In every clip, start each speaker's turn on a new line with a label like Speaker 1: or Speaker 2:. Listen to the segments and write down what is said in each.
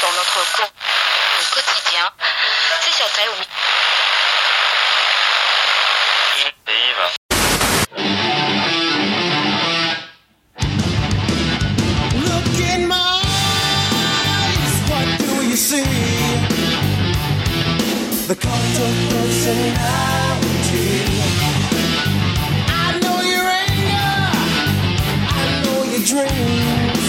Speaker 1: Pour notre co- au quotidien, c'est sur Théo.
Speaker 2: Look in my eyes, what do you see? The cult of personality. I know your anger, I know your dreams.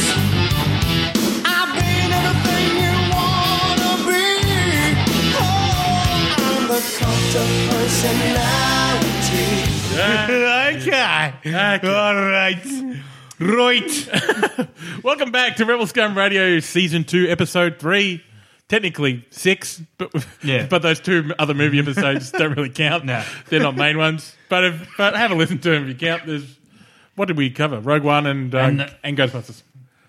Speaker 2: I've been everything you wanna be. Oh, I'm the cult of personality.
Speaker 3: okay. All right. Right. Welcome back to Rebel Scum Radio Season 2, Episode 3. Technically six, but
Speaker 4: Yeah.
Speaker 3: but those two other movie episodes don't really count.
Speaker 4: No.
Speaker 3: They're not main ones. But if, but have a listen to them if you count. There's what did we cover? Rogue One and uh, and,
Speaker 4: And-
Speaker 3: Ghostbusters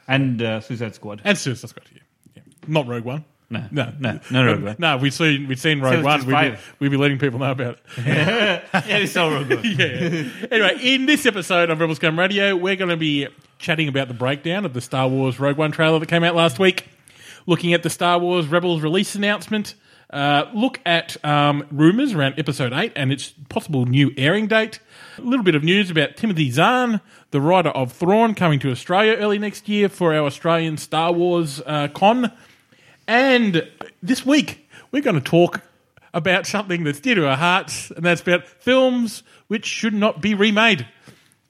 Speaker 4: and uh, Suicide Squad.
Speaker 3: and Suicide Squad. Yeah. yeah, not Rogue One.
Speaker 4: No.
Speaker 3: No, no,
Speaker 4: No Rogue One.
Speaker 3: No, we've seen we've seen Rogue
Speaker 4: it's
Speaker 3: One.
Speaker 4: just
Speaker 3: We'd be,
Speaker 4: five.
Speaker 3: we'd be letting people know about it.
Speaker 4: yeah, it's all real good.
Speaker 3: yeah. Anyway, in this episode of Rebels Come Radio, we're going to be chatting about the breakdown of the Star Wars Rogue One trailer that came out last week, looking at the Star Wars Rebels release announcement, uh, look at um, rumours around Episode 8 and its possible new airing date, a little bit of news about Timothy Zahn, the writer of Thrawn, coming to Australia early next year for our Australian Star Wars uh, con. And this week, we're going to talk about something that's dear to our hearts, and that's about films which should not be remade.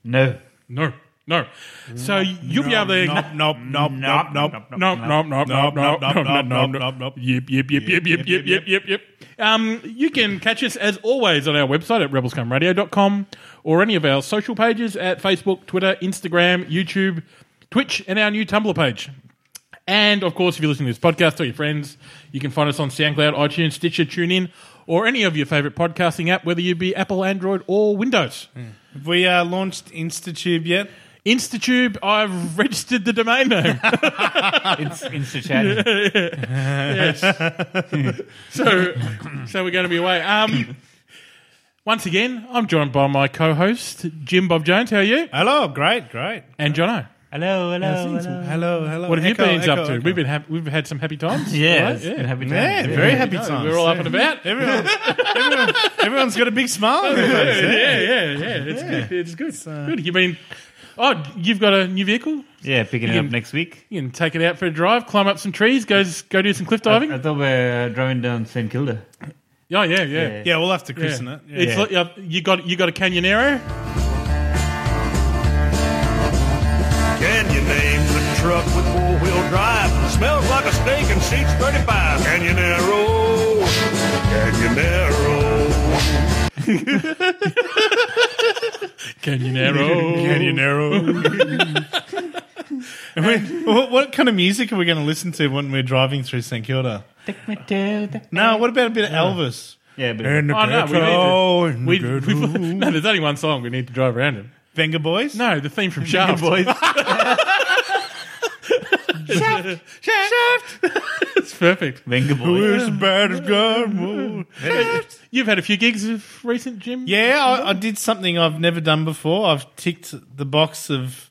Speaker 4: No.
Speaker 3: No, no. So you'll be able to.
Speaker 5: Nope, nope, nope, nope, nope,
Speaker 3: No, no, no, no, no,
Speaker 5: Nope, nope,
Speaker 3: no, no,
Speaker 5: nope, nope,
Speaker 3: no,
Speaker 5: nope,
Speaker 3: no,
Speaker 5: nope,
Speaker 3: no.
Speaker 5: nope.
Speaker 3: Yep, yep, yep, yep, yep, yep, yep, yep, yep. Um, you can catch us as always on our website at rebelscumradio.com or any of our social pages at Facebook, Twitter, Instagram, YouTube, Twitch, and our new Tumblr page. And of course, if you're listening to this podcast, tell your friends. You can find us on SoundCloud, iTunes, Stitcher, TuneIn, or any of your favorite podcasting app, whether you be Apple, Android, or Windows.
Speaker 5: Have we uh, launched Instatube yet?
Speaker 3: Instatube, I've registered the domain name.
Speaker 4: It's Instachat.
Speaker 3: so, so we're going to be away. Um, once again, I'm joined by my co-host Jim Bob Jones. How are you?
Speaker 5: Hello, great, great.
Speaker 3: And Jono.
Speaker 4: hello, hello, hello.
Speaker 5: Hello, hello.
Speaker 3: What have
Speaker 5: Echo,
Speaker 3: you been
Speaker 5: echo,
Speaker 3: up to?
Speaker 5: echo.
Speaker 3: We've been hap- we've had some happy times.
Speaker 4: Yeah,
Speaker 3: right?
Speaker 4: it's been happy
Speaker 5: Yeah,
Speaker 4: times.
Speaker 5: very happy
Speaker 3: No,
Speaker 5: times.
Speaker 3: we're all up and about.
Speaker 5: everyone, everyone, everyone's got a big smile. on their face, eh?
Speaker 3: yeah, yeah, yeah. It's good. It's good. good. You mean? Oh, you've got a new vehicle.
Speaker 4: Yeah, picking it
Speaker 3: You
Speaker 4: up
Speaker 3: can-
Speaker 4: next week.
Speaker 3: You can take it out for a drive, climb up some trees, go go do some cliff diving.
Speaker 4: I thought we we're driving down St Kilda.
Speaker 3: oh yeah, yeah.
Speaker 5: yeah, we'll have to christen it. Yeah.
Speaker 3: It's like, uh, you got you got a Canyonero.
Speaker 6: Can you name the truck with four-wheel drive? Smells like a steak and seats 35. Can you narrow? Can you narrow?
Speaker 5: Oh.
Speaker 3: Canyonero.
Speaker 5: And we- what, what kind of music are we going to listen to when we're driving through St Kilda?
Speaker 4: Take me to the
Speaker 5: No, what about a bit of Elvis?
Speaker 4: yeah, but
Speaker 5: And the
Speaker 3: Oh, no, we
Speaker 5: petrol
Speaker 3: need to,
Speaker 5: and
Speaker 3: we,
Speaker 5: the
Speaker 3: we,
Speaker 5: petrol.
Speaker 3: no, there's only one song we need to drive around in.
Speaker 5: Venga Boys?
Speaker 3: No, the theme from Shaft.
Speaker 4: boys.
Speaker 3: it's perfect.
Speaker 4: Venga boys.
Speaker 5: Who's the baddest guy?
Speaker 3: You've had a few gigs of recent, Jim.
Speaker 5: Yeah, I, I did something I've never done before. I've ticked the box of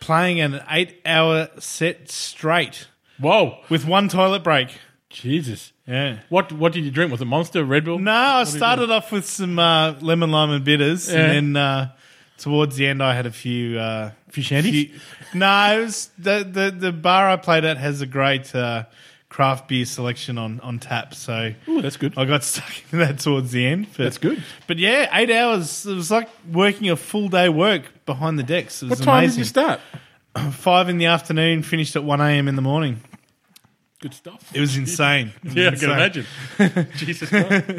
Speaker 5: playing an eight hour set straight
Speaker 3: Whoa,
Speaker 5: with one toilet break.
Speaker 3: Jesus.
Speaker 5: Yeah.
Speaker 3: What What did you drink? Was it Monster, Red Bull?
Speaker 5: No, I started off with some uh, lemon, lime, and bitters,
Speaker 3: Yeah.
Speaker 5: and then uh, towards the end, I had a few uh,
Speaker 3: Few shandies?
Speaker 5: few- no, it was the, the the bar I played at has a great uh, craft beer selection on on tap, so
Speaker 3: Ooh, that's good.
Speaker 5: I got stuck in that towards the end. But,
Speaker 3: That's good.
Speaker 5: But yeah, eight hours. It was like working a full day work behind the decks. It was
Speaker 3: what time
Speaker 5: amazing.
Speaker 3: did you start?
Speaker 5: Five in the afternoon, finished at one a.m. in the morning.
Speaker 3: Good stuff.
Speaker 5: It was insane. It was
Speaker 3: yeah, I can
Speaker 5: insane.
Speaker 3: imagine. Jesus Christ.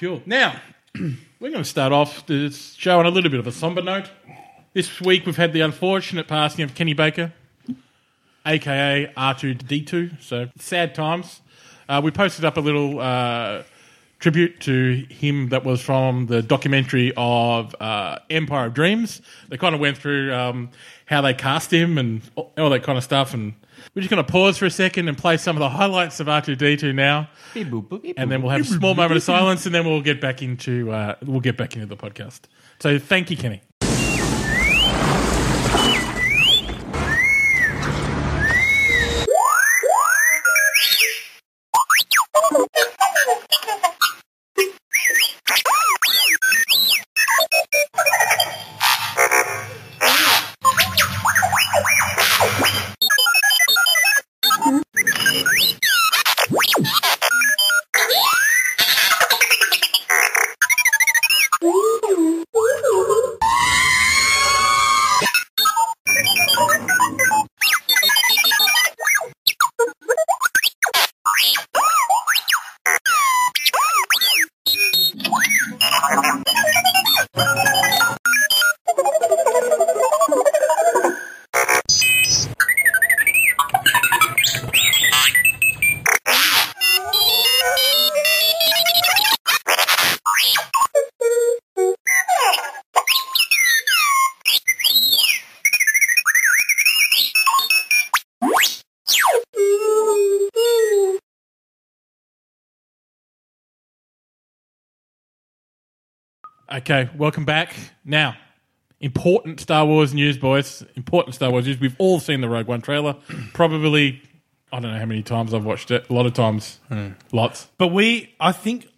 Speaker 3: Cool. Now, we're going to start off this show on a little bit of a somber note. This week we've had the unfortunate passing of Kenny Baker, aka R2D2. So sad times. Uh, we posted up a little uh, tribute to him that was from the documentary of uh, Empire of Dreams. They kind of went through um, how they cast him and all all that kind of stuff and We're just going to pause for a second and play some of the highlights of R2D2 now, and then we'll have a small moment of silence, and then we'll get back into uh, we'll get back into the podcast. So thank you, Kenny. Okay, welcome back. Now, important Star Wars news, boys. Important Star Wars news. We've all seen the Rogue One trailer. Probably, I don't know how many times I've watched it. A lot of times.
Speaker 5: Hmm.
Speaker 3: Lots.
Speaker 5: But we, I think,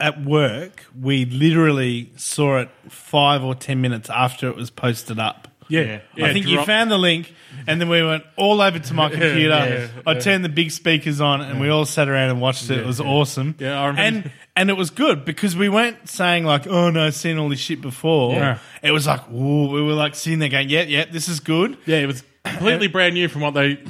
Speaker 5: at work, we literally saw it five or ten minutes after it was posted up.
Speaker 4: Yeah.
Speaker 5: I think you found the link, and then we went all over to my computer.
Speaker 3: yeah,
Speaker 5: I turned the big speakers on, and we all sat around and watched it. it was awesome.
Speaker 3: Yeah, I remember.
Speaker 5: And and it was good because we weren't saying like, "Oh no, I've seen all this shit before."
Speaker 3: Yeah.
Speaker 5: It was like, "Ooh," we were like sitting there going, "Yep, yep, this is good."
Speaker 3: Yeah, it was completely brand new from what they.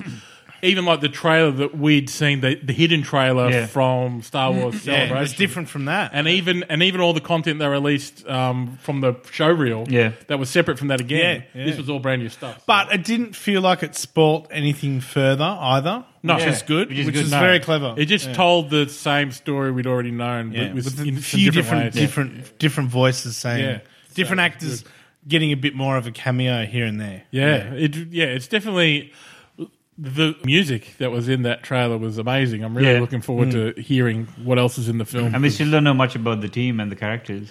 Speaker 3: Even like the trailer that we'd seen, the, the hidden trailer
Speaker 4: Yeah.
Speaker 3: from Star Wars Celebration,
Speaker 5: Mm. Yeah, it was different from that.
Speaker 3: and even and even all the content they released um, from the showreel,
Speaker 4: Yeah.
Speaker 3: that was separate from that again.
Speaker 5: Yeah,
Speaker 3: This
Speaker 5: yeah.
Speaker 3: was all brand new stuff.
Speaker 5: But it didn't feel like it spoilt anything further either.
Speaker 3: No.
Speaker 5: which is
Speaker 3: Yeah.
Speaker 5: good,
Speaker 4: Which
Speaker 5: which
Speaker 4: is
Speaker 5: is,
Speaker 4: good. No.
Speaker 5: very clever.
Speaker 3: It just told the same story we'd already known,
Speaker 5: yeah,
Speaker 3: but was
Speaker 5: with
Speaker 3: in some
Speaker 5: a few different
Speaker 3: different, ways.
Speaker 5: different different voices saying
Speaker 3: Yeah.
Speaker 5: different
Speaker 3: So it's
Speaker 5: actors getting a bit more of a cameo here and there.
Speaker 3: Yeah, it yeah, it's definitely the music that was in that trailer was amazing. I'm really
Speaker 4: Yeah. Mm.
Speaker 3: looking forward to hearing what else is in the film.
Speaker 4: And we still don't know much about the team and the characters.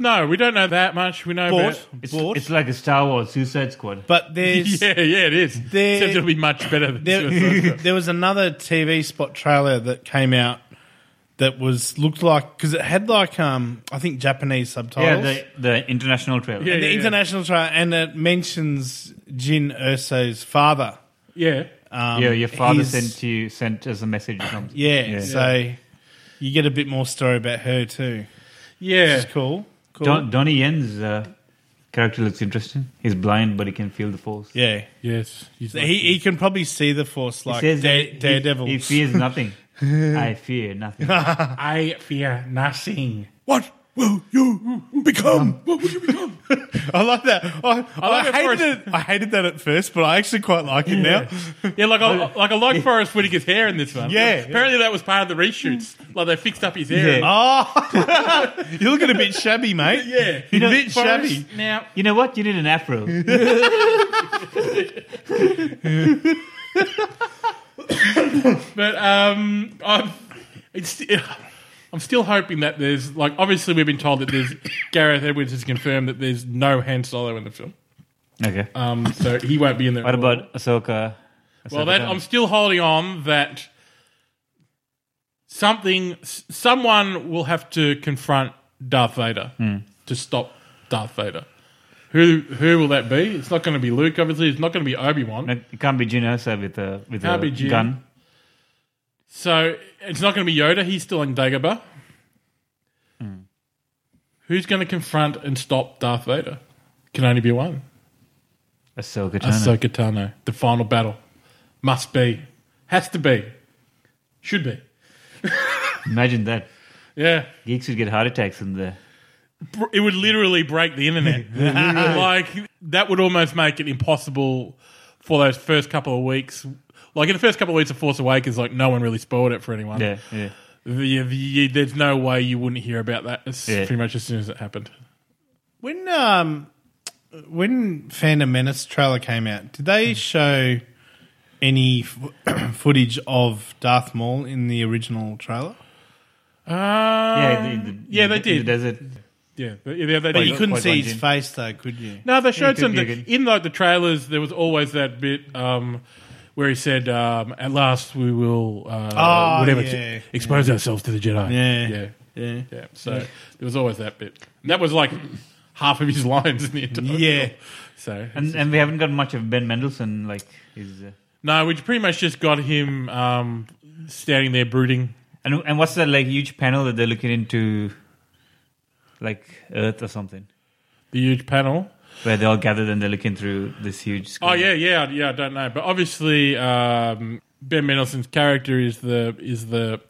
Speaker 3: no, we don't know that much. We know
Speaker 5: Bought,
Speaker 3: about
Speaker 4: It's,
Speaker 5: bought,
Speaker 4: it's like a Star Wars Suicide Squad.
Speaker 5: but there's
Speaker 3: Yeah, yeah, it is.
Speaker 5: There-
Speaker 3: Except it'll be much better than Suicide
Speaker 5: there,
Speaker 3: Squad.
Speaker 5: there was another TV spot trailer that came out that was looked like because it had like um I think Japanese
Speaker 4: yeah,
Speaker 5: subtitles.
Speaker 4: the, the international trailer.
Speaker 3: Yeah.
Speaker 5: the international trailer and it mentions Jin Urso's father.
Speaker 3: Yeah,
Speaker 5: Um,
Speaker 4: yeah, your father
Speaker 5: he's-
Speaker 4: sent you sent us a message or something.
Speaker 5: Yeah, so you get a bit more story about her too.
Speaker 3: yeah.
Speaker 5: It's cool. Cool.
Speaker 4: Don, Donnie Yen's uh, character looks interesting. He's blind, but he can feel the force.
Speaker 5: yeah.
Speaker 3: Yes, he's
Speaker 5: So
Speaker 3: like-
Speaker 5: he, he can probably see the force like
Speaker 4: Says that
Speaker 5: dare,
Speaker 4: he-
Speaker 5: Daredevil.
Speaker 4: He, fears nothing. I fear nothing.
Speaker 3: I fear nothing.
Speaker 5: what will you become? What will you become? I like that. I, I,
Speaker 3: like it
Speaker 5: hated
Speaker 3: first.
Speaker 5: it. I hated that at first, but I actually quite like it now.
Speaker 3: Yeah, like I like I like Forrest Whitaker's hair in this one.
Speaker 5: Yeah.
Speaker 3: apparently that was part of the reshoots. Like they fixed up his hair.
Speaker 4: Yeah.
Speaker 5: Oh, you're looking a bit shabby, mate.
Speaker 3: Yeah.
Speaker 5: You're
Speaker 4: know,
Speaker 5: a bit
Speaker 4: Forrest-
Speaker 5: shabby.
Speaker 3: Now,
Speaker 4: You know what? You need an afro.
Speaker 3: But um, I'm, it's, I'm still hoping that there's like obviously we've been told that there's Gareth Edwards has confirmed that there's no Han Solo in the film,
Speaker 4: okay.
Speaker 3: um, so he won't be in there.
Speaker 4: what about Ahsoka?
Speaker 3: Well,
Speaker 4: Ahsoka
Speaker 3: that,
Speaker 4: Tano?
Speaker 3: I'm still holding on that something, s- someone will have to confront Darth Vader to stop Darth Vader. Who who will that be? It's not going to be Luke, obviously. It's not going to be Obi Wan.
Speaker 4: No, it can't be Jyn Erso with a with
Speaker 3: Can't
Speaker 4: a
Speaker 3: be Jyn.
Speaker 4: gun.
Speaker 3: So it's not going to be Yoda. He's still in Dagobah. Who's going to confront and stop Darth Vader? Can only be one.
Speaker 4: Ahsoka Tano.
Speaker 3: Ahsoka Tano. The final battle. Must be. Has to be. Should be.
Speaker 4: Imagine that.
Speaker 3: Yeah.
Speaker 4: Geeks would get heart attacks in there.
Speaker 3: Br- It would literally break the internet. like, that would almost make it impossible for those first couple of weeks. Like, in the first couple of weeks of Force Awakens, like, no one really spoiled it for anyone.
Speaker 4: Yeah, yeah.
Speaker 3: The- the- there's no way you wouldn't hear about that as,
Speaker 4: Yeah.
Speaker 3: pretty much as soon as it happened.
Speaker 5: When
Speaker 4: Mm.
Speaker 5: um, when Phantom Menace trailer came out, did they show any f- footage of Darth Maul in the original trailer?
Speaker 3: yeah,
Speaker 4: in the- in
Speaker 3: Um, yeah,
Speaker 4: the-
Speaker 3: they
Speaker 4: in the
Speaker 3: did.
Speaker 4: desert.
Speaker 3: yeah, they- yeah, they
Speaker 5: But
Speaker 3: did.
Speaker 5: you couldn't
Speaker 4: quite
Speaker 5: see
Speaker 4: like
Speaker 5: his
Speaker 4: him.
Speaker 5: face though, could you?
Speaker 3: No, they showed
Speaker 4: could
Speaker 3: some.
Speaker 4: be good.
Speaker 3: In like the trailers, there was always that bit um, where he said, um, "At last, we will uh,
Speaker 5: Oh,
Speaker 3: whatever
Speaker 5: yeah,
Speaker 3: to
Speaker 5: yeah.
Speaker 3: expose ourselves to the Jedi."
Speaker 5: Yeah.
Speaker 3: yeah,
Speaker 5: Yeah.
Speaker 3: yeah. So there was always that bit. And that was like half of his lines in the entire.
Speaker 5: Yeah.
Speaker 3: So
Speaker 4: And, and we haven't got much of Ben Mendelsohn, like his. Uh,
Speaker 3: no, we pretty much just got him um, standing there brooding.
Speaker 4: and and what's that like huge panel that they're looking into, like Earth or something,
Speaker 3: The huge panel.
Speaker 4: where they all gathered and they're looking through this huge. Screen.
Speaker 3: Oh yeah, yeah, yeah. I don't know, but obviously um, Ben Mendelsohn's character is the is the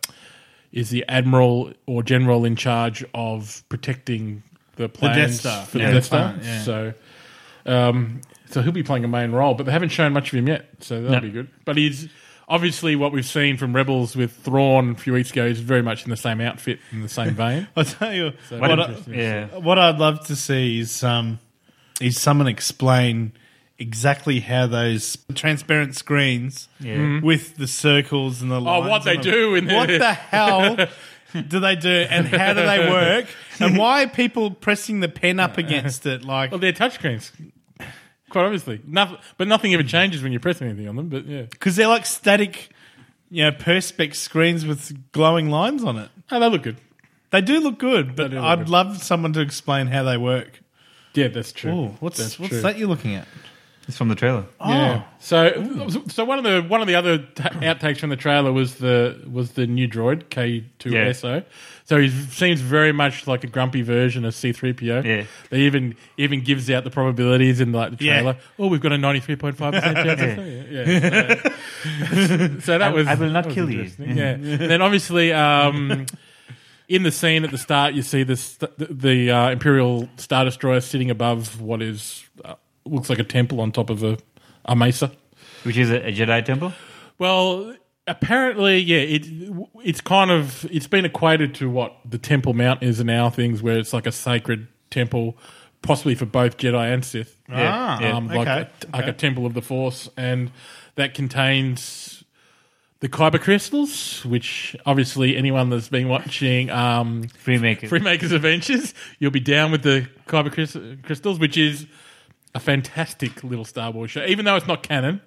Speaker 3: is the admiral or general in charge of protecting the plans
Speaker 5: Star.
Speaker 3: for
Speaker 5: Yeah,
Speaker 3: the
Speaker 5: the
Speaker 3: Death Star.
Speaker 5: plan, yeah.
Speaker 3: So, um, so he'll be playing a main role, but they haven't shown much of him yet. So that'll
Speaker 4: No.
Speaker 3: be good. But he's obviously what we've seen from Rebels with Thrawn a few weeks ago is very much in the same outfit in the same vein.
Speaker 5: I'll tell you
Speaker 3: What
Speaker 5: what,
Speaker 3: interesting.
Speaker 5: I,
Speaker 4: Yeah.
Speaker 5: what I'd love to see is um, is someone explain exactly how those transparent screens
Speaker 4: Yeah.
Speaker 3: Mm-hmm.
Speaker 5: with the circles and the lines
Speaker 3: Oh, what they
Speaker 5: on them-
Speaker 3: do in there.
Speaker 5: what the hell do they do and how do they work and why are people pressing the pen up against it like
Speaker 3: Well, they're touchscreens. Quite obviously, Noth- but nothing ever changes when you press anything on them. But yeah,
Speaker 5: because they're like static you know perspex screens with glowing lines on it
Speaker 3: oh, they look good.
Speaker 5: they do look good
Speaker 3: They
Speaker 5: but
Speaker 3: do look
Speaker 5: I'd
Speaker 3: good.
Speaker 5: love someone to explain how they work
Speaker 3: Yeah, that's true.
Speaker 5: oh what's
Speaker 3: That's
Speaker 5: what's
Speaker 3: true.
Speaker 5: that you're looking at
Speaker 4: It's from the trailer.
Speaker 5: Oh.
Speaker 3: Yeah.
Speaker 5: Hmm.
Speaker 3: So, so one of the one of the other t- outtakes from the trailer was the was the new droid K two SO. So he seems very much like a grumpy version of C three PO.
Speaker 4: Yeah.
Speaker 3: They even even gives out the probabilities in like the
Speaker 5: Yeah.
Speaker 3: trailer. Oh, we've got a ninety three point five percent chance. of failure. Yeah. So, so that
Speaker 4: I-
Speaker 3: was.
Speaker 4: I will not
Speaker 3: that was
Speaker 4: kill you.
Speaker 3: interesting. Yeah. And then obviously. Um, in the scene at the start, you see this the, the uh, Imperial Star Destroyer sitting above what is uh, looks like a temple on top of a, a mesa.
Speaker 4: Which is a, a Jedi temple.
Speaker 3: Well, apparently, yeah, it it's kind of it's been equated to what the Temple Mount is in our things, where it's like a sacred temple, possibly for both Jedi and Sith.
Speaker 5: Ah,
Speaker 3: um,
Speaker 5: okay,
Speaker 3: like a, like a temple of the Force, and that contains the kyber crystals, which obviously anyone that's been watching. Um,
Speaker 4: Freemaker.
Speaker 3: Freemakers Adventures. You'll be down with the Kyber crys- Crystals, which is a fantastic little Star Wars show. Even though it's not canon,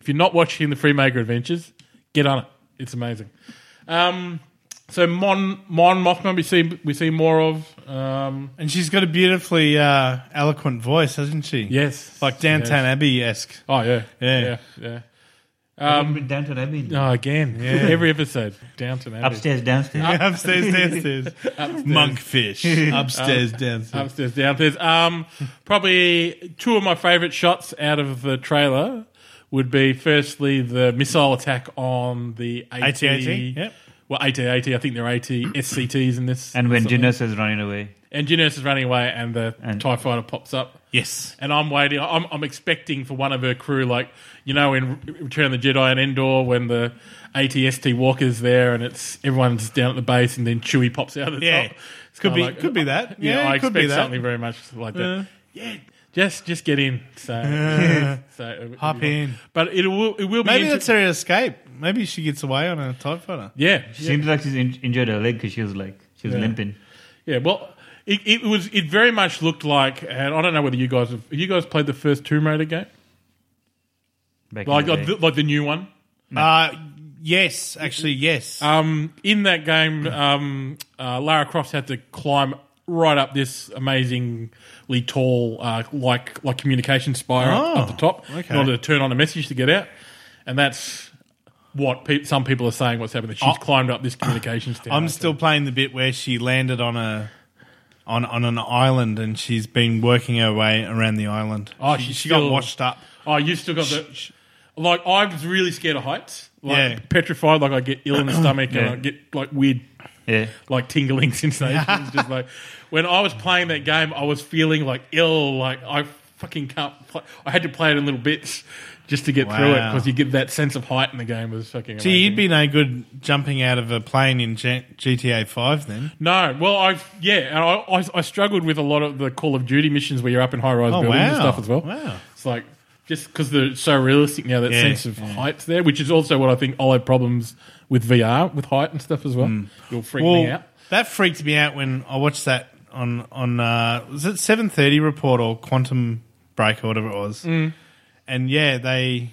Speaker 3: if you're not watching the Freemaker Adventures, get on it. It's amazing. Um, so Mon Mon Mothma, we see we see more of. Um,
Speaker 5: And she's got a beautifully uh, eloquent voice, hasn't she?
Speaker 3: yes,
Speaker 5: Like Downtown Abbey esque.
Speaker 3: Oh yeah,
Speaker 5: Yeah.
Speaker 3: yeah, yeah.
Speaker 4: Um, downtown Abbey.
Speaker 3: Oh, again, every episode down to Abbey.
Speaker 4: Upstairs, downstairs.
Speaker 5: upstairs, downstairs. Monkfish. Upstairs, downstairs.
Speaker 3: upstairs, downstairs. Um, probably two of my favourite shots out of the trailer would be firstly the missile attack on the AT,
Speaker 5: AT-AT, yep.
Speaker 3: well AT-AT. I think there are AT SCTs in this.
Speaker 4: And when
Speaker 3: something.
Speaker 4: Jinnah is running away,
Speaker 3: and Janice is running away, and the
Speaker 4: And-
Speaker 3: Tie Fighter pops up.
Speaker 5: Yes.
Speaker 3: And I'm waiting. I'm, I'm expecting for one of her crew, like you know, in Return of the Jedi and Endor, when the ATST Walker's there, and it's everyone's down at the base, and then Chewie pops out of the
Speaker 5: Yeah.
Speaker 3: top. It's
Speaker 5: Could
Speaker 3: kinda
Speaker 5: be- could be that.
Speaker 3: you know,
Speaker 5: Yeah,
Speaker 3: I
Speaker 5: it could
Speaker 3: expect
Speaker 5: be that.
Speaker 3: something very much like that. Yeah, just just get in. So, so it-
Speaker 5: Hop in.
Speaker 3: But it will it will be
Speaker 5: Maybe
Speaker 3: inter-
Speaker 5: that's her escape. Maybe she gets away on a TIE fighter.
Speaker 3: yeah
Speaker 4: she seems like she's in- injured her leg because she was like she was limping.
Speaker 3: yeah. Well, it, it was it very much looked like, and I don't know whether you guys have you guys played the first Tomb Raider game,
Speaker 4: Back in
Speaker 3: like
Speaker 4: the
Speaker 3: like
Speaker 4: day.
Speaker 3: the, like the new one.
Speaker 5: Uh, yes, actually, yes.
Speaker 3: Um, in that game, um, uh, Lara Croft had to climb right up this amazingly tall, uh, like like communication spire up, up the top
Speaker 5: Oh, okay.
Speaker 3: in order to turn on a message to get out, and that's what pe- some people are saying. What's happening? She's climbed up this communications tower.
Speaker 5: I'm still playing the bit where she landed on a. On, on an island, and she's been working her way around the island.
Speaker 3: Oh,
Speaker 5: she,
Speaker 3: she's
Speaker 5: she
Speaker 3: still-
Speaker 5: got washed up.
Speaker 3: Oh, you still got the. Like I was really scared of heights. Like
Speaker 5: Yeah.
Speaker 3: petrified. Like I get ill in the stomach and
Speaker 4: Yeah.
Speaker 3: I get like weird
Speaker 4: yeah.
Speaker 3: like tingling sensations. just like when I was playing that game, I was feeling like ill. Like I fucking can't. Play. I had to play it in little bits just to get through it
Speaker 5: Wow.
Speaker 3: because you get that sense of height in the game was fucking.
Speaker 5: Gee,
Speaker 3: amazing.
Speaker 5: you'd be no good jumping out of a plane in G- GTA Five then.
Speaker 3: No, well, I yeah, and I, I I struggled with a lot of the Call of Duty missions where you're up in high rise
Speaker 5: Oh,
Speaker 3: buildings and
Speaker 5: wow.
Speaker 3: stuff as well.
Speaker 5: Wow.
Speaker 3: it's like just because it's so realistic now, that
Speaker 4: Yeah,
Speaker 3: sense of heights there, which is also what I think I'll have problems with VR, with height and stuff as well. You'll freak me out.
Speaker 5: that freaked me out when I watched that on on uh, was it seven thirty report or Quantum Break or whatever it was.
Speaker 3: Mm.
Speaker 5: And yeah, they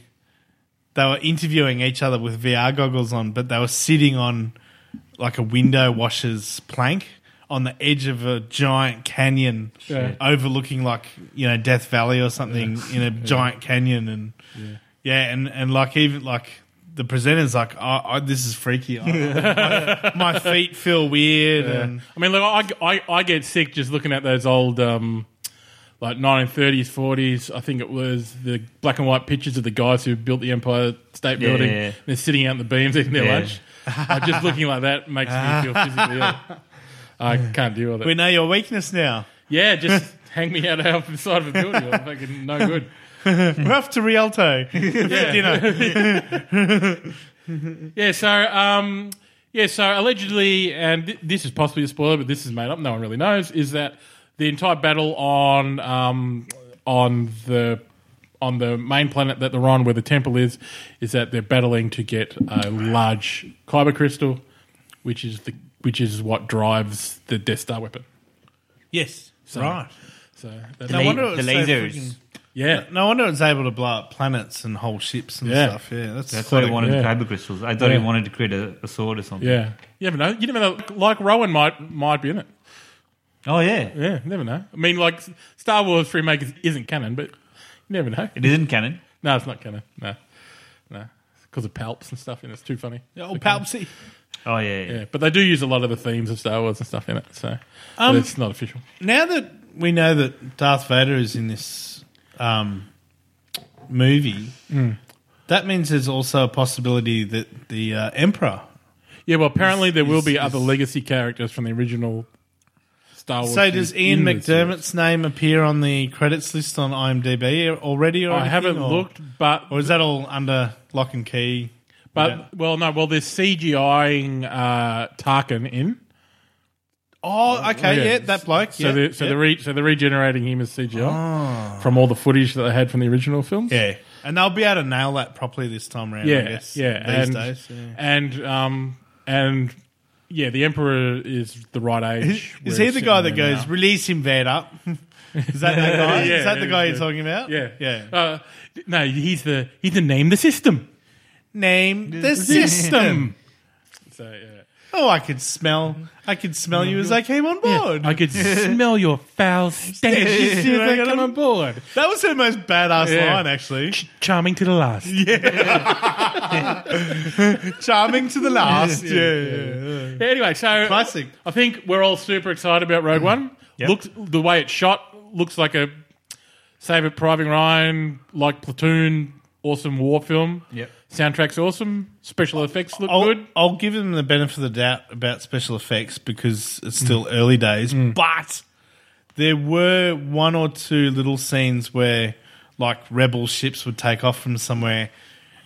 Speaker 5: they were interviewing each other with VR goggles on, but they were sitting on like a window washer's plank on the edge of a giant canyon
Speaker 3: Shit.
Speaker 5: overlooking like you know Death Valley or something in a giant canyon and yeah. and and like even like the presenters like oh, I, this is freaky I- my, my feet feel weird and
Speaker 3: I mean, look, I, I, I get sick just looking at those old, um, like 1930s, 40s. I think it was the black and white pictures of the guys who built the Empire State
Speaker 4: Yeah,
Speaker 3: Building.
Speaker 4: yeah, yeah.
Speaker 3: They're sitting out in the beams eating their
Speaker 4: Yeah.
Speaker 3: lunch. Uh, just looking like that makes me feel physically ill. I can't deal with it.
Speaker 5: we know your weakness now
Speaker 3: Yeah, just hang me out of the side of a building. I'm fucking no good.
Speaker 5: we're off to Rialto for dinner
Speaker 3: Yeah, so um, yeah, so allegedly, and th- this is possibly a spoiler, but this is made up. No one really knows. Is that the entire battle on um, on the on the main planet that they're on, where the temple is, is that they're battling to get a large kyber crystal, which is the which is what drives the Death Star weapon.
Speaker 5: yes right
Speaker 3: So that's,
Speaker 5: No
Speaker 4: la-
Speaker 5: wonder it
Speaker 4: the
Speaker 5: was so
Speaker 4: lasers.
Speaker 5: freaking-
Speaker 3: yeah,
Speaker 5: no wonder it's able to blow up planets and whole ships and
Speaker 3: Yeah.
Speaker 5: stuff yeah that's,
Speaker 4: That's why I wanted
Speaker 3: yeah.
Speaker 4: the kyber crystals. I thought
Speaker 3: Yeah.
Speaker 4: he wanted to create a, a sword or something.
Speaker 3: yeah. You never know. You never know. Like Rowan might might be in it.
Speaker 4: Oh yeah.
Speaker 3: Yeah, never know. I mean, like Star Wars remake is- isn't canon, but you never know.
Speaker 4: It isn't canon.
Speaker 3: No, it's not canon. No, no, because of palps and stuff, and it's too funny.
Speaker 5: oh Palpsy
Speaker 4: Oh yeah. yeah.
Speaker 3: Yeah, but they do use a lot of the themes of Star Wars and stuff in it, so but
Speaker 5: Um,
Speaker 3: it's not official.
Speaker 5: now that we know that Darth Vader is in this um, movie,
Speaker 3: Hmm.
Speaker 5: that means there's also a possibility that the uh, Emperor.
Speaker 3: Yeah, well, apparently there will be
Speaker 5: is-
Speaker 3: other legacy characters from the original Star Wars.
Speaker 5: So does
Speaker 3: Oh, in
Speaker 5: Ian
Speaker 3: this series.
Speaker 5: McDermott's name appear on the credits list on IMDb already? Or
Speaker 3: I
Speaker 5: anything,
Speaker 3: haven't
Speaker 5: or-
Speaker 3: looked, but
Speaker 5: or is that all under lock and key?
Speaker 3: but
Speaker 5: yeah.
Speaker 3: well, no, well, there's CGIing uh, Tarkin in.
Speaker 5: Oh, okay, yeah,
Speaker 3: Yeah.
Speaker 5: that bloke.
Speaker 3: So
Speaker 5: yeah,
Speaker 3: they're so
Speaker 5: yeah. Ah.
Speaker 3: they're re- so they're regenerating him as CGI from all the footage that they had from the original films.
Speaker 5: yeah, and they'll be able to nail that properly this time around. I
Speaker 3: yeah,
Speaker 5: guess,
Speaker 3: yeah,
Speaker 5: these
Speaker 3: and,
Speaker 5: days. yeah.
Speaker 3: and um and yeah, the emperor is the right age.
Speaker 5: Is
Speaker 3: We're
Speaker 5: he the guy that
Speaker 3: sitting there
Speaker 5: goes,
Speaker 3: now.
Speaker 5: "Release him, Vader"? Is that that guy?
Speaker 3: Yeah,
Speaker 5: Is that the
Speaker 3: yeah,
Speaker 5: guy
Speaker 3: yeah.
Speaker 5: you're talking about?
Speaker 3: Yeah,
Speaker 5: yeah.
Speaker 3: Uh, no, he's the he's the name the system
Speaker 5: Name the system.
Speaker 3: so yeah.
Speaker 5: Oh, I could smell. I could smell you as I came on board.
Speaker 3: I could smell your foul stench as soon as I come on board.
Speaker 5: that was her most badass
Speaker 3: Yeah.
Speaker 5: line, actually.
Speaker 3: Charming to the last.
Speaker 5: Charming to the last. yeah,
Speaker 3: Anyway, so
Speaker 5: Classic. Mm.
Speaker 3: I think we're all super excited about Rogue One. Looks the way it's shot looks like a Save It Private Ryan, like Platoon, awesome war film.
Speaker 4: Yep.
Speaker 3: Soundtrack's awesome. Special effects look
Speaker 5: I'll,
Speaker 3: good.
Speaker 5: I'll give them the benefit of the doubt about special effects because it's still early days,
Speaker 3: Mm.
Speaker 5: but there were one or two little scenes where like rebel ships would take off from somewhere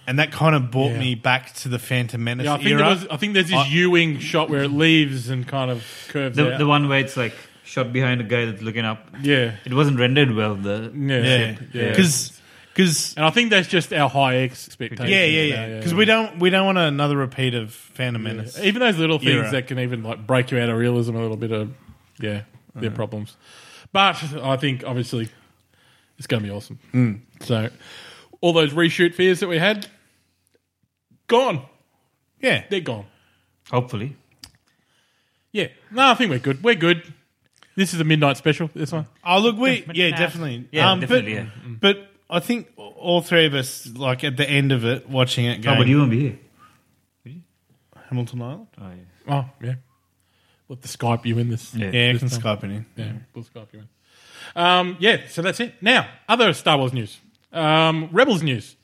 Speaker 5: and that kind of brought
Speaker 3: Yeah.
Speaker 5: me back to the Phantom Menace
Speaker 3: Yeah, I think,
Speaker 5: era.
Speaker 3: there was, I think there's this
Speaker 5: I-
Speaker 3: U-wing shot where it leaves and kind of curves
Speaker 4: The,
Speaker 3: out.
Speaker 4: the one where it's like shot behind a guy that's looking up.
Speaker 3: yeah.
Speaker 4: It wasn't rendered well. The
Speaker 3: Yeah.
Speaker 5: yeah.
Speaker 3: Yeah.
Speaker 5: Cuz cuz
Speaker 3: And I think that's just our high expectations.
Speaker 5: yeah, yeah,
Speaker 3: now,
Speaker 5: yeah. Cuz we don't we don't want another repeat of Phantom Menace.
Speaker 3: Even those little things
Speaker 5: Era.
Speaker 3: that can even like break you out of realism a little bit of yeah, their problems. But I think obviously it's going to be awesome. So all those reshoot fears that we had gone.
Speaker 5: Yeah.
Speaker 3: They're gone.
Speaker 4: hopefully.
Speaker 3: Yeah. No, I think we're good. We're good. This is a midnight special. This one.
Speaker 5: Oh look, we yeah,
Speaker 4: nah.
Speaker 5: definitely. Um,
Speaker 4: Yeah,
Speaker 5: but-
Speaker 4: definitely, yeah. Mm.
Speaker 5: But I think all three of us like at the end of it watching it going
Speaker 4: Oh, but you won't be here.
Speaker 5: Hamilton Island.
Speaker 4: Oh,
Speaker 3: Oh yeah. Let the Skype you in this.
Speaker 4: yeah.
Speaker 5: Yeah, you
Speaker 3: This
Speaker 5: can
Speaker 3: time.
Speaker 5: Skype it in.
Speaker 3: Yeah, we'll Skype you in. Um, yeah, so that's it. Now, other Star Wars news. Um, Rebels news.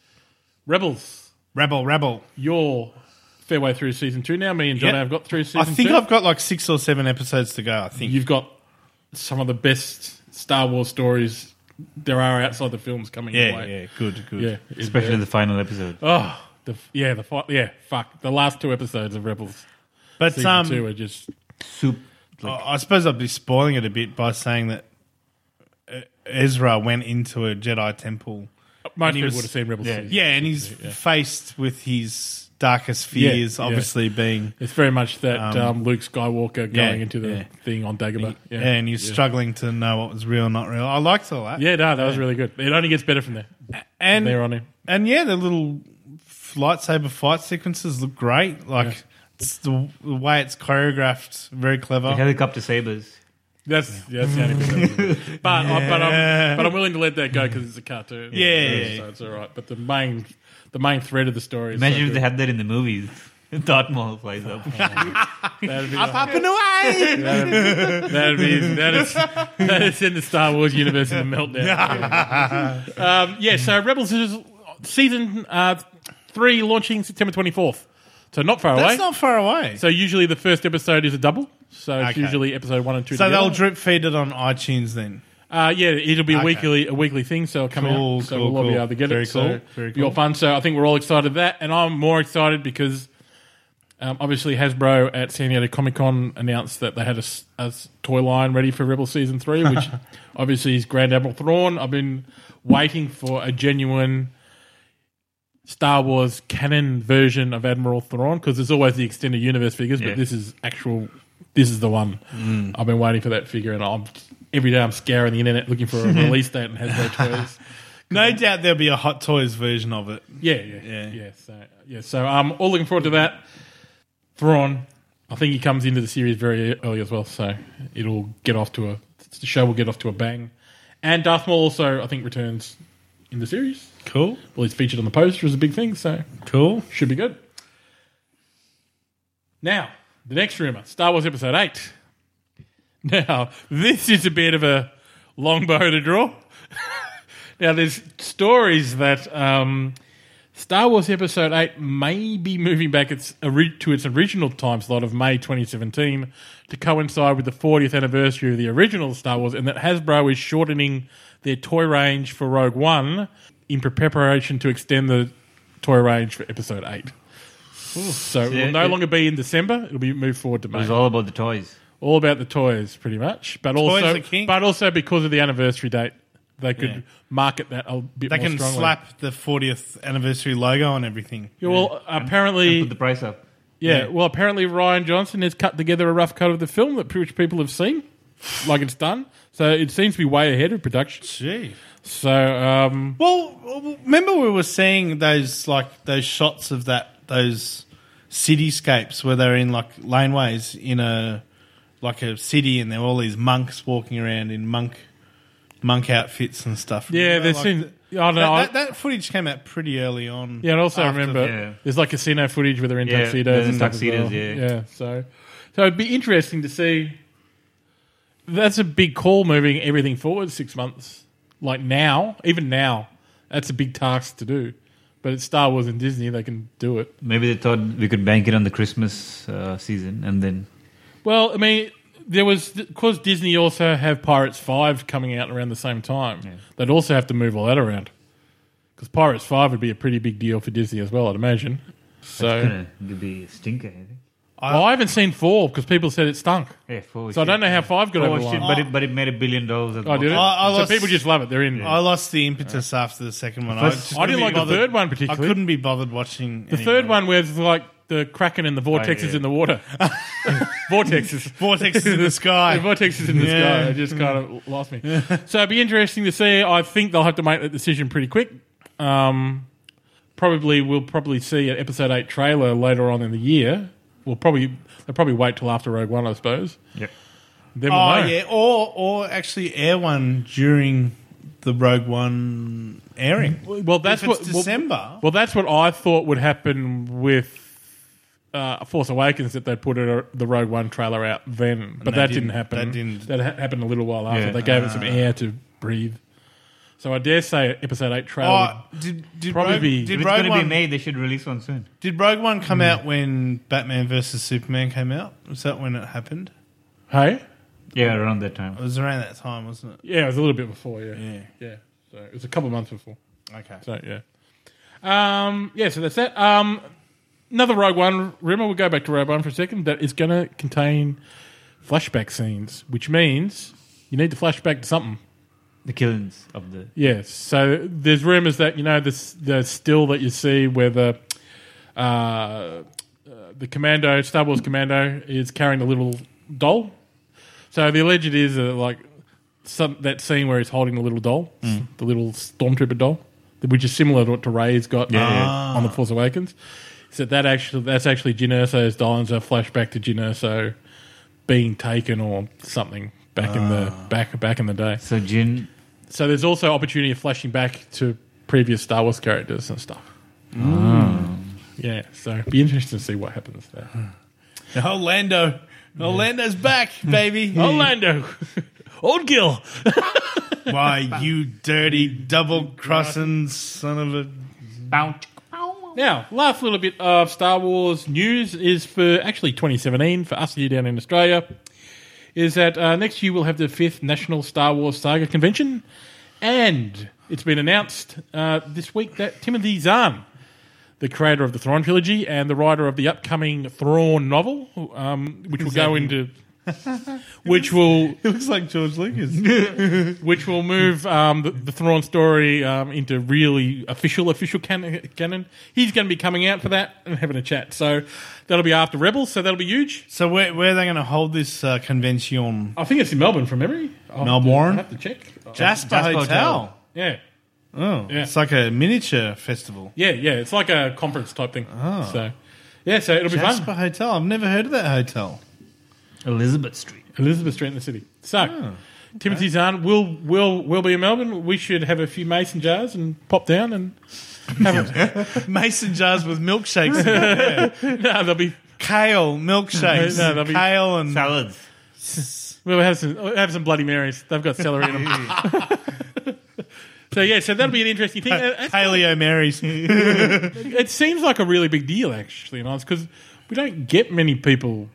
Speaker 3: Rebels.
Speaker 5: Rebel, rebel.
Speaker 3: You're fair way through season two now. Me and John
Speaker 5: Yep.
Speaker 3: have got through season
Speaker 5: I think
Speaker 3: two.
Speaker 5: I've got like six or seven episodes to go. I think.
Speaker 3: You've got some of the best Star Wars stories there are outside the films coming your
Speaker 5: yeah,
Speaker 3: way.
Speaker 5: yeah, good, good.
Speaker 3: Yeah, yeah.
Speaker 4: Especially the final episode.
Speaker 3: Oh, the, yeah, the fi- yeah, fuck. The last two episodes of Rebels
Speaker 5: But
Speaker 3: season
Speaker 5: um,
Speaker 3: two are just
Speaker 4: Soup. Like,
Speaker 5: I I suppose I'd be E, spoiling it a bit by saying that uh, Ezra went into a Jedi temple
Speaker 3: Most
Speaker 5: And he
Speaker 3: people
Speaker 5: was-
Speaker 3: would have seen Rebel Six.
Speaker 5: Yeah, and he's faced with his darkest fears,
Speaker 3: Yeah, yeah.
Speaker 5: obviously being.
Speaker 3: It's very much that um, Luke Skywalker going
Speaker 5: yeah,
Speaker 3: into the
Speaker 5: yeah.
Speaker 3: thing on Dagobah. Yeah,
Speaker 5: Yeah, and he's struggling to know what was real, and not real. I liked all that.
Speaker 3: Yeah, no, that was really good. It only gets better from there.
Speaker 5: Mm-hmm. and
Speaker 3: They're on him.
Speaker 5: And yeah, the little lightsaber fight sequences look great. Like it's the, the way it's choreographed, very clever.
Speaker 4: Helicopter sabers.
Speaker 3: That's that's the only bit. that was good. But I, but I'm but I'm willing to let that go because it's a cartoon. so,
Speaker 5: Yeah, yeah, yeah.
Speaker 3: it's all right. But the main the main thread of the story. Is
Speaker 4: Imagine
Speaker 3: so
Speaker 4: if they had that in the movies. Darth Maul flies up.
Speaker 3: good. that'd be, like,
Speaker 5: Up and away!
Speaker 3: that'd be that is that is in the Star Wars universe in the meltdown. um, yeah. So Rebels is season uh, three launching September twenty fourth. So not far away.
Speaker 5: That's not far away. So,
Speaker 3: so usually the first episode is a double. So it's
Speaker 5: Okay.
Speaker 3: usually episode one and two. together.
Speaker 5: they'll drip feed it on iTunes then.
Speaker 3: Uh, yeah, it'll be a weekly a weekly thing, so it'll come
Speaker 5: Cool,
Speaker 3: out. So
Speaker 5: cool,
Speaker 3: we'll all be
Speaker 5: cool.
Speaker 3: able to get
Speaker 5: Very
Speaker 3: it. So
Speaker 5: cool, very
Speaker 3: it'll be all
Speaker 5: cool.
Speaker 3: fun. So I think we're all excited for that, and I'm more excited because um, obviously Hasbro at San Diego Comic Con announced that they had a, s- a s- toy line ready for Rebel Season Three, which obviously is Grand Admiral Thrawn. I've been waiting for a genuine Star Wars canon version of Admiral Thrawn because there's always the extended universe figures,
Speaker 4: Yeah.
Speaker 3: but this is actual. This is the one. I've been waiting for that figure, and I'm every day I'm scouring the internet looking for a release date and has no toys.
Speaker 5: No doubt there'll be a Hot Toys version of it.
Speaker 3: Yeah, yeah, yeah,
Speaker 5: Yeah.
Speaker 3: yeah. So yeah, so I'm all looking forward to that. Thrawn, I think he comes into the series very early as well, so it'll get off to a the show will get off to a bang. And Darth Maul also, I think, returns in the series.
Speaker 5: Cool,
Speaker 3: Well, he's featured on the poster as a big thing, so
Speaker 5: cool.
Speaker 3: should be good. Now, the next rumor Star Wars Episode 8. Now, this is a bit of a long bow to draw. now, there's stories that um, Star Wars Episode 8 may be moving back its, ori- to its original time slot of May 2017 to coincide with the 40th anniversary of the original Star Wars, and that Hasbro is shortening their toy range for Rogue One in preparation to extend the toy range for Episode 8. So it will
Speaker 4: Yeah,
Speaker 3: no
Speaker 4: it-
Speaker 3: longer be in December. It'll be moved forward to May
Speaker 4: It was all about the toys.
Speaker 3: all about the toys, pretty much. But
Speaker 5: Toys
Speaker 3: also,
Speaker 5: are king.
Speaker 3: but also because of the anniversary date, they could
Speaker 5: Yeah.
Speaker 3: market that a bit
Speaker 5: They
Speaker 3: more
Speaker 5: can
Speaker 3: strongly.
Speaker 5: slap the 40th anniversary logo on everything.
Speaker 3: Yeah, Well, apparently,
Speaker 4: Put the price up.
Speaker 3: yeah,
Speaker 5: yeah.
Speaker 3: Well, apparently, Ryan Johnson has cut together a rough cut of the film that which people have seen, like it's done. So it seems to be way ahead of production.
Speaker 5: Gee.
Speaker 3: So um,
Speaker 5: Well, remember we were seeing those like those shots of that those cityscapes where they're in like laneways in a like a city, and there are all these monks walking around in monk monk outfits and stuff.
Speaker 3: yeah,
Speaker 5: Remember?
Speaker 3: there's
Speaker 5: Like,
Speaker 3: seen. I don't know.
Speaker 5: that,
Speaker 3: I-
Speaker 5: that, that footage came out pretty early on.
Speaker 3: Yeah, and also I
Speaker 5: after-
Speaker 3: remember
Speaker 4: yeah.
Speaker 3: there's like casino footage where they're in
Speaker 4: Yeah,
Speaker 3: tuxedos
Speaker 4: they're
Speaker 3: and
Speaker 4: in
Speaker 3: stuff as
Speaker 4: tuxedos,
Speaker 3: well.
Speaker 4: yeah.
Speaker 3: So, so it'd be interesting to see. That's a big call, moving everything forward six months. Like now, even now, that's a big task to do. But it's Star Wars and Disney; they can do it.
Speaker 4: Maybe they thought we could bank it on the Christmas uh, season and then
Speaker 3: Well, I mean, there was because Disney also have Pirates Five coming out around the same time. They'd also have to move all that around because Pirates Five would be a pretty big deal for Disney as well, I'd imagine. So
Speaker 4: gonna be a stinker. I think.
Speaker 3: Well, I haven't seen four because people said it stunk.
Speaker 4: Yeah, four
Speaker 3: So I don't know how five got
Speaker 4: Four
Speaker 3: over the
Speaker 4: shit,
Speaker 3: line.
Speaker 4: but it but it made a billion dollars. At the
Speaker 3: Oh, did it?
Speaker 4: box
Speaker 5: I- I
Speaker 3: so
Speaker 5: lost-
Speaker 3: people just love it. They're in.
Speaker 5: I lost the impetus after the second one.
Speaker 4: First-
Speaker 5: just
Speaker 3: I didn't
Speaker 5: couldn't
Speaker 3: like
Speaker 5: be
Speaker 3: the
Speaker 5: bothered-
Speaker 3: third one
Speaker 5: I
Speaker 3: particularly.
Speaker 5: couldn't be bothered watching
Speaker 3: the third one where it's like the kraken and the vortexes
Speaker 4: yeah.
Speaker 3: in the water. vortexes.
Speaker 5: Vortex in the sky.
Speaker 3: The vortexes in the
Speaker 5: Yeah.
Speaker 3: sky. It just kind of lost me. so it'd be interesting to see. I think they'll have to make that decision pretty quick. Um, probably we'll probably see an episode eight trailer later on in the year. We'll probably they'll probably wait till after Rogue One, I suppose.
Speaker 4: Yeah.
Speaker 3: Then we'll
Speaker 5: Oh
Speaker 3: know.
Speaker 5: yeah, or or actually air one during the Rogue One airing.
Speaker 3: Well, that's
Speaker 5: if
Speaker 3: what
Speaker 5: it's
Speaker 3: well-
Speaker 5: December.
Speaker 3: Well, that's what I thought would happen with uh, Force Awakens that they put it, uh, the Rogue One trailer out then, but
Speaker 5: they
Speaker 3: that
Speaker 5: didn't-
Speaker 3: didn't, happen.
Speaker 5: that didn't- Ah.
Speaker 3: That ha- happened a little while after.
Speaker 4: Yeah.
Speaker 3: They gave it some air to breathe. So I dare say Episode Eight trailer.
Speaker 5: Oh, did did
Speaker 3: Probably
Speaker 5: Rogue,
Speaker 3: be-
Speaker 4: If
Speaker 5: did
Speaker 4: it's
Speaker 5: Rogue
Speaker 4: going to be
Speaker 5: One
Speaker 4: made, they should release one soon.
Speaker 5: did Rogue One come out when Batman versus Superman came out? Was that when it happened?
Speaker 3: would- hey,
Speaker 4: Yeah, around that time.
Speaker 5: It was around that time, wasn't it?
Speaker 3: yeah, it was a little bit before. Yeah, yeah.
Speaker 5: Yeah.
Speaker 3: So it was a couple of months before.
Speaker 5: Okay.
Speaker 3: So yeah. Um, yeah, so that's that. Um, another Rogue One rumor. We'll go back to Rogue One for a second. That is going to contain flashback scenes, which means you need to flashback to something.
Speaker 4: the killings of the
Speaker 3: Yes. So there's rumours that you know the s- the still that you see where the uh, uh, the commando Star Wars commando is carrying a little doll. So the alleged is uh, like some that scene where he's holding the little doll,
Speaker 4: Mm.
Speaker 3: the little stormtrooper doll, which is similar to what Ray's got uh,
Speaker 4: yeah.
Speaker 3: on the Force Awakens. So that actually that's actually Jyn Erso's doll, and it's a flashback to Jyn Erso being taken or something back in the
Speaker 4: Ah.
Speaker 3: back back in the day.
Speaker 4: so Jin.
Speaker 3: So there's also opportunity of flashing back to previous Star Wars characters and stuff. Yeah, so it'd be interesting to see what happens there.
Speaker 5: Orlando. Orlando's back, baby.
Speaker 3: Orlando, Old Gil.
Speaker 5: Why, you dirty double crossing son of a.
Speaker 3: Now, last little bit of Star Wars news is for actually 2017 for us here down in Australia. Is that uh, next year we'll have the fifth National Star Wars Saga Convention, and it's been announced uh, this week that Timothy Zahn, the creator of the Thrawn trilogy and the writer of the upcoming Thrawn novel, um, which will go into, which will
Speaker 5: It looks like George Lucas.
Speaker 3: which will move um, the, the Thrawn story um, into really official, official can- canon. He's going to be coming out for that and having a chat. So that'll be after Rebels. So that'll be huge.
Speaker 5: so, where, where are they going to hold this uh, convention?
Speaker 3: I think it's in Melbourne from memory. I'll
Speaker 5: Melbourne?
Speaker 3: have to, I'll have to check.
Speaker 5: Jasper,
Speaker 4: Jasper
Speaker 5: Hotel.
Speaker 4: Hotel.
Speaker 3: Yeah,
Speaker 5: Oh,
Speaker 3: Yeah.
Speaker 5: it's like a miniature festival.
Speaker 3: yeah, yeah. It's like a conference type thing. So yeah, so it'll be
Speaker 5: Ah. Jasper
Speaker 3: fun.
Speaker 5: Hotel. I've never heard of that hotel.
Speaker 4: Elizabeth Street.
Speaker 3: Elizabeth Street in the city. So.
Speaker 5: Ah,
Speaker 3: Timothy Zahn will will will be in Melbourne. We should have a few mason jars and pop down and
Speaker 5: Mason jars with milkshakes. in it.
Speaker 3: no, they'll be
Speaker 5: Kale milkshakes.
Speaker 3: No, that'll be-
Speaker 5: Kale and
Speaker 4: Salads.
Speaker 3: We'll have some have some Bloody Marys. They've got celery in them. so yeah, so that'll be an interesting thing. Uh, that's-
Speaker 5: Paleo Marys.
Speaker 3: It seems like a really big deal, actually, and because we don't get many people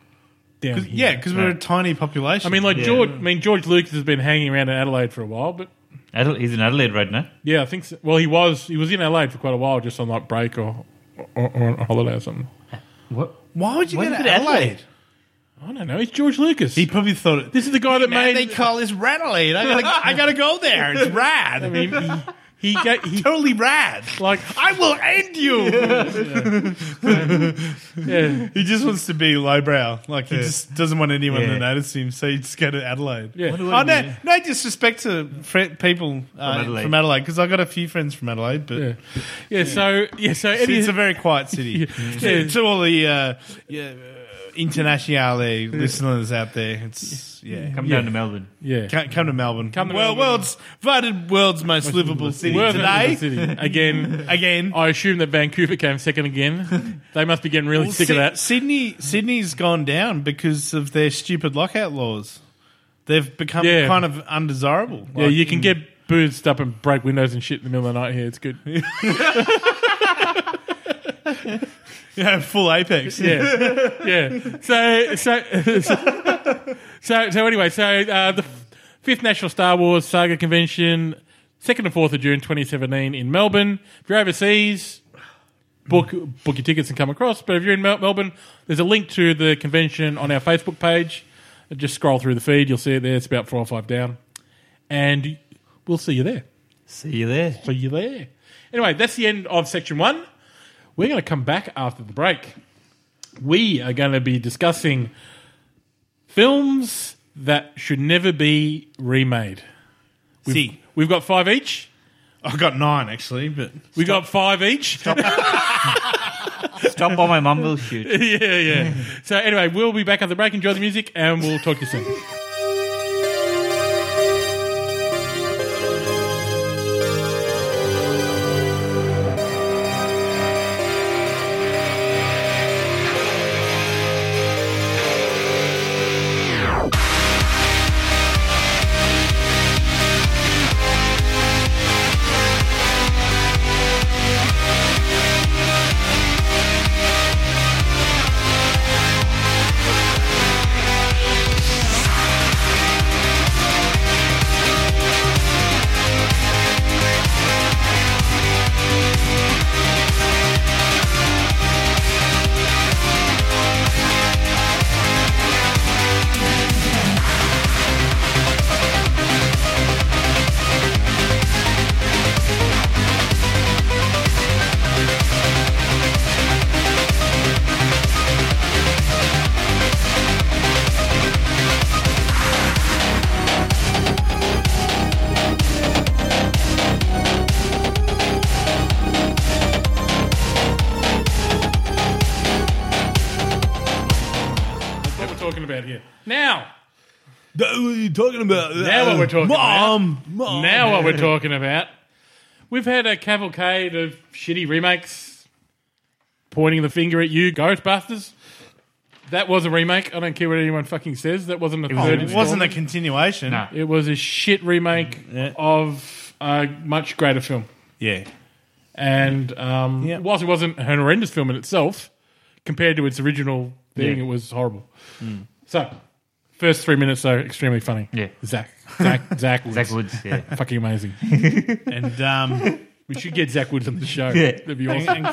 Speaker 3: down here.
Speaker 5: yeah, because we're a tiny population.
Speaker 3: I mean, like
Speaker 4: Yeah.
Speaker 3: George. I mean, George Lucas has been hanging around in Adelaide for a while, but
Speaker 4: Adela- he's in Adelaide right now.
Speaker 3: yeah, I think. So. Well, he was he was in Adelaide for quite a while, just on like break or or, or on a holiday or something.
Speaker 4: What?
Speaker 5: why would you
Speaker 4: Why
Speaker 5: go
Speaker 4: did
Speaker 5: to
Speaker 4: it Adelaide?
Speaker 5: Adelaide?
Speaker 3: I don't know. It's George Lucas.
Speaker 5: He probably thought it.
Speaker 3: this is the guy that
Speaker 5: Man,
Speaker 3: made.
Speaker 5: they call this Radelaide. I gotta, I gotta go there. It's rad.
Speaker 3: I mean, he he, ga- he
Speaker 5: totally rad.
Speaker 3: like
Speaker 5: I will end you.
Speaker 3: yeah,
Speaker 5: he just wants to be lowbrow. Like he just doesn't want anyone to
Speaker 4: Yeah.
Speaker 5: notice him, so he just go to Adelaide.
Speaker 3: Yeah. What do
Speaker 5: Oh no, no disrespect to fr- people uh,
Speaker 4: Adelaide.
Speaker 5: from Adelaide because I got a few friends from Adelaide, but
Speaker 3: yeah, yeah. So yeah, so
Speaker 5: it's,
Speaker 3: Eddie,
Speaker 5: a very quiet city.
Speaker 3: Yeah.
Speaker 5: To, to all the uh, yeah, uh, internationale listeners out there, it's yeah.
Speaker 4: Come down to Melbourne.
Speaker 3: yeah.
Speaker 5: Come, come to Melbourne.
Speaker 3: Come to
Speaker 5: well,
Speaker 3: Melbourne.
Speaker 5: world's voted world's most, livable city
Speaker 3: Worth it
Speaker 5: today.
Speaker 3: for the city. Again,
Speaker 5: Again,
Speaker 3: I assume that Vancouver came second again. They must be getting really sick of
Speaker 5: Syd-
Speaker 3: that.
Speaker 5: Sydney Sydney's gone down because of their stupid lockout laws. They've become
Speaker 3: Yeah.
Speaker 5: kind of undesirable.
Speaker 3: Yeah,
Speaker 5: Like,
Speaker 3: you can get boozed up and break windows and shit in the middle of the night here. It's good. Yeah.
Speaker 5: yeah, full apex.
Speaker 3: Yeah. So, so, so, so, so anyway, so uh, the fifth National Star Wars Saga Convention, 2nd and 4th of June 2017 in Melbourne. If you're overseas, book book your tickets and come across. But if you're in Mel- Melbourne, there's a link to the convention on our Facebook page. Just scroll through the feed, you'll see it there. It's about four or five down, and we'll see you there.
Speaker 4: See you there.
Speaker 3: See you there. Anyway, that's the end of section one. We're going to come back after the break. We are going to be discussing films that should never be remade. We've,
Speaker 5: See.
Speaker 3: we've got five each.
Speaker 5: I got nine actually, but
Speaker 3: We got five each.
Speaker 4: Stop on my mumble shoot.
Speaker 3: yeah, yeah. So anyway, we'll be back after the break. Enjoy the music, and we'll talk to you soon. about here? Now.
Speaker 5: That, what are you talking about?
Speaker 3: Now what we're talking
Speaker 5: Mom,
Speaker 3: about.
Speaker 5: Mom.
Speaker 3: Um, Now what we're talking about. We've had a cavalcade of shitty remakes pointing the finger at you, Ghostbusters. That was a remake. I don't care what anyone fucking says. That wasn't a
Speaker 5: Oh,
Speaker 3: third
Speaker 5: it wasn't a
Speaker 3: installment.
Speaker 5: continuation.
Speaker 4: No.
Speaker 3: It was a shit remake
Speaker 5: Yeah.
Speaker 3: of a much greater film.
Speaker 5: Yeah.
Speaker 3: And um,
Speaker 5: Yeah.
Speaker 3: whilst it wasn't an horrendous film in itself, compared to its original thing,
Speaker 4: Yeah.
Speaker 3: it was horrible.
Speaker 5: Mm.
Speaker 3: So, first three minutes are extremely funny.
Speaker 4: Yeah.
Speaker 3: Zach. Zach. Zach. Woods.
Speaker 4: Zach Woods, yeah.
Speaker 3: Fucking amazing.
Speaker 5: And um,
Speaker 3: We should get Zach Woods on the show.
Speaker 4: Yeah.
Speaker 3: That'd be awesome.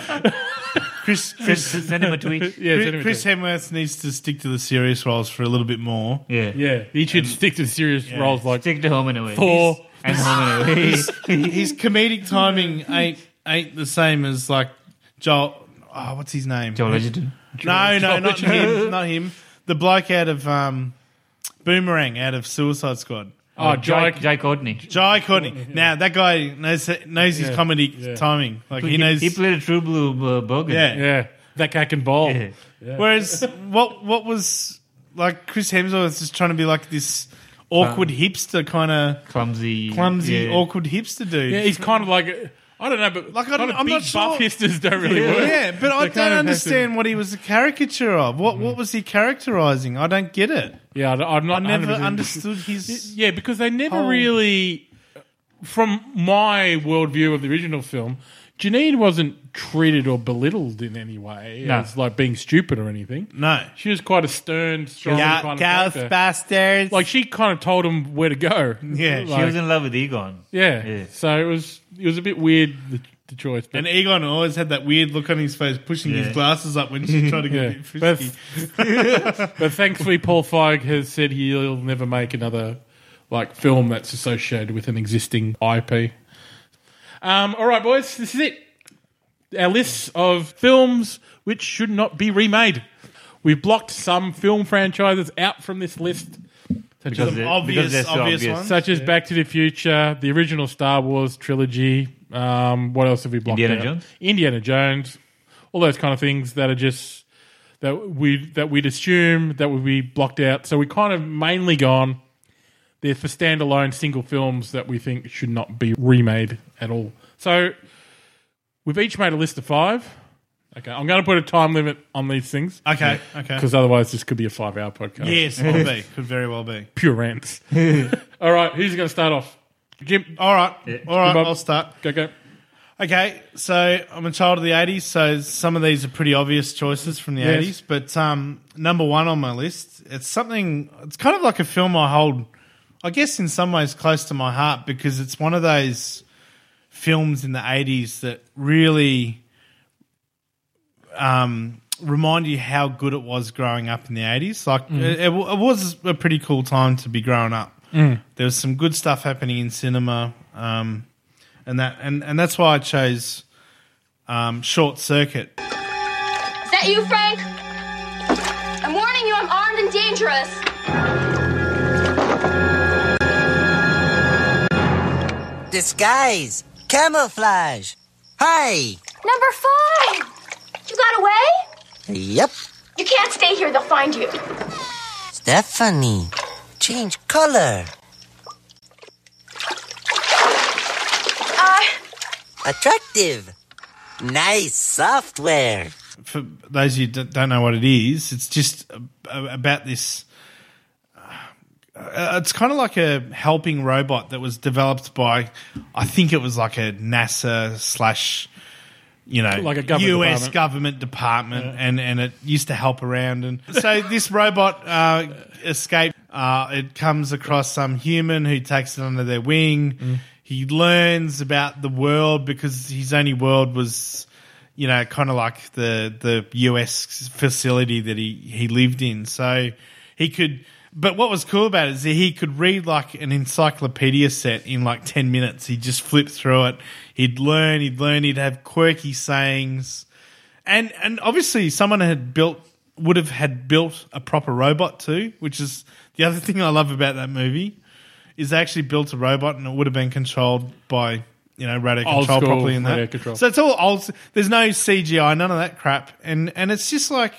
Speaker 4: Chris,
Speaker 5: Chris, Chris,
Speaker 4: send him a tweet.
Speaker 3: Yeah, send him a
Speaker 5: Chris
Speaker 3: tweet.
Speaker 5: Hemsworth needs to stick to the serious roles for a little bit more.
Speaker 4: Yeah.
Speaker 3: Yeah, he should stick to serious roles like
Speaker 4: Take the home and away.
Speaker 3: Thor.
Speaker 4: And home and away.
Speaker 5: His comedic timing ain't ain't the same as like Joel. Oh, what's his name?
Speaker 4: Joel Edgerton.
Speaker 5: No, no,
Speaker 3: Joel
Speaker 5: not
Speaker 3: Edgerton.
Speaker 5: him. Not him. The bloke out of um, Boomerang, out of Suicide Squad.
Speaker 3: oh,
Speaker 4: Jai,
Speaker 3: Jai,
Speaker 4: Jai Courtney.
Speaker 5: Jai Courtney. Now that guy knows knows his
Speaker 3: Yeah,
Speaker 5: comedy
Speaker 3: yeah.
Speaker 5: timing. Like he knows.
Speaker 4: He played a true blue uh, bogan.
Speaker 5: yeah.
Speaker 3: yeah, that guy can bowl.
Speaker 4: Yeah.
Speaker 5: Whereas what what was like Chris Hemsworth just trying to be like this awkward hipster kind of
Speaker 4: Clumsy.
Speaker 5: clumsy,
Speaker 4: yeah.
Speaker 5: awkward hipster dude.
Speaker 3: Yeah, he's kind of like I don't know, but
Speaker 5: Like, I
Speaker 3: like
Speaker 5: don't- I'm
Speaker 3: big
Speaker 5: not sure.
Speaker 3: buff hipsters don't really work.
Speaker 5: Yeah, but
Speaker 3: They
Speaker 5: I
Speaker 3: kind of
Speaker 5: don't
Speaker 3: Mm. have to-
Speaker 5: understand what he was a caricature of. What what was he characterizing? I don't get it.
Speaker 3: Yeah, I- I'm
Speaker 5: I
Speaker 3: not.
Speaker 5: never
Speaker 3: 100%
Speaker 5: understood Oh. his.
Speaker 3: Yeah, because they never
Speaker 5: whole-
Speaker 3: really, from my worldview of the original film, Janine wasn't treated or belittled in any way
Speaker 4: No.
Speaker 3: as like being stupid or anything.
Speaker 5: No.
Speaker 3: She was quite a stern, strong kind of character.
Speaker 5: Ghostbusters.
Speaker 3: like she kind of told him where to go.
Speaker 5: Yeah, she
Speaker 3: Like,
Speaker 4: He was in love with Egon.
Speaker 3: yeah.
Speaker 4: Yeah.
Speaker 3: So it was it was a bit weird the, the choice, but
Speaker 5: and Egon always had that weird look on his face, pushing
Speaker 4: Yeah.
Speaker 5: his glasses up when she tried to get
Speaker 3: yeah.
Speaker 5: a bit
Speaker 3: But,
Speaker 5: frisky.
Speaker 3: but thankfully, Paul Feig has said he'll never make another like film that's associated with an existing IP. Um, all right, boys, this is it. Our list of films which should not be remade. We've blocked some film franchises out from this list, such as
Speaker 4: Because it-
Speaker 5: obvious-
Speaker 4: because they're so
Speaker 5: obvious
Speaker 4: obvious.
Speaker 5: one.
Speaker 3: such as Back to the Future, the original Star Wars trilogy. Um, what else have we blocked?
Speaker 4: Indiana
Speaker 3: out?
Speaker 4: Jones?
Speaker 3: Indiana Jones, all those kind of things that are just that we that we'd assume that would be blocked out. So we kind of mainly gone. They're for standalone single films that we think should not be remade at all. So we've each made a list of five. Okay, I'm going to put a time limit on these things
Speaker 5: Okay, okay.
Speaker 3: because otherwise this could be a five-hour podcast
Speaker 5: Yes, could be. Could very well be.
Speaker 3: pure rants. All right, who's going to start off? Jim,
Speaker 5: All right, all right.
Speaker 3: Bob.
Speaker 5: I'll start.
Speaker 3: go go.
Speaker 5: Okay, so I'm a child of the 80s, so some of these are pretty obvious choices from the
Speaker 3: Yes.
Speaker 5: 80s. But um, number one on my list, it's something, it's kind of like a film I hold, I guess, in some ways close to my heart because it's one of those films in the 80s that really um, remind you how good it was growing up in the 80s. Like, it, it wa- it was a pretty cool time to be growing up. There was some good stuff happening in cinema. Um, and that and, and that's why I chose um, Short Circuit.
Speaker 7: Is that you, Frank? I'm warning you, I'm armed and dangerous.
Speaker 8: Disguise. Camouflage. Hi.
Speaker 7: Number five! You got away?
Speaker 8: Yep.
Speaker 7: You can't stay here, they'll find you.
Speaker 8: Stephanie. Change color.
Speaker 7: Uh,
Speaker 8: Attractive. Nice software.
Speaker 5: For those of you that don't know what it is, it's just a- a- about this. Uh, it's kind of like a helping robot that was developed by, I think it was like a NASA slash, you know,
Speaker 3: Like a government
Speaker 5: US
Speaker 3: department.
Speaker 5: government department, and and it used to help around. And so this robot uh, escaped. Uh, it comes across some human who takes it under their wing. He learns about the world because his only world was, you know, kind of like the the US facility that he he lived in. So he could. But what was cool about it is that he could read like an encyclopedia set in like 10 minutes. He'd just flip through it. He'd learn, he'd learn, he'd have quirky sayings and and obviously someone had built would have had built a proper robot too, which is the other thing I love about that movie is they actually built a robot and it would have been controlled by you know radio
Speaker 3: Old
Speaker 5: control
Speaker 3: school
Speaker 5: properly and
Speaker 3: radio
Speaker 5: that.
Speaker 3: control.
Speaker 5: So it's all old. There's no CGI, none of that crap, and and it's just like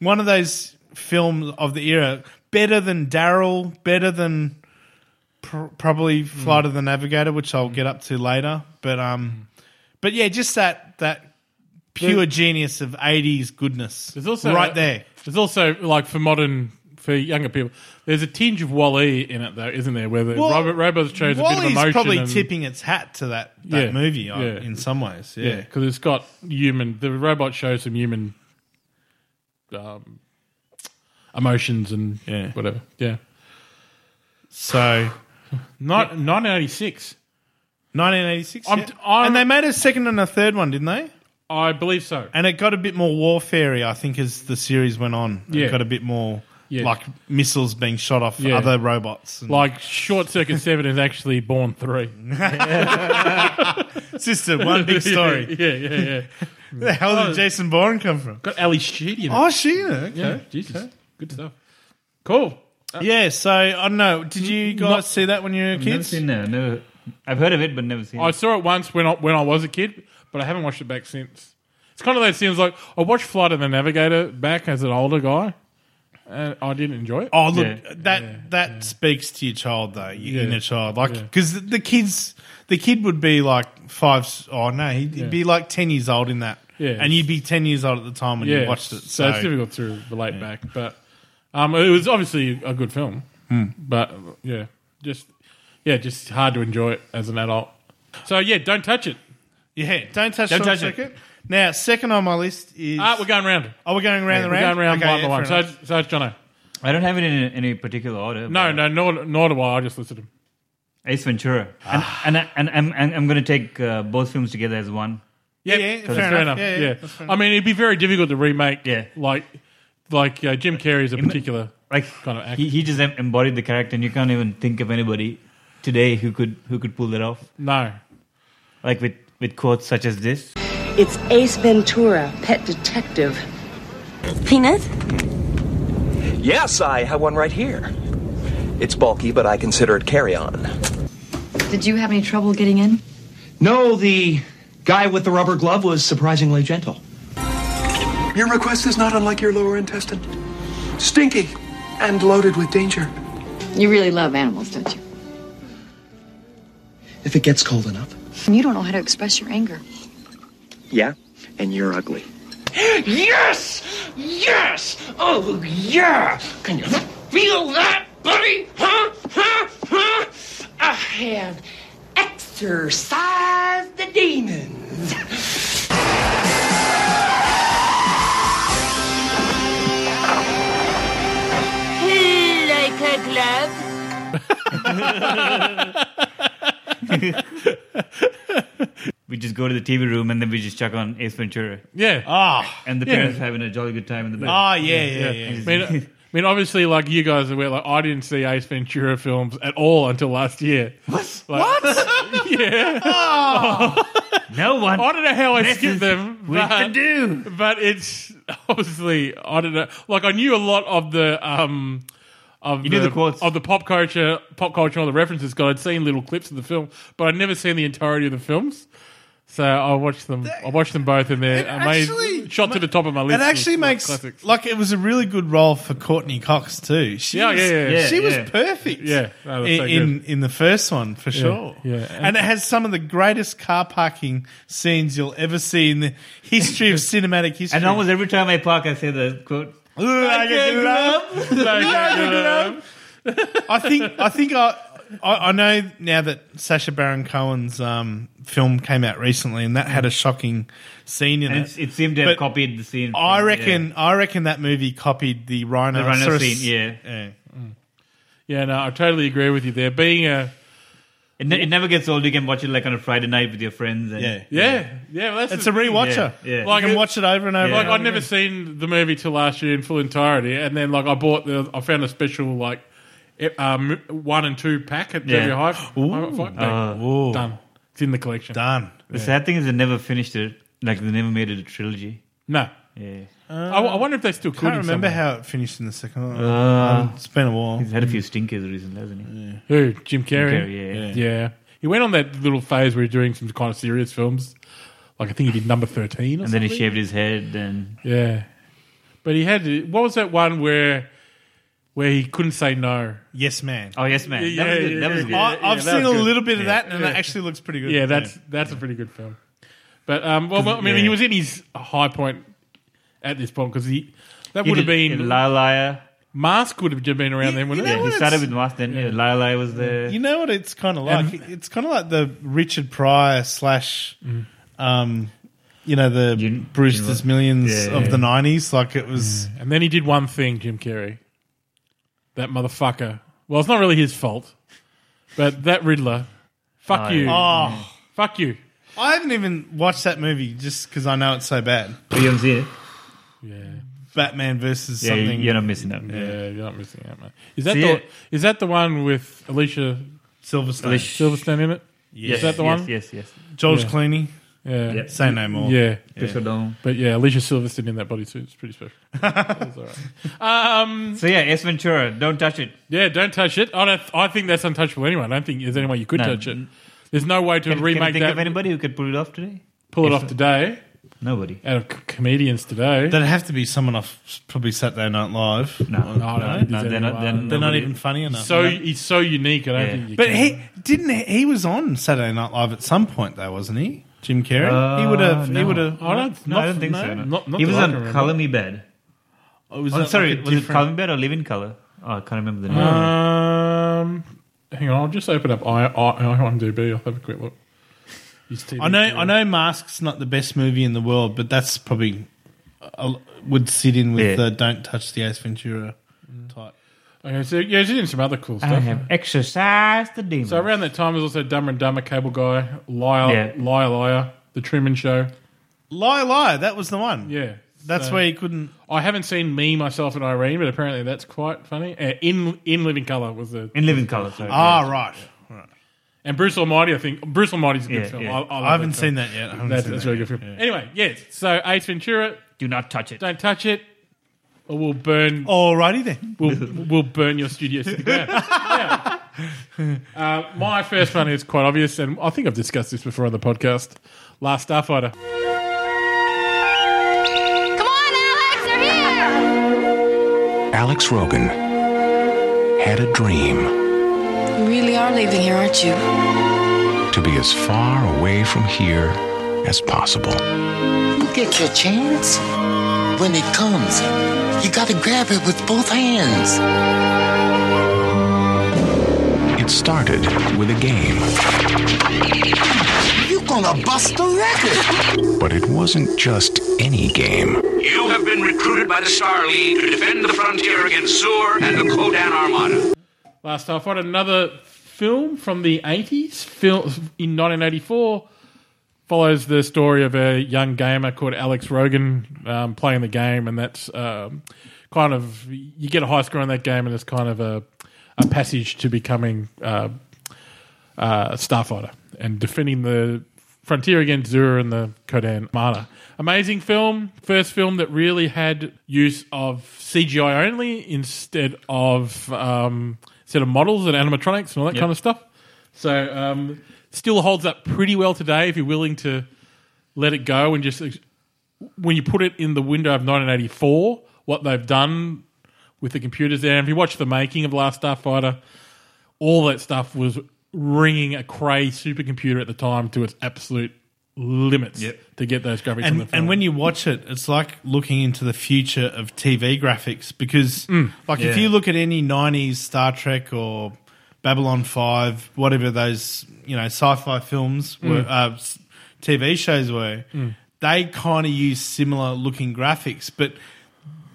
Speaker 5: one of those films of the era. Better than Daryl, better than pr- probably
Speaker 3: Hmm.
Speaker 5: Flight of the Navigator, which I'll get up to later. But um,
Speaker 3: Hmm.
Speaker 5: but yeah, just that that pure genius of eighties goodness.
Speaker 3: There's also
Speaker 5: right there.
Speaker 3: There's also like for modern for younger people. There's a tinge of Wally in it though, isn't there? Where the
Speaker 5: Well,
Speaker 3: Robert Robo's chose a bit of
Speaker 5: Wall-E's
Speaker 3: emotion.
Speaker 5: probably
Speaker 3: and,
Speaker 5: tipping its hat to that, that
Speaker 3: Yeah,
Speaker 5: movie I-
Speaker 3: yeah.
Speaker 5: in some ways.
Speaker 3: Yeah,
Speaker 5: Yeah.
Speaker 3: because it's got human. The robot shows some human um, emotions and
Speaker 5: Yeah.
Speaker 3: whatever. Yeah,
Speaker 5: So
Speaker 3: not 1986.
Speaker 5: 1986.
Speaker 3: I'm-
Speaker 5: yeah.
Speaker 3: I'm-
Speaker 5: and they made a second and a third one, didn't they?
Speaker 3: I believe so.
Speaker 5: And it got a bit more warfarey, I think, as the series went on. It
Speaker 3: Yeah.
Speaker 5: got a bit more
Speaker 3: Yeah.
Speaker 5: like missiles being shot off
Speaker 3: Yeah.
Speaker 5: other robots. And
Speaker 3: Like Short Circuit Seven is actually Born Three.
Speaker 5: sister, one big story.
Speaker 3: yeah, yeah, yeah.
Speaker 5: Where the hell
Speaker 3: Oh.
Speaker 5: did Jason Bourne come from?
Speaker 3: Got Ali Sheedy. in it.
Speaker 5: Oh, she. Okay.
Speaker 3: yeah, Jesus, good stuff. Cool.
Speaker 5: Yeah, so I don't know. Did you guys
Speaker 3: Not-
Speaker 5: see that when you were
Speaker 4: Never
Speaker 5: kids?
Speaker 4: seen it. Never. I've heard of it, but never seen
Speaker 3: I
Speaker 4: it.
Speaker 3: saw it once when I, when I was a kid, but I haven't watched it back since. It's kind of those things like I watched Flight of the Navigator back as an older guy, and I didn't enjoy it.
Speaker 5: Oh, look,
Speaker 4: Yeah.
Speaker 5: that that speaks to your child though,
Speaker 3: Yeah.
Speaker 5: your inner child, like
Speaker 3: Yeah.
Speaker 5: because the kids, the kid would be like five. s- Oh no, he'd, he'd be like ten years old in that,
Speaker 3: Yeah.
Speaker 5: and you'd be ten years old at the time when you watched it. So,
Speaker 3: it's difficult to relate back. But um, it was obviously a good film.
Speaker 5: Hmm.
Speaker 3: But yeah, just yeah, just hard to enjoy it as an adult. So yeah, don't touch it.
Speaker 5: yeah, don't touch,
Speaker 3: Don't touch
Speaker 5: Short
Speaker 3: it.
Speaker 5: circuit. Now, second on my list is
Speaker 3: Ah, we're going round.
Speaker 5: oh, we're going round the
Speaker 3: We're
Speaker 5: round,
Speaker 3: going round
Speaker 5: Okay,
Speaker 3: one
Speaker 5: yeah,
Speaker 3: by one.
Speaker 5: fair
Speaker 3: So,
Speaker 5: enough.
Speaker 3: so it's Jono.
Speaker 4: I don't have it in any particular order.
Speaker 3: No,
Speaker 4: but
Speaker 3: no, nor, nor do I. I just listed him.
Speaker 4: Ace Ventura.
Speaker 5: Ah.
Speaker 4: And, and, and, and, and I'm going to take uh, both films together as one.
Speaker 3: Yep.
Speaker 5: yeah,
Speaker 3: That's
Speaker 5: fair
Speaker 3: fair
Speaker 5: enough.
Speaker 3: enough.
Speaker 5: Yeah,
Speaker 3: Yeah,
Speaker 5: yeah, that's fair
Speaker 3: I mean, it'd be very difficult to remake.
Speaker 4: Yeah.
Speaker 3: like like uh, Jim Carrey's a particular.
Speaker 4: Like
Speaker 3: Kind of act-
Speaker 4: he, he just em- embodied the character, and you can't even think of anybody today who could who could pull that off.
Speaker 3: No,
Speaker 4: Like with with quotes such as this.
Speaker 9: It's Ace Ventura, pet detective.
Speaker 10: Peanut?
Speaker 11: Yes, I have one right here. It's bulky, but I consider it carry on.
Speaker 10: Did you have any trouble getting in?
Speaker 11: No, the guy with the rubber glove was surprisingly gentle. Your request is not unlike your lower intestine stinky and loaded with danger.
Speaker 10: You really love animals, don't you?
Speaker 11: If it gets cold enough.
Speaker 10: And you don't know how to express your anger.
Speaker 11: Yeah, and you're ugly. Yes! Yes! Oh, yeah! Can you feel that, buddy? Huh? Huh? Huh? I have exorcised the demons.
Speaker 10: Like a glove?
Speaker 4: We just go to the TV room and then we just chuck on Ace Ventura,
Speaker 3: yeah.
Speaker 5: Ah,
Speaker 4: and the
Speaker 3: Yeah.
Speaker 4: parents are having a jolly good time in the back.
Speaker 5: ah, yeah, yeah, yeah.
Speaker 3: I mean, I mean, obviously, like you guys are aware, like I didn't see Ace Ventura films at all until last year. What? what? yeah,
Speaker 5: Ah,
Speaker 4: no one.
Speaker 3: I don't know how I
Speaker 4: This
Speaker 3: skipped
Speaker 4: is
Speaker 3: them,
Speaker 4: with the
Speaker 3: but,
Speaker 4: do.
Speaker 3: but it's obviously I don't know. Like I knew a lot of the um of
Speaker 4: You knew the quotes.
Speaker 3: of the pop culture, pop culture, and all the references. God, I'd seen little clips of the film, but I'd never seen the entirety of the films. So I watched them. I watched them both, and they're
Speaker 5: It
Speaker 3: amazing.
Speaker 5: actually-
Speaker 3: Shot to the top of my list.
Speaker 5: It actually
Speaker 3: of
Speaker 5: makes
Speaker 3: classics.
Speaker 5: like it was a really good role for Courtney Cox too. She
Speaker 3: Yeah,
Speaker 5: was,
Speaker 3: yeah, yeah, yeah.
Speaker 5: she was
Speaker 4: Yeah.
Speaker 5: perfect.
Speaker 3: Yeah. No, that's
Speaker 5: in,
Speaker 3: so
Speaker 5: in in the first one for sure.
Speaker 3: yeah.
Speaker 5: and, it has some of the greatest car parking scenes you'll ever see in the history of cinematic history.
Speaker 4: And almost every time I park, I say the quote.
Speaker 5: like a glove,
Speaker 3: Like
Speaker 5: like
Speaker 3: a
Speaker 5: a glove. I think I think I, I I know now that Sasha Baron Cohen's um, film came out recently, and that had a shocking scene in
Speaker 4: And
Speaker 5: it.
Speaker 4: it's, it seemed to have
Speaker 5: But
Speaker 4: copied the scene.
Speaker 5: I
Speaker 4: from-
Speaker 5: reckon. I reckon that movie copied the
Speaker 4: yeah. the
Speaker 5: rhinoceros.
Speaker 4: runner scene. Yeah,
Speaker 5: yeah.
Speaker 3: Yeah, no, I totally agree with you there. Being a
Speaker 4: it, ne- it never gets old. You can watch it like on a Friday night with your friends. And
Speaker 5: Yeah.
Speaker 3: yeah, yeah, well, that's
Speaker 5: It's
Speaker 3: the
Speaker 5: a
Speaker 3: thing.
Speaker 5: rewatcher.
Speaker 4: Yeah, yeah.
Speaker 5: Like
Speaker 3: Like
Speaker 5: you can
Speaker 3: it-
Speaker 5: watch it over and over.
Speaker 3: Like
Speaker 5: and over
Speaker 3: I'd never
Speaker 5: again.
Speaker 3: seen the movie till last year in full entirety, and then like I bought the, I found a special like e- um, one and two pack at
Speaker 4: Yeah. Uh,
Speaker 3: yeah. High Fight Bank. Done. It's in the collection.
Speaker 5: done.
Speaker 4: The sad thing is they never finished it. Like they never made it a trilogy.
Speaker 3: No,
Speaker 4: Yeah,
Speaker 3: I, w- I wonder if they still could.
Speaker 5: I can't
Speaker 3: in
Speaker 5: remember
Speaker 3: some way.
Speaker 5: how it finished in the second one. Um,
Speaker 4: Uh,
Speaker 5: it's been a while.
Speaker 4: he's had a few stinkers recently, hasn't he?
Speaker 3: Who Jim Carrey?
Speaker 4: Carrey, yeah.
Speaker 3: yeah, He went on that little phase where he was doing some kind of serious films. Like I think he did number thirteen, or
Speaker 4: And then he
Speaker 3: something.
Speaker 4: shaved his head and
Speaker 3: Yeah. But he had to- what was that one where where he couldn't say no?
Speaker 5: Yes, man.
Speaker 4: Oh, yes, man.
Speaker 3: Yeah,
Speaker 4: that was
Speaker 3: yeah,
Speaker 4: good. That was
Speaker 3: yeah,
Speaker 4: good.
Speaker 3: yeah,
Speaker 5: I- I've
Speaker 3: yeah, that
Speaker 5: seen
Speaker 3: was
Speaker 5: a
Speaker 3: good.
Speaker 5: little bit of
Speaker 3: Yeah.
Speaker 5: that, and
Speaker 3: Yeah.
Speaker 5: it actually looks pretty good.
Speaker 3: Yeah, that's that's a pretty good film. But um, well, I mean,
Speaker 5: yeah.
Speaker 3: he was in his high point at this point because he that
Speaker 4: He
Speaker 3: would have
Speaker 4: did-
Speaker 3: been
Speaker 4: yeah, La Liar.
Speaker 3: Mask would have been around then, wouldn't
Speaker 5: you
Speaker 3: it?
Speaker 5: know
Speaker 4: He
Speaker 5: what
Speaker 4: started
Speaker 5: it's-
Speaker 4: with Mask, then yeah. La La was there.
Speaker 5: You know what it's kind of like? it's kind of like the Richard Pryor slash, um, you know, the Brewster's Millions
Speaker 3: Yeah,
Speaker 5: of
Speaker 3: yeah.
Speaker 5: the '90s. Like it was.
Speaker 3: And then he did one thing, Jim Carrey. That motherfucker. Well, it's not really his fault, but that Riddler. Fuck
Speaker 5: Oh,
Speaker 3: you.
Speaker 5: yeah.
Speaker 3: Fuck you.
Speaker 5: I haven't even watched that movie just because I know it's so bad.
Speaker 4: You haven't seen it?
Speaker 3: Yeah.
Speaker 5: Batman versus
Speaker 4: Yeah, you-
Speaker 5: something.
Speaker 4: you're not missing out.
Speaker 3: Yeah, you're not missing out, man. Is that
Speaker 4: See
Speaker 3: the
Speaker 4: it?
Speaker 3: is that the one with Alicia
Speaker 5: Silverstone.
Speaker 4: Alicia-
Speaker 3: Silverstone in it?
Speaker 4: Yes.
Speaker 3: Is that the
Speaker 4: Yes,
Speaker 3: one?
Speaker 4: yes, yes.
Speaker 5: George
Speaker 3: Yeah.
Speaker 5: Clooney.
Speaker 3: Yeah.
Speaker 5: Yep. Say no more.
Speaker 3: Yeah.
Speaker 5: Yeah. Good for them.
Speaker 3: But yeah, Alicia Silverstone in that bodysuit. It's pretty special. It's all right. Um,
Speaker 4: So yeah, Ace Ventura. Don't touch it.
Speaker 3: yeah, don't touch it. I, don't, I think that's untouchable anyway. I don't think there's any way you could
Speaker 4: No.
Speaker 3: touch it. There's no way to
Speaker 4: Can, can you
Speaker 3: remake
Speaker 4: think
Speaker 3: that.
Speaker 4: of anybody who could pull it off today?
Speaker 3: pull it
Speaker 4: If-
Speaker 3: off today.
Speaker 4: Nobody.
Speaker 3: Out of c- comedians today.
Speaker 5: That'd have to be someone off probably Saturday Night Live.
Speaker 4: No.
Speaker 5: Or-
Speaker 3: I don't think there's
Speaker 4: no, they're
Speaker 3: anyone.
Speaker 4: not- they're
Speaker 5: They're not
Speaker 4: Nobody-
Speaker 5: even funny enough.
Speaker 3: so
Speaker 5: No.
Speaker 3: he's so unique. I don't
Speaker 4: Yeah.
Speaker 3: think you
Speaker 5: But
Speaker 3: can.
Speaker 5: he didn't. He, he was on Saturday Night Live at some point, though, wasn't he? Jim Carrey. he would have. He
Speaker 4: no.
Speaker 5: would have.
Speaker 3: I don't.
Speaker 4: No,
Speaker 3: not-
Speaker 4: I don't think
Speaker 3: no,
Speaker 4: so. no.
Speaker 3: Not, not
Speaker 4: he was
Speaker 3: that I
Speaker 4: on
Speaker 3: can remember.
Speaker 4: Color Me Bad.
Speaker 5: was
Speaker 4: I'm
Speaker 5: Oh, that
Speaker 4: sorry,
Speaker 5: like a
Speaker 4: was it
Speaker 5: different-
Speaker 4: Color Me Bad or Live in Color? Oh, I can't remember the name.
Speaker 3: Uh, Um, hang on, I'll just open up I, I, IMDb. I'll have a quick look. His TV
Speaker 5: I know. I know. Mask's not the best movie in the world, but that's probably uh, would sit in with
Speaker 4: Yeah.
Speaker 5: the "Don't Touch the Ace Ventura" type.
Speaker 3: Okay, so yeah, he's in some other cool
Speaker 4: I
Speaker 3: stuff.
Speaker 4: have exercised the demon.
Speaker 3: So around that time, there's also Dumber and Dumber, Cable Guy, Liar,
Speaker 4: Yeah.
Speaker 3: Liar, Liar, The Truman Show.
Speaker 5: Lie, lie. That was the one.
Speaker 3: Yeah,
Speaker 5: That's
Speaker 3: So-
Speaker 5: where he couldn't.
Speaker 3: I haven't seen me myself and Irene, but apparently that's quite funny. Uh, in In Living Color was the
Speaker 4: in Living Color. Sorry.
Speaker 3: Uh,
Speaker 5: Ah, right. right.
Speaker 3: and Bruce Almighty. I think Bruce Almighty's a good
Speaker 4: Yeah,
Speaker 3: film.
Speaker 4: yeah.
Speaker 3: I, I, love
Speaker 5: I haven't
Speaker 3: that film.
Speaker 5: seen that yet. I haven't
Speaker 3: That's,
Speaker 5: seen
Speaker 3: that's a
Speaker 5: that
Speaker 3: really
Speaker 5: yet.
Speaker 3: good film. Anyway, yes. So Ace Ventura,
Speaker 4: Do not touch it.
Speaker 3: don't touch it, or we'll burn.
Speaker 5: Oh. Alrighty then.
Speaker 3: We'll, we'll burn your studios to the ground. Yeah. Uh, my first one is quite obvious, and I think I've discussed this before on the podcast. Last Starfighter.
Speaker 7: Come on, Alex, they're here!
Speaker 12: Alex Rogan had a dream
Speaker 10: You really are leaving here, aren't you?
Speaker 12: to be as far away from here as possible.
Speaker 8: You get your chance when it comes. You gotta grab it with both hands.
Speaker 12: It started with a game,
Speaker 8: You gonna bust a record.
Speaker 12: but it wasn't just any game.
Speaker 13: You have been recruited by the Star League to defend the frontier against Zur and the Kodan Armada.
Speaker 3: Last Starfighter, another film from the 80s, film in 1984, follows the story of a young gamer called Alex Rogan um, playing the game, and that's um, kind of you get a high score on that game, and it's kind of a, a passage to becoming uh, uh, Starfighter and defending the frontier against Zura and the Kodan Armada. Amazing film, first film that really had use of CGI only instead of um, instead of models and animatronics and all that
Speaker 4: Yep.
Speaker 3: kind of stuff. So um, still holds up pretty well today if you're willing to let it go and just when you put it in the window of 1984, what they've done with the computers there. And if you watch the making of Last Starfighter, all that stuff was ringing a Cray supercomputer at the time to its absolute limits
Speaker 4: Yep.
Speaker 3: to get those graphics on the
Speaker 5: And,
Speaker 3: film.
Speaker 5: and when you watch it, it's like looking into the future of TV graphics because,
Speaker 3: Mm,
Speaker 5: like, if
Speaker 4: Yeah.
Speaker 5: you look at any '90s Star Trek or Babylon Five, whatever those you know sci-fi films
Speaker 3: Mm.
Speaker 5: were, uh, s- TV shows were, they kind of use similar looking graphics, but.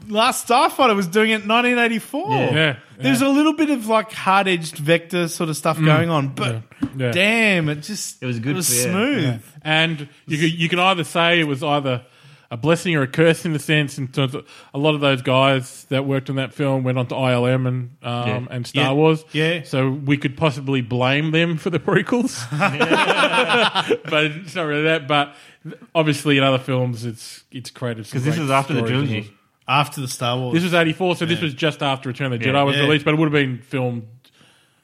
Speaker 5: Last Starfighter was doing it in 1984.
Speaker 3: Yeah. Yeah,
Speaker 5: There's a little bit of like hard edged vector sort of stuff going on, but
Speaker 3: Mm. Yeah.
Speaker 5: damn, it just
Speaker 4: It was good
Speaker 5: It was
Speaker 4: for- yeah.
Speaker 5: smooth.
Speaker 3: And you can, you can either say it was either a blessing or a curse in the sense in terms of a lot of those guys that worked on that film went on to ILM and um,
Speaker 4: Yeah.
Speaker 3: and Star
Speaker 5: Yeah.
Speaker 3: Wars.
Speaker 5: Yeah.
Speaker 3: So we could possibly blame them for the prequels. but it's not really that. But obviously in other films it's it's created
Speaker 4: Because this was after the trilogy.
Speaker 5: After the Star Wars,
Speaker 3: This was eighty four, so this was just after Return of the Jedi
Speaker 4: Yeah.
Speaker 3: was
Speaker 5: Yeah.
Speaker 3: released, but it would have been filmed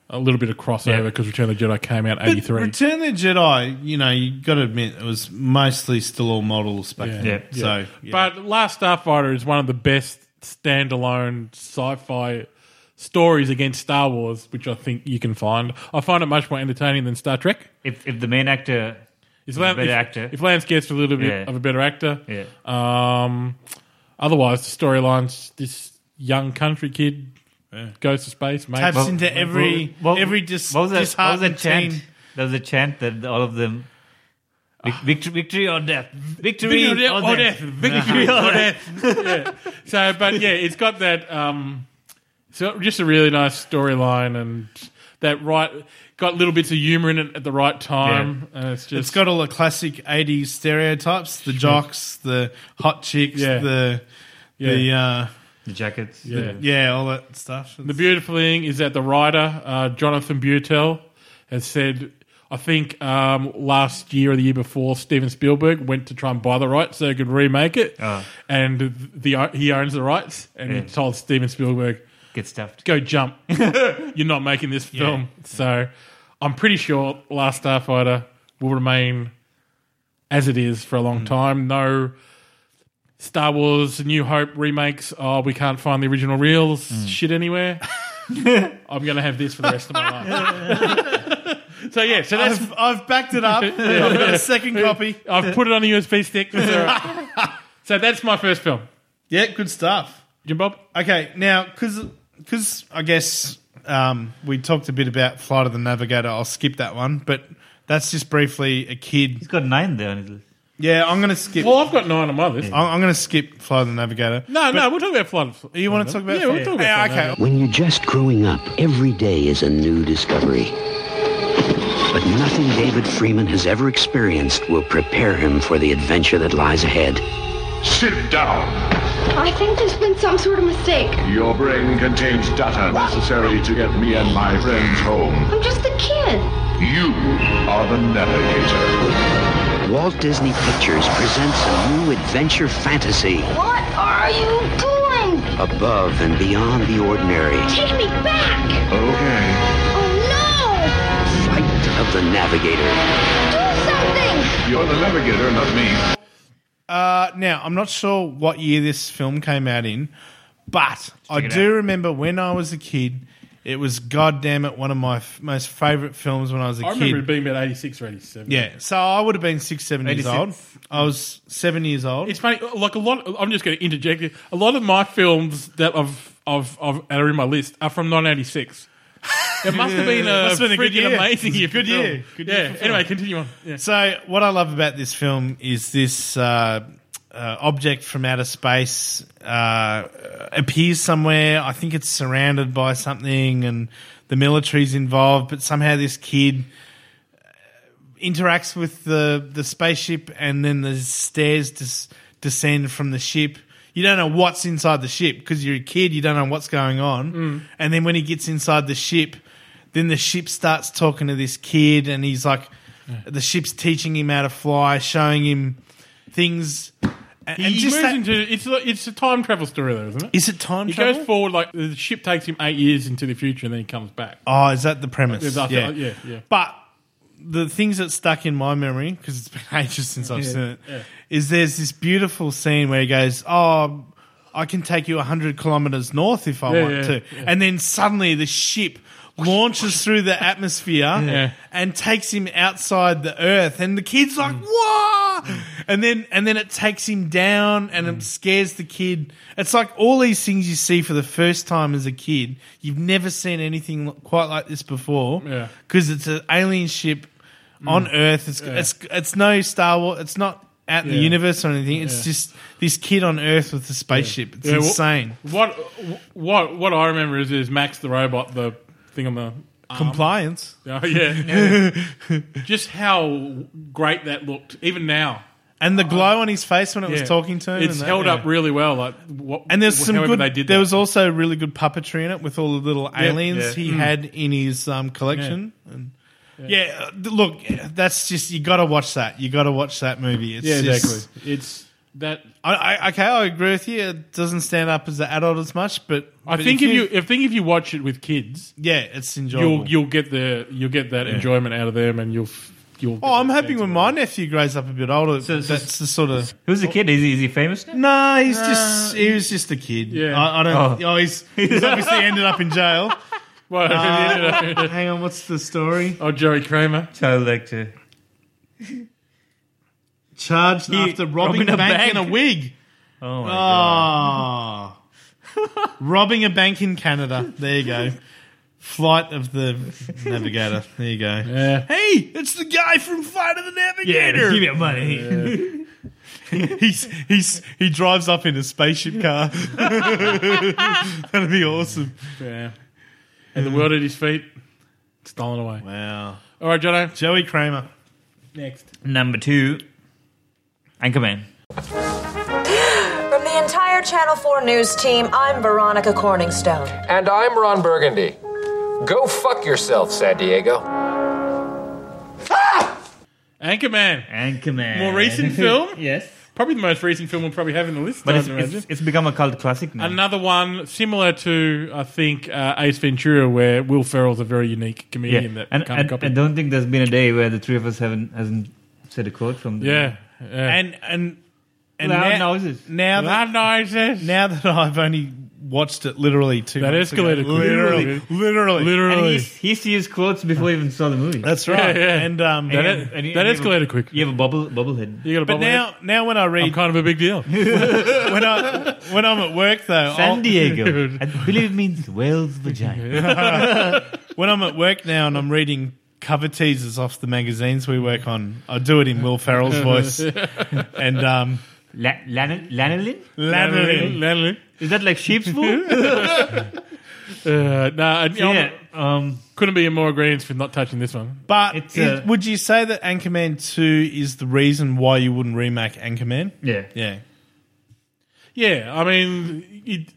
Speaker 3: a little bit of crossover because Return of the Jedi came out eighty three.
Speaker 5: Return of the Jedi, you know, you got to admit it was mostly still all models back then. So
Speaker 3: but Last Starfighter is one of the best standalone sci-fi stories against Star Wars, which I think you can find. I find it much more entertaining than Star Trek.
Speaker 4: If if the main actor
Speaker 3: is
Speaker 4: a
Speaker 3: Lan-
Speaker 4: better
Speaker 3: if,
Speaker 4: actor.
Speaker 3: if Lance gets a little bit
Speaker 4: Yeah.
Speaker 3: of a better actor,
Speaker 4: Yeah.
Speaker 3: Um, otherwise, the storylines: this young country kid goes to space, mate.
Speaker 5: Taps into every every dis-
Speaker 4: what was that, what was
Speaker 5: disheartened
Speaker 4: that chant?
Speaker 5: teen.
Speaker 4: There was a chant that all of them. Victory, victory or death. Victory,
Speaker 3: Uh, Victory
Speaker 4: or,
Speaker 3: or
Speaker 4: death.
Speaker 3: death. Victory or death. Yeah. So, but yeah, it's got that. Um, so just a really nice storyline and that right got little bits of humor in it at the right time. And it's just
Speaker 5: it's got all the classic '80s stereotypes: the jocks, the hot chicks,
Speaker 3: Yeah.
Speaker 5: the the
Speaker 3: Yeah.
Speaker 5: uh,
Speaker 4: The jackets.
Speaker 3: Yeah.
Speaker 5: the- yeah, all that stuff.
Speaker 3: The beautiful thing is that the writer, uh, Jonathan Butel, has said, I think um, last year or the year before, Steven Spielberg went to try and buy the rights so he could remake it.
Speaker 4: Ah.
Speaker 3: And the he owns the rights. And
Speaker 4: Yeah.
Speaker 3: he told Steven Spielberg,
Speaker 4: Get stuffed.
Speaker 3: Go jump. You're not making this
Speaker 4: Yeah.
Speaker 3: film. So I'm pretty sure Last Starfighter will remain as it is for a long time. No Star Wars New Hope remakes. Oh, we can't find the original reels. Shit anywhere. I'm going to have this for the rest of my life. so yeah, so that's
Speaker 5: I've, I've backed it up. I've got a second copy.
Speaker 3: I've put it on a USB stick. It's all right. so that's my first film.
Speaker 5: Yeah, good stuff.
Speaker 3: Jim Bob?
Speaker 5: Okay, now, because I guess um, we talked a bit about Flight of the Navigator. I'll skip that one, but that's just briefly a kid. He's
Speaker 4: got nine there on his list.
Speaker 5: Yeah, I'm going to skip.
Speaker 3: Well, I've got nine on my list.
Speaker 5: I'm, I'm going to skip Flight of the Navigator.
Speaker 3: No, no, we'll talk about Flood.
Speaker 5: You wanna talk about
Speaker 3: Yeah, we'll
Speaker 5: Flood?
Speaker 3: talk
Speaker 5: Yeah,
Speaker 3: about Flood.
Speaker 5: okay.
Speaker 14: When you're just growing up, every day is a new discovery. But nothing David Freeman has ever experienced will prepare him for the adventure that lies ahead.
Speaker 15: Sit down.
Speaker 7: I think there's been some sort of mistake.
Speaker 15: Your brain contains data necessary to get me and my friends home.
Speaker 7: I'm just a kid.
Speaker 15: You are the navigator.
Speaker 14: Walt Disney Pictures presents a new adventure fantasy
Speaker 7: What are you doing?
Speaker 14: above and beyond the ordinary.
Speaker 7: Take me back.
Speaker 14: Okay.
Speaker 7: Oh
Speaker 14: Flight of the Navigator.
Speaker 7: no! Do something.
Speaker 15: You're the navigator, not me.
Speaker 5: Uh, now, I'm not sure what year this film came out in, but I
Speaker 15: it
Speaker 5: do remember when I was a kid, it was goddamn it one of my f- most favorite films when I was a
Speaker 3: I
Speaker 5: kid.
Speaker 3: remember it being about 86 or 87.
Speaker 5: yeah, so I would have been six, seven years
Speaker 3: 86.
Speaker 5: old. I was seven years old.
Speaker 3: It's funny, like a lot. I'm just going to interject. here. A lot of my films that I've, I've, I've are in my list are from 1986. It must have been a,
Speaker 5: Must have been a good
Speaker 3: freaking
Speaker 5: year.
Speaker 3: amazing
Speaker 5: It's a
Speaker 3: year. for
Speaker 5: good
Speaker 3: film.
Speaker 5: year. Good year
Speaker 3: yeah.
Speaker 5: for film.
Speaker 3: anyway, continue on. Yeah.
Speaker 5: So, what I love about this film is this uh, uh, object from outer space uh, appears somewhere. I think it's surrounded by something, and the military's involved. But somehow, this kid uh, interacts with the the spaceship, and then the stairs des- descend from the ship. You don't know what's inside the ship because you're a kid. You don't know what's going on.
Speaker 3: Mm.
Speaker 5: And then when he gets inside the ship, then the ship starts talking to this kid, and he's like, the ship's teaching him how to fly, showing him things. And,
Speaker 3: He
Speaker 5: and just
Speaker 3: moves
Speaker 5: that-
Speaker 3: into it's like- it's a time travel story though, isn't it?
Speaker 5: Is it time
Speaker 3: He
Speaker 5: travel?
Speaker 3: goes forward like the ship takes him eight years into the future and then he comes back.
Speaker 5: oh, is that the premise?
Speaker 3: Yeah,
Speaker 5: yeah.
Speaker 3: yeah, yeah.
Speaker 5: But the things that stuck in my memory because it's been ages since I've
Speaker 3: Yeah,
Speaker 5: seen it is
Speaker 3: yeah.
Speaker 5: there's this beautiful scene where he goes, "Oh, I can take you hundred kilometers north if I
Speaker 3: Yeah,
Speaker 5: want
Speaker 3: yeah,
Speaker 5: to,"
Speaker 3: yeah.
Speaker 5: and then suddenly the ship. Launches through the atmosphere
Speaker 3: Yeah.
Speaker 5: and takes him outside the Earth, and the kid's
Speaker 3: Mm.
Speaker 5: like, "Whoa!" And then and then it takes him down, and
Speaker 3: Mm.
Speaker 5: it scares the kid. It's like all these things you see for the first time as a kid. You've never seen anything quite like this before.
Speaker 3: Yeah.
Speaker 5: because it's an alien ship on
Speaker 3: Mm.
Speaker 5: Earth. It's,
Speaker 3: Yeah.
Speaker 5: it's it's no Star Wars. It's not out in the
Speaker 3: Yeah.
Speaker 5: universe or anything. It's
Speaker 3: Yeah.
Speaker 5: just this kid on Earth with a spaceship. It's
Speaker 3: Yeah, wh-
Speaker 5: insane.
Speaker 3: What what what I remember is is Max the robot, the thing on the arm.
Speaker 5: Compliance.
Speaker 3: Oh, yeah. Just how great that looked, even now.
Speaker 5: And the glow on his face when it
Speaker 3: uh, Yeah.
Speaker 5: was talking to him.
Speaker 3: It's
Speaker 5: and that,
Speaker 3: held
Speaker 5: yeah.
Speaker 3: up really well. Like what,
Speaker 5: And there's some
Speaker 3: however
Speaker 5: good.
Speaker 3: They did
Speaker 5: there
Speaker 3: that.
Speaker 5: was also really good puppetry in it with all the little
Speaker 3: Yeah,
Speaker 5: aliens
Speaker 3: yeah.
Speaker 5: he
Speaker 3: Mm.
Speaker 5: had in his um, collection. And yeah, uh, th- look, that's just you got to watch that. You got to watch that movie. It's
Speaker 3: yeah,
Speaker 5: just-
Speaker 3: exactly. It's that
Speaker 5: I, I okay, I agree with you. It doesn't stand up as an adult as much, but
Speaker 3: I
Speaker 5: but
Speaker 3: think if you, if think if you watch it with kids,
Speaker 5: yeah, it's enjoyable.
Speaker 3: you'll you'll get the you'll get that
Speaker 5: Yeah.
Speaker 3: enjoyment out of them, and you'll f- you'll.
Speaker 5: oh, I'm hoping when my nephew grows up a bit older, that's the sort of
Speaker 4: Who's
Speaker 3: Oh.
Speaker 4: the kid? Is he, is he famous? now?
Speaker 5: No, he's just he was just a kid.
Speaker 4: Yeah.
Speaker 5: I, I don't. Oh, he's, he's obviously ended up in jail.
Speaker 3: Well,
Speaker 5: Uh, hang on, what's the story?
Speaker 3: Oh, Jerry Kramer.
Speaker 4: Child actor.
Speaker 5: Charged
Speaker 4: He-
Speaker 5: after robbing, a bank, in a wig.
Speaker 3: Uh,
Speaker 4: Oh, my
Speaker 5: Oh, robbing a bank in Canada. There you go. Flight of the Navigator. There you go.
Speaker 3: Yeah.
Speaker 5: Hey, it's the guy from Flight of the Navigator.
Speaker 4: give me that money.
Speaker 5: he's he's he drives up in a spaceship car. That'd be awesome.
Speaker 3: Yeah. And the world at his feet, stolen away.
Speaker 5: Wow.
Speaker 3: All right, Jono.
Speaker 5: Joey Kramer.
Speaker 3: Next.
Speaker 4: Number two, Anchorman.
Speaker 16: From the entire Channel 4 news team, I'm Veronica Corningstone.
Speaker 17: And I'm Ron Burgundy. Go fuck yourself, San Diego.
Speaker 3: Anchorman.
Speaker 4: Anchorman.
Speaker 3: More recent film.
Speaker 4: yes.
Speaker 3: Probably the most recent film we'll probably have in the list.
Speaker 4: But
Speaker 3: I'd
Speaker 4: it's,
Speaker 3: imagine.
Speaker 4: it's, it's become a cult classic now.
Speaker 3: Another one similar to, I think, uh, Ace Ventura, where Will Ferrell's a very unique comedian that
Speaker 4: and,
Speaker 3: can't
Speaker 4: and-
Speaker 3: copy.
Speaker 4: I don't think there's been a day where the three of us haven't hasn't said a quote from. The
Speaker 3: yeah, yeah.
Speaker 5: And and and
Speaker 4: Loud
Speaker 5: now,
Speaker 4: noises.
Speaker 5: now that now that I've only watched it literally two.
Speaker 3: That
Speaker 5: months ago.
Speaker 3: escalated quickly.
Speaker 5: literally, literally,
Speaker 4: And
Speaker 3: literally.
Speaker 4: he's- he used to use quotes before he even saw the movie.
Speaker 5: That's right.
Speaker 3: Yeah, yeah.
Speaker 5: And um,
Speaker 3: That,
Speaker 4: and- and you-
Speaker 3: that
Speaker 4: and you-
Speaker 3: escalated quick.
Speaker 4: You have a bubble bobblehead.
Speaker 3: You got a
Speaker 5: but
Speaker 3: bobblehead.
Speaker 5: now now when I
Speaker 3: I'm
Speaker 5: read
Speaker 3: kind of a big deal.
Speaker 5: when I when I'm at work though, I'll-
Speaker 3: Oh,
Speaker 4: San Diego. I believe it means whale's vagina.
Speaker 5: when I'm at work now and I'm reading cover teasers off the magazines we work on, I do it in Will Ferrell's voice and um,
Speaker 4: La- lan- lanolin?
Speaker 5: lanolin.
Speaker 3: Lanolin.
Speaker 4: Is that like sheep's wool?
Speaker 3: Uh, nah, and, you know,
Speaker 4: yeah. Um,
Speaker 3: couldn't be in more agreement for not touching this one.
Speaker 5: But
Speaker 4: It's,
Speaker 5: is-
Speaker 4: uh,
Speaker 5: would you say that Anchorman Two is the reason why you wouldn't remake Anchorman?
Speaker 4: yeah.
Speaker 5: Yeah.
Speaker 3: Yeah, I mean, it,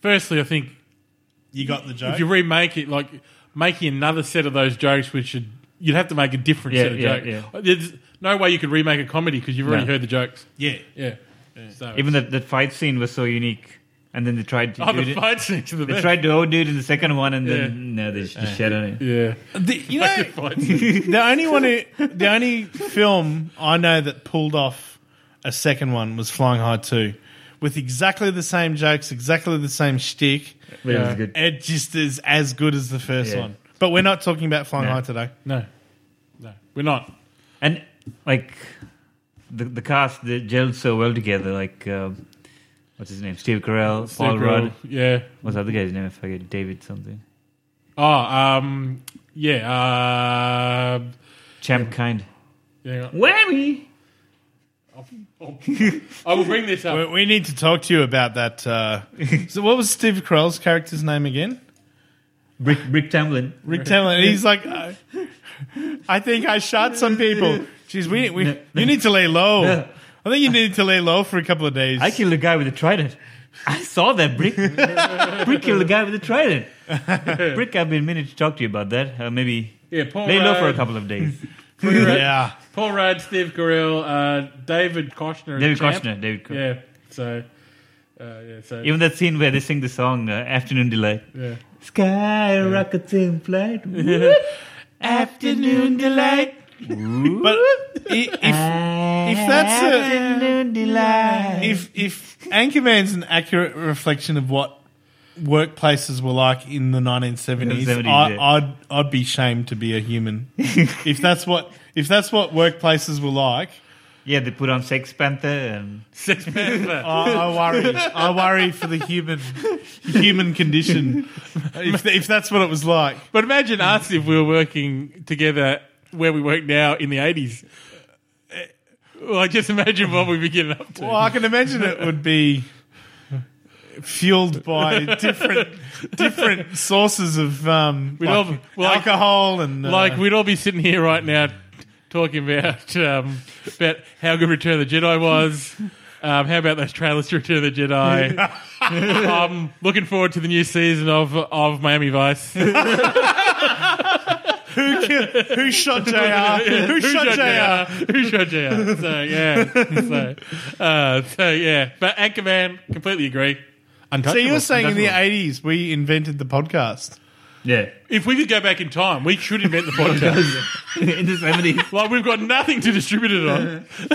Speaker 3: firstly, I think
Speaker 5: You got the joke.
Speaker 3: if you remake it, like making another set of those jokes, which should, you'd have to make a different
Speaker 4: Yeah,
Speaker 3: set of
Speaker 4: yeah,
Speaker 3: jokes. Uh, There's no way you could remake a comedy because you've already
Speaker 4: No.
Speaker 3: heard the jokes.
Speaker 5: yeah.
Speaker 3: Yeah. So,
Speaker 4: Even that, that fight scene was so unique. And then they tried to
Speaker 3: oh,
Speaker 4: do
Speaker 3: the
Speaker 4: it.
Speaker 3: fight scenes are the
Speaker 4: They
Speaker 3: best.
Speaker 4: tried to outdo it in the second one, and then no, they just shat on it.
Speaker 3: yeah.
Speaker 5: The, you know,
Speaker 3: Fucking fight scenes.
Speaker 5: the only one who, the only film I know that pulled off a second one was Flying High Two, with exactly the same jokes, exactly the same shtick.
Speaker 4: But it
Speaker 3: Yeah.
Speaker 4: was good.
Speaker 5: It just is as good as the first
Speaker 4: Yeah.
Speaker 5: one. But we're not talking about Flying
Speaker 4: No.
Speaker 5: High today.
Speaker 3: no. No. We're not.
Speaker 4: And like the the cast, they gelled so well together. Like um, what's his name? Steve Carell, Paul
Speaker 3: Steve Carell,
Speaker 4: Rudd.
Speaker 3: Yeah.
Speaker 4: What's the other guy's name? I forget. David something.
Speaker 3: Oh, um, yeah. Uh,
Speaker 4: Champ kind.
Speaker 3: hang on. Oh,
Speaker 4: Whammy.
Speaker 3: I will bring this
Speaker 5: We,
Speaker 3: up.
Speaker 5: we need to talk to you about that. Uh, so, what was Steve Carell's character's name again?
Speaker 4: Brick Brick Tamlin.
Speaker 5: Rick Tamlin. And he's like, I, I think I shot some people. Jeez, we, we you need to lay low. I think you need to lay low for a couple of days.
Speaker 4: I killed a guy with a trident. I saw that Brick. Brick killed a guy with a trident. Brick, I've been meaning to talk to you about that. Uh, maybe
Speaker 3: Yeah, Paul
Speaker 4: lay low for a
Speaker 3: Rudd.
Speaker 4: couple of days.
Speaker 5: yeah.
Speaker 3: Paul Rudd, Steve Carell, uh, David Koshner.
Speaker 4: David
Speaker 3: Champ.
Speaker 4: Koshner. David. Koshner.
Speaker 3: Yeah. So, uh, yeah. So,
Speaker 4: Even that scene where they sing the song uh, "Afternoon Delight."
Speaker 3: yeah.
Speaker 4: Sky rockets in flight. Afternoon delight.
Speaker 5: But i- if if that's a,
Speaker 4: delight.
Speaker 5: if if Anchorman's an accurate reflection of what workplaces were like in the 1970s,
Speaker 4: The 70s,
Speaker 5: I,
Speaker 4: yeah.
Speaker 5: I'd I'd be shamed to be a human if that's what if that's what workplaces were like.
Speaker 4: Yeah, they put on Sex Panther and
Speaker 3: Six Panther.
Speaker 5: I, I worry. I worry for the human human condition. If, if that's what it was like,
Speaker 3: But imagine us if we were working together where we work now in the 80s. Eh, Like, just imagine what we'd be getting up to.
Speaker 5: well, I can imagine it would be fueled by different different sources of um,
Speaker 3: We'd
Speaker 5: like,
Speaker 3: all- like-
Speaker 5: alcohol and uh,
Speaker 3: Like, we'd all be sitting here right now talking about um, about how good Return of the Jedi was. Um, how about those trailers to Return of the Jedi? um, looking forward to the new season of of Miami Vice.
Speaker 5: Who killed, who shot JR? Who shot JR?
Speaker 3: Who shot JR? So yeah, so, uh, so yeah. But Anchorman, completely agree.
Speaker 5: So
Speaker 3: Untouchable.
Speaker 5: you were saying in the
Speaker 3: Untouchable.
Speaker 5: eighties we invented the podcast.
Speaker 4: Yeah.
Speaker 3: If we could go back in time, we should invent the podcast.
Speaker 4: in the 70s.
Speaker 3: Like, we've got nothing to distribute it on.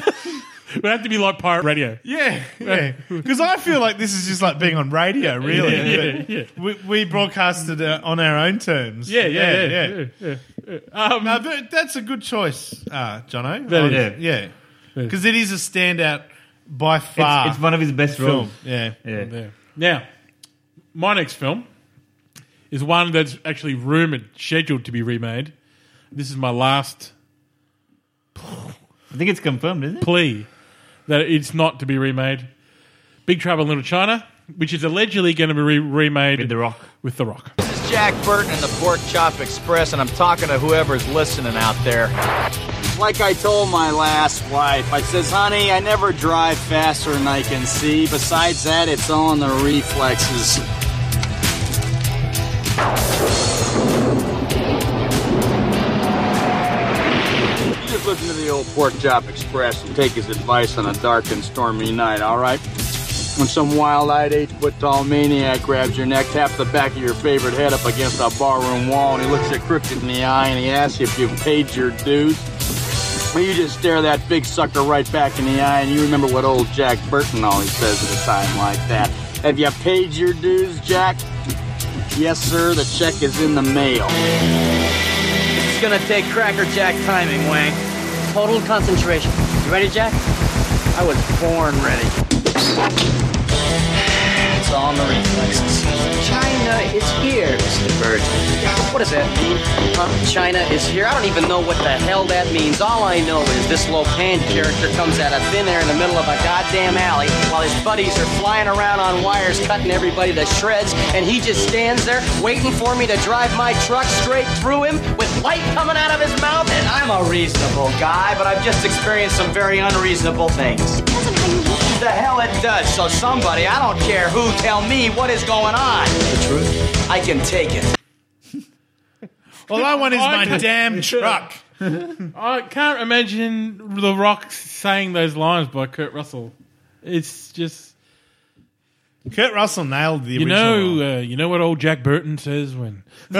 Speaker 3: We'd have to be like pirate radio.
Speaker 5: Yeah, yeah. Because I feel like this is just like being on radio, really.
Speaker 3: Yeah, yeah,
Speaker 5: But We, we broadcasted uh, on our own terms.
Speaker 3: Yeah, yeah, yeah. yeah, Um,
Speaker 5: no, but that's a good choice, uh, Jono.
Speaker 4: That
Speaker 5: yeah,
Speaker 4: is.
Speaker 5: yeah. Because it is a standout by far.
Speaker 4: It's, it's one of his best
Speaker 5: film.
Speaker 4: roles.
Speaker 5: Yeah.
Speaker 4: Yeah.
Speaker 3: Now, my next film is one that's actually rumored, scheduled to be remade. This is my last
Speaker 4: I think it's confirmed, isn't it?
Speaker 3: plea that it's not to be remade. Big Trouble in Little China, which is allegedly going to be re- remade with The
Speaker 4: Rock.
Speaker 3: With The Rock.
Speaker 12: This is Jack Burton and the Pork Chop Express, and I'm talking to whoever's listening out there. Like I told my last wife, I says, honey, I never drive faster than I can see. Besides that, it's all in the reflexes. You just listen to the old Pork Chop Express and take his advice on a dark and stormy night, all right? When some wild-eyed, eight-foot tall maniac grabs your neck, taps the back of your favorite head up against a barroom wall, and he looks you crooked in the eye and he asks you if you've paid your dues. Well, you just stare that big sucker right back in the eye, and you remember what old Jack Burton always says at a time like that. Have you paid your dues, Jack? Yes, sir. The check is in the mail.
Speaker 18: It's gonna take Cracker Jack timing, Wang. Total concentration. You ready, Jack? I was born ready.
Speaker 12: It's all in the reflexes.
Speaker 18: China is here, Mr. Bird. What does that mean? Huh? China is here. I don't even know what the hell that means. All I know is this Lopan character comes out of thin air in the middle of a goddamn alley while his buddies are flying around on wires cutting everybody to shreds, and he just stands there waiting for me to drive my truck straight through him with light coming out of his mouth, and I'm a reasonable guy, but I've just experienced some very unreasonable things. The hell it does. So somebody, I don't care who, tell me what is going on. The truth? I can take it.
Speaker 5: All I want is
Speaker 3: I
Speaker 5: my
Speaker 3: can-
Speaker 5: damn truck.
Speaker 3: I can't imagine The Rock saying those lines by Kurt Russell. It's just
Speaker 5: Kurt Russell nailed the
Speaker 3: you
Speaker 5: original. one.
Speaker 3: know uh, you know what old Jack Burton says when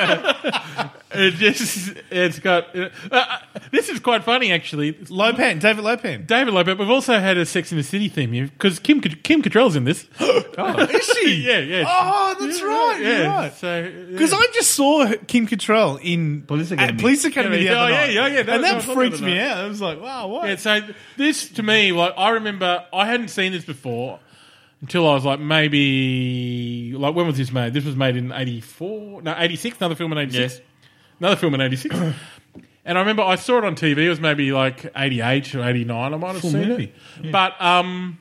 Speaker 3: it just it's got uh, uh, this is quite funny actually.
Speaker 5: Lopan, David Lopan,
Speaker 3: David Lopan. We've also had a Sex in the City theme here because Kim Kim Cattrall's in this.
Speaker 5: Is she?
Speaker 3: yeah, yeah.
Speaker 5: Oh, that's right.
Speaker 3: yeah,
Speaker 5: You're right.
Speaker 3: So yeah.
Speaker 5: Because I just saw Kim Cattrall in Police
Speaker 4: Academy.
Speaker 5: Police Academy
Speaker 3: Yeah,
Speaker 5: the other
Speaker 3: yeah,
Speaker 5: night.
Speaker 3: yeah, yeah, that
Speaker 5: and that
Speaker 3: was- that was
Speaker 5: freaked
Speaker 3: the
Speaker 5: me
Speaker 3: night.
Speaker 5: out. I was like, wow, what?
Speaker 3: Yeah, so this to me, like I remember, I hadn't seen this before until I was like maybe like when was this made? This was made in eighty four, no eighty six. Another film in eighty six. Another film in eighty six. and I remember I saw it on TV. It was maybe like eighty eight or eighty nine. I might have
Speaker 5: Full
Speaker 3: seen
Speaker 5: movie.
Speaker 3: it, but um.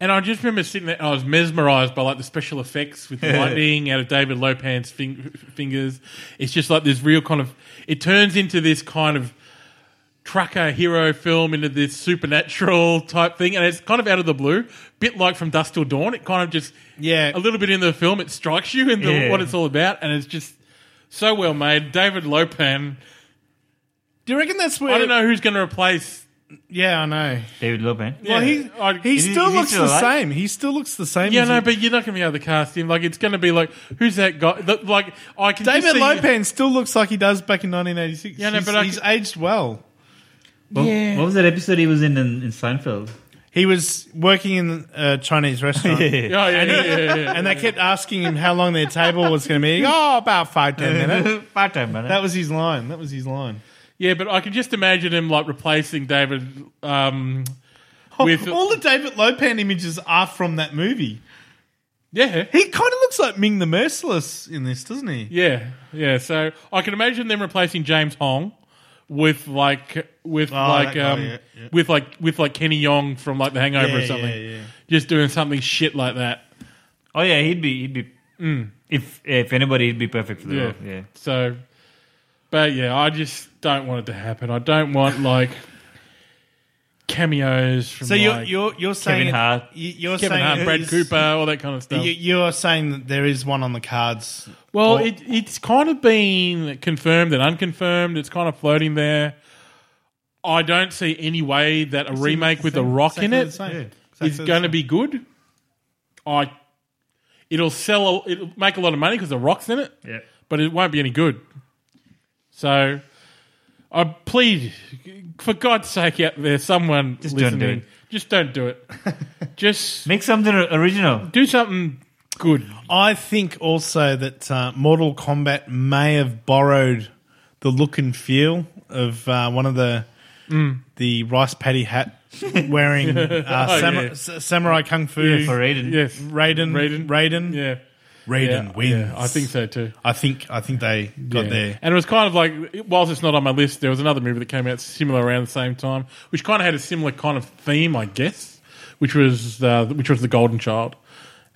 Speaker 3: And I just remember sitting there, and I was mesmerized by like the special effects with the lightning out of David Lopan's fing- fingers. It's just like this real kind of. It turns into this kind of trucker hero film into this supernatural type thing, and it's kind of out of the blue, bit like from Dusk Till Dawn. It kind of just
Speaker 5: yeah,
Speaker 3: a little bit in the film, it strikes you in the,
Speaker 4: Yeah.
Speaker 3: what it's all about, and it's just so well made. David Lopan,
Speaker 5: Do you reckon that's where?
Speaker 3: I don't know who's going to replace.
Speaker 5: Yeah, I know.
Speaker 4: David Lopan.
Speaker 5: Well, he
Speaker 3: I-
Speaker 5: he
Speaker 4: Is he-
Speaker 5: still
Speaker 4: is he
Speaker 5: looks
Speaker 4: still
Speaker 5: the
Speaker 4: alive?
Speaker 5: same. He still looks the same.
Speaker 3: Yeah,
Speaker 5: as
Speaker 3: no,
Speaker 5: he-
Speaker 3: but you're not going to be able to cast him. Like it's going to be like, who's that guy? The- Like I can just
Speaker 5: David
Speaker 3: see-
Speaker 5: Lopan still looks like he does back in 1986.
Speaker 3: Yeah, no,
Speaker 5: he's,
Speaker 3: but I
Speaker 5: he's
Speaker 3: can-
Speaker 5: aged well.
Speaker 4: What,
Speaker 5: Yeah.
Speaker 4: what was that episode he was in in, in Seinfeld?
Speaker 5: He was working in a Chinese restaurant,
Speaker 3: Oh, yeah, yeah, yeah, yeah, yeah.
Speaker 5: and they kept asking him how long their table was going to be. He goes, Oh, about five ten minutes.
Speaker 4: Part time, man.
Speaker 5: That was his line. That was his line.
Speaker 3: Yeah, but I can just imagine him like replacing David. Um, with
Speaker 5: All the David Lopan images are from that movie.
Speaker 3: yeah,
Speaker 5: He kind of looks like Ming the Merciless in this, doesn't he?
Speaker 3: Yeah, yeah. So I can imagine them replacing James Hong with like with
Speaker 5: Oh,
Speaker 3: like
Speaker 5: that guy,
Speaker 3: um
Speaker 5: yeah, yeah.
Speaker 3: with like with like Kenny Yong from like The Hangover
Speaker 5: Yeah,
Speaker 3: or something,
Speaker 5: yeah, yeah.
Speaker 3: just doing something shit like that.
Speaker 4: Oh yeah, he'd be he'd be
Speaker 5: Mm.
Speaker 4: if if anybody he'd be perfect for the
Speaker 3: Yeah.
Speaker 4: role. Yeah.
Speaker 3: So, but yeah, I just don't want it to happen. I don't want like cameos from
Speaker 5: So you're
Speaker 3: like,
Speaker 5: you're you're saying
Speaker 3: Kevin Hart,
Speaker 5: you- You're
Speaker 3: Kevin
Speaker 5: saying
Speaker 3: Hart, Brad
Speaker 5: it's-
Speaker 3: Cooper, all that kind of stuff.
Speaker 5: You, you're saying that there is one on the cards.
Speaker 3: Well,
Speaker 5: Or-
Speaker 3: it, it's kind of been confirmed and unconfirmed. It's kind of floating there. I don't see any way that a
Speaker 5: It's
Speaker 3: remake
Speaker 5: the
Speaker 3: with The
Speaker 5: same-
Speaker 3: Rock in it
Speaker 5: exactly the
Speaker 3: is
Speaker 5: same. Yeah, exactly the
Speaker 3: going to
Speaker 5: same.
Speaker 3: be good. I, it'll sell. a- It'll make a lot of money because The Rock's in it.
Speaker 4: Yeah.
Speaker 3: but it won't be any good. So, I plead, for God's sake, out there, someone
Speaker 4: Just don't
Speaker 3: listening,
Speaker 4: do it.
Speaker 3: just don't do it. just
Speaker 4: make something original.
Speaker 3: Do something good.
Speaker 5: I think also that uh, Mortal Kombat may have borrowed the look and feel of uh, one of the
Speaker 3: Mm.
Speaker 5: the rice paddy hat wearing uh,
Speaker 3: Oh,
Speaker 5: samu-
Speaker 3: yeah.
Speaker 5: s- samurai kung fu
Speaker 3: Yeah, for Raiden. Yes.
Speaker 5: Raiden,
Speaker 3: Raiden.
Speaker 5: Raiden,
Speaker 3: Yeah.
Speaker 5: Raiden
Speaker 3: Yeah,
Speaker 5: wins.
Speaker 3: yeah, I think so too.
Speaker 5: I think I think they got
Speaker 3: Yeah.
Speaker 5: there.
Speaker 3: And it was kind of like, whilst it's not on my list, there was another movie that came out similar around the same time, which kind of had a similar kind of theme, I guess, which was uh, which was the Golden Child,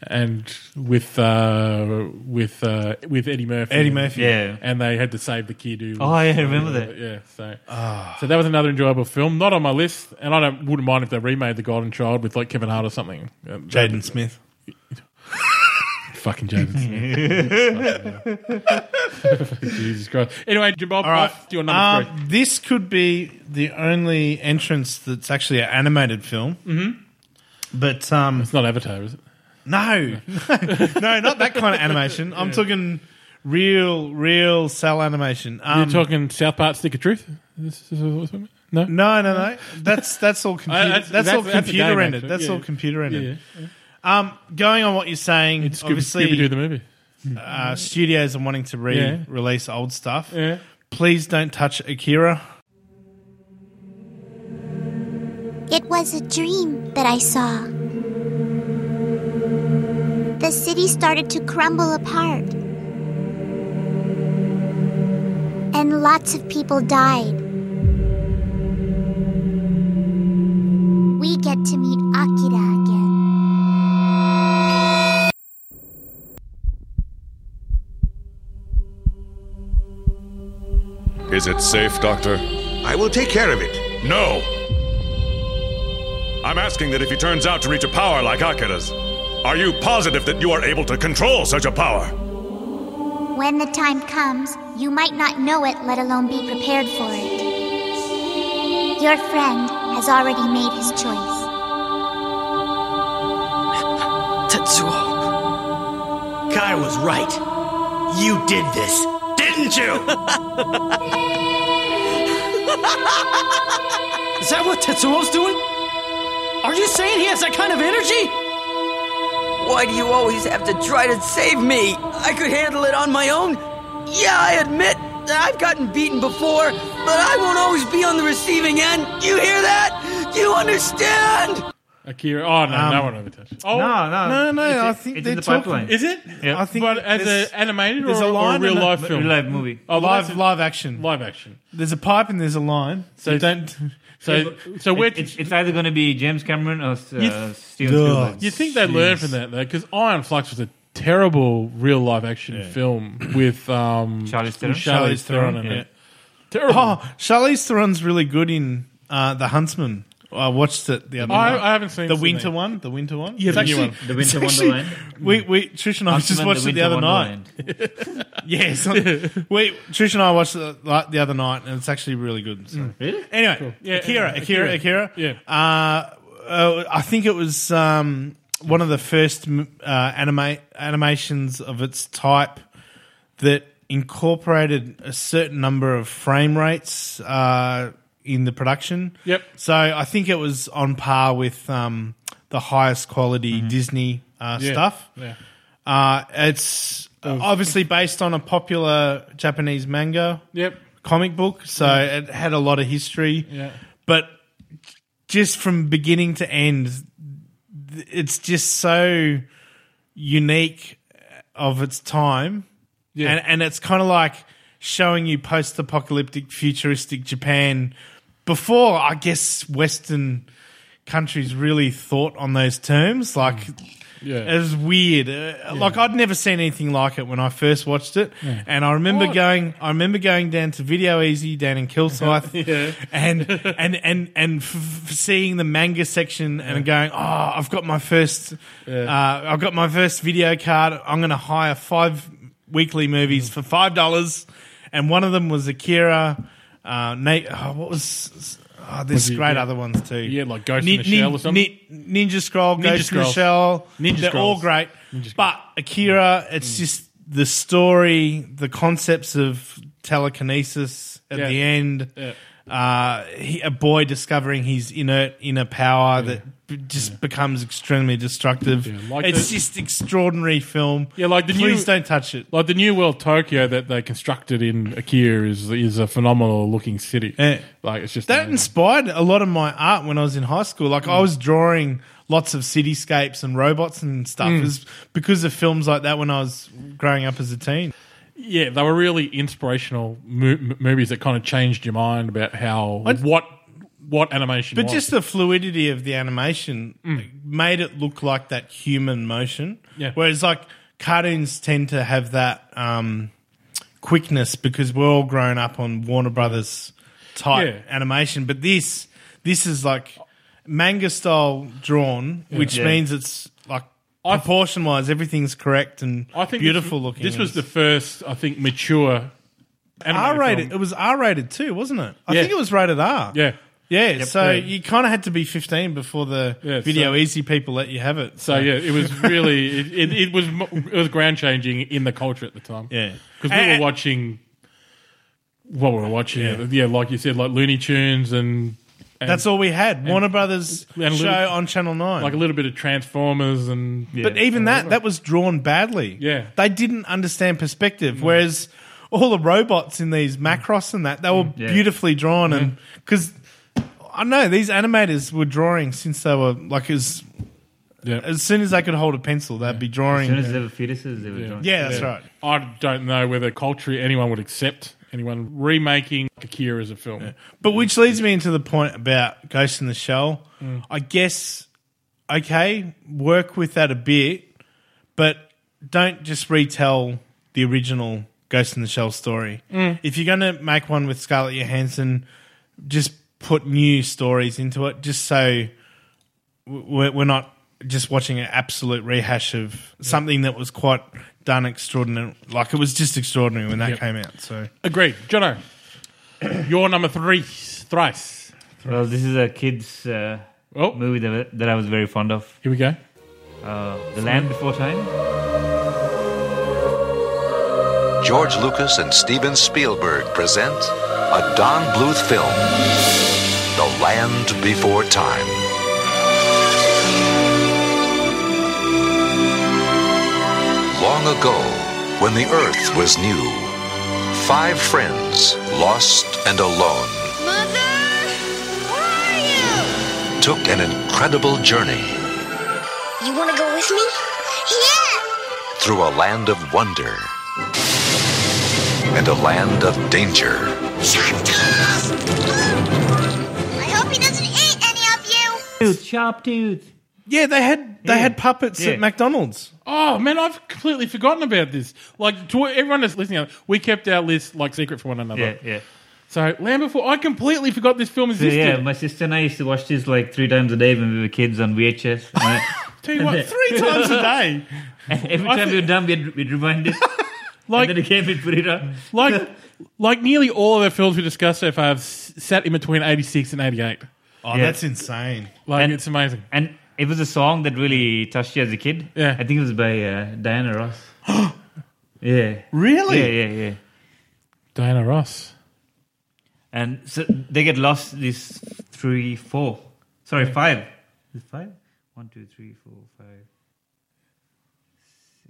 Speaker 3: and with uh, with uh, with Eddie Murphy,
Speaker 5: Eddie Murphy.
Speaker 4: Yeah.
Speaker 3: and they had to save the kid who.
Speaker 4: Oh, yeah, I remember that.
Speaker 3: Yeah, so
Speaker 5: Ah.
Speaker 3: so that was another enjoyable film, not on my list, and I don't wouldn't mind if they remade the Golden Child with like Kevin Hart or something. Um, that-
Speaker 5: Jaden Smith.
Speaker 3: Fucking Jaden Jesus Christ. Anyway, Jim Bob, off to your number three.
Speaker 5: Um, This could be the only entrance that's actually an animated film.
Speaker 3: Mhm.
Speaker 5: But um,
Speaker 3: it's not Avatar, is it?
Speaker 5: No, no, not that kind of animation. I'm
Speaker 3: Yeah.
Speaker 5: talking real, real cell animation. Um,
Speaker 3: You're talking South Park Stick of Truth? This is what's it? No,
Speaker 5: no, no, no. That's that's all computer.
Speaker 3: Uh,
Speaker 5: that's,
Speaker 3: that's-
Speaker 5: all
Speaker 3: that's- that's a
Speaker 5: computer
Speaker 3: game,
Speaker 5: rendered.
Speaker 3: actually.
Speaker 5: That's
Speaker 3: Yeah.
Speaker 5: all computer rendered.
Speaker 3: Yeah,
Speaker 5: Um, going on what you're saying,
Speaker 3: It's Scooby-
Speaker 5: obviously,
Speaker 3: Scooby-Doo the movie.
Speaker 5: Uh, studios are wanting to
Speaker 3: Yeah.
Speaker 5: re-release old stuff.
Speaker 3: Yeah.
Speaker 5: Please don't touch Akira.
Speaker 19: It was a dream that I saw. The city started to crumble apart. And lots of people died. We get to meet Akira again.
Speaker 20: Is it safe, Doctor? I will take care of it. No! I'm asking that if he turns out to reach a power like Akira's, are you positive that you are able to control such a power?
Speaker 19: When the time comes, you might not know it, let alone be prepared for it. Your friend has already made his choice.
Speaker 21: Tetsuo. Kai was right. You did this, didn't you? Is that what Tetsuo's doing? Are you saying he has that kind of energy?
Speaker 22: Why do you always have to try to save me? I could handle it on my own. Yeah, I admit that I've gotten beaten before, but I won't always be on the receiving end. You hear that? You understand?
Speaker 3: Akira. Oh no, no
Speaker 5: Um,
Speaker 3: one Oh, ever touched. it.
Speaker 5: no, no. No, no, It's- I think it's they're in the talking- pipeline.
Speaker 3: Is it?
Speaker 5: Yeah. I think
Speaker 3: but as
Speaker 5: there's-
Speaker 3: an animated or,
Speaker 5: there's a
Speaker 3: or a
Speaker 5: line
Speaker 3: real
Speaker 5: in
Speaker 3: life
Speaker 5: the-
Speaker 3: film,
Speaker 5: live movie.
Speaker 3: oh,
Speaker 5: Live-
Speaker 3: live
Speaker 5: action,
Speaker 3: live action.
Speaker 5: There's a pipe and there's a line. So
Speaker 3: So-
Speaker 5: don't.
Speaker 3: So, so where
Speaker 4: It- it's, it's either going to be James Cameron or uh,
Speaker 3: You
Speaker 4: Steven
Speaker 3: th-
Speaker 4: Spielberg.
Speaker 3: You think they learned from that though? Because Iron Flux was a terrible real life action film with um, Charlie's
Speaker 4: Theron?
Speaker 3: Charlie's
Speaker 5: Charlize Theron,
Speaker 3: Theron in
Speaker 5: yeah.
Speaker 3: it. Terrible.
Speaker 5: Oh, Charlize Theron's really good in uh, The Huntsman. I watched it the other
Speaker 3: I-
Speaker 5: night.
Speaker 3: I haven't seen
Speaker 5: the
Speaker 3: it,
Speaker 5: winter
Speaker 3: Sydney.
Speaker 5: one. The winter one.
Speaker 3: Yeah,
Speaker 5: It's
Speaker 3: the new one. The Winter Wonderland.
Speaker 5: We, we Trish and I
Speaker 3: Huntsman,
Speaker 5: just watched
Speaker 3: The
Speaker 5: it the other
Speaker 3: Winter
Speaker 5: night. yes, we Trish and I watched it like the other night, and it's actually really good. So.
Speaker 4: Really?
Speaker 5: Anyway,
Speaker 3: Mm. Yeah,
Speaker 5: Akira,
Speaker 3: yeah,
Speaker 5: Akira,
Speaker 3: Akira.
Speaker 5: Akira. Uh, uh, I think it was um, one of the first m- uh, anima- animations of its type that incorporated a certain number of frame rates uh, in the production.
Speaker 3: Yep.
Speaker 5: So I think it was on par with um, the highest quality Disney uh,
Speaker 3: Mm-hmm. Yeah,
Speaker 5: stuff.
Speaker 3: yeah.
Speaker 5: Uh, it's obviously based on a popular Japanese manga.
Speaker 3: Yep.
Speaker 5: Comic book, so it had a lot of history.
Speaker 3: Yeah.
Speaker 5: But just from beginning to end, th- it's just so unique of its time.
Speaker 3: Yeah.
Speaker 5: And and it's kind of like showing you post-apocalyptic futuristic Japan before
Speaker 3: Mm.
Speaker 5: I guess western countries really thought on those terms like Yeah. It was weird. Uh, Like I'd never seen anything like it when I first watched it,
Speaker 3: Yeah.
Speaker 5: and I remember
Speaker 3: What?
Speaker 5: going. I remember going down to Video Easy down in Kilsyth,
Speaker 3: Yeah.
Speaker 5: and and and and f- f- seeing the manga section and going, oh, I've got my first, uh, I've got my first video card. I'm going to hire five weekly movies for five dollars, and one of them was Akira. Uh, Nate, oh, what was? Oh, there's
Speaker 3: Was it-
Speaker 5: great
Speaker 3: yeah.
Speaker 5: other ones too.
Speaker 3: Yeah, like Ghost
Speaker 5: Ni-
Speaker 3: in the Shell
Speaker 5: ni-
Speaker 3: or something.
Speaker 5: ni- Ninja Scroll,
Speaker 3: Ninja
Speaker 5: Ghost in the
Speaker 3: Scrolls.
Speaker 5: Shell.
Speaker 3: Ninja
Speaker 5: They're all
Speaker 3: Scrolls. Mm.
Speaker 5: great. But Akira, it's just the story, the concepts of telekinesis at
Speaker 3: Yeah.
Speaker 5: the end.
Speaker 3: Yeah.
Speaker 5: Uh, he, a boy discovering his inert inner power that b- just becomes extremely destructive.
Speaker 3: like
Speaker 5: it's
Speaker 3: the-
Speaker 5: just extraordinary film.
Speaker 3: Yeah, like the new-
Speaker 5: Please don't touch it.
Speaker 3: Like the new world Tokyo that they constructed in Akira is is a phenomenal looking city. Like it's just
Speaker 5: Eh. That inspired a lot of my art when I was in high school. Like I was drawing lots of cityscapes and robots and stuff
Speaker 3: Mm.
Speaker 5: It's because of films like that when I was growing up as a teen.
Speaker 3: yeah, they were really inspirational mo- m- movies that kind of changed your mind about how what what animation.
Speaker 5: But
Speaker 3: was.
Speaker 5: just the fluidity of the animation made it look like that human motion.
Speaker 3: Mm. Yeah.
Speaker 5: Whereas like cartoons tend to have that um, quickness because we're all grown up on Warner Brothers type
Speaker 3: Yeah.
Speaker 5: animation. But this this is like manga style drawn,
Speaker 3: Yeah.
Speaker 5: which
Speaker 3: Yeah.
Speaker 5: means it's like proportion wise everyth's correct and
Speaker 3: I think
Speaker 5: beautiful
Speaker 3: this,
Speaker 5: looking.
Speaker 3: This was
Speaker 5: and
Speaker 3: the first, I think, mature
Speaker 5: R
Speaker 3: animated
Speaker 5: rated.
Speaker 3: film.
Speaker 5: It was R rated too, wasn't it? I
Speaker 3: Yeah.
Speaker 5: think it was rated R.
Speaker 3: Yeah.
Speaker 5: Yeah,
Speaker 3: Yep.
Speaker 5: so
Speaker 3: Yeah.
Speaker 5: you kind of had to be 15 before the
Speaker 3: Yeah,
Speaker 5: Video
Speaker 3: so-
Speaker 5: Easy people let you have it.
Speaker 3: So yeah, it was really it, it, it was mo- it was ground changing in the culture at the time.
Speaker 5: Yeah.
Speaker 3: because we
Speaker 5: And-
Speaker 3: were watching what we were watching.
Speaker 5: Yeah.
Speaker 3: Yeah. like you said, like Looney Tunes and, and
Speaker 5: That's all we had.
Speaker 3: and-
Speaker 5: Warner Brothers
Speaker 3: and a little-
Speaker 5: show on Channel 9.
Speaker 3: like a little bit of Transformers and
Speaker 5: but even that, that was drawn badly.
Speaker 3: Yeah.
Speaker 5: They didn't understand perspective, whereas all the robots in these Macross and that, they
Speaker 3: Mm.
Speaker 5: were
Speaker 4: Yeah.
Speaker 5: beautifully drawn. and Because, I know, these animators were drawing since they were, like, as, as soon as they could hold a pencil, they'd be drawing.
Speaker 4: soon as there were fetuses, there were drawing.
Speaker 5: Yeah, that's right.
Speaker 3: I don't know whether culturally anyone would accept anyone remaking Akira as a film.
Speaker 5: But which leads me into the point about Ghost in the Shell. I guess okay, work with that a bit, but don't just retell the original Ghost in the Shell story.
Speaker 3: Mm.
Speaker 5: If you're going to make one with Scarlett Johansson, just put new stories into it, just so w- we're we're not just watching an absolute rehash of something that was quite done extraordinary. Like it was just extraordinary when that
Speaker 3: Yep.
Speaker 5: came out. So
Speaker 3: Agreed, Jono. Your number three, thrice.
Speaker 4: Well, this is a kids' uh, movie that, that I was very fond of.
Speaker 3: Here we go.
Speaker 4: Uh, the Land Before Time.
Speaker 1: George Lucas and Steven Spielberg present a Don Bluth film, The Land Before Time. Long ago, when the Earth was new, five friends, lost and alone, took an incredible journey
Speaker 19: You want to go with me? Yeah!
Speaker 1: through a land of wonder and a land of danger.
Speaker 19: I hope he doesn't eat any of you!
Speaker 4: Tooth, sharp tooth.
Speaker 5: Yeah, they had they had puppets
Speaker 3: Yeah.
Speaker 5: at McDonald's.
Speaker 3: Oh man, I've completely forgotten about this. Like to everyone that's listening, we kept our list like secret for one another.
Speaker 4: Yeah, yeah.
Speaker 3: So Land Before, I completely forgot this film
Speaker 4: So, yeah,
Speaker 3: existed.
Speaker 4: my sister and I used to watch this like three times a day when we were kids on VHS. And
Speaker 3: Tell you what, three times a day.
Speaker 4: I- every time we were done, we'd, we'd rewind it.
Speaker 3: Like-
Speaker 4: and then again, we'd put it on.
Speaker 3: Like, like nearly all of the films we discussed so far have s- sat in between eighty six and eighty eight.
Speaker 5: Oh, that's insane.
Speaker 3: Like it's amazing.
Speaker 4: And it was a song that really touched you as a kid. Yeah. I think it was by uh, Diana Ross. yeah.
Speaker 3: Really?
Speaker 4: Yeah, yeah, yeah.
Speaker 3: Diana Ross.
Speaker 4: And so they get lost these three, four. Sorry, five. Is it five? One, two, three, four, five.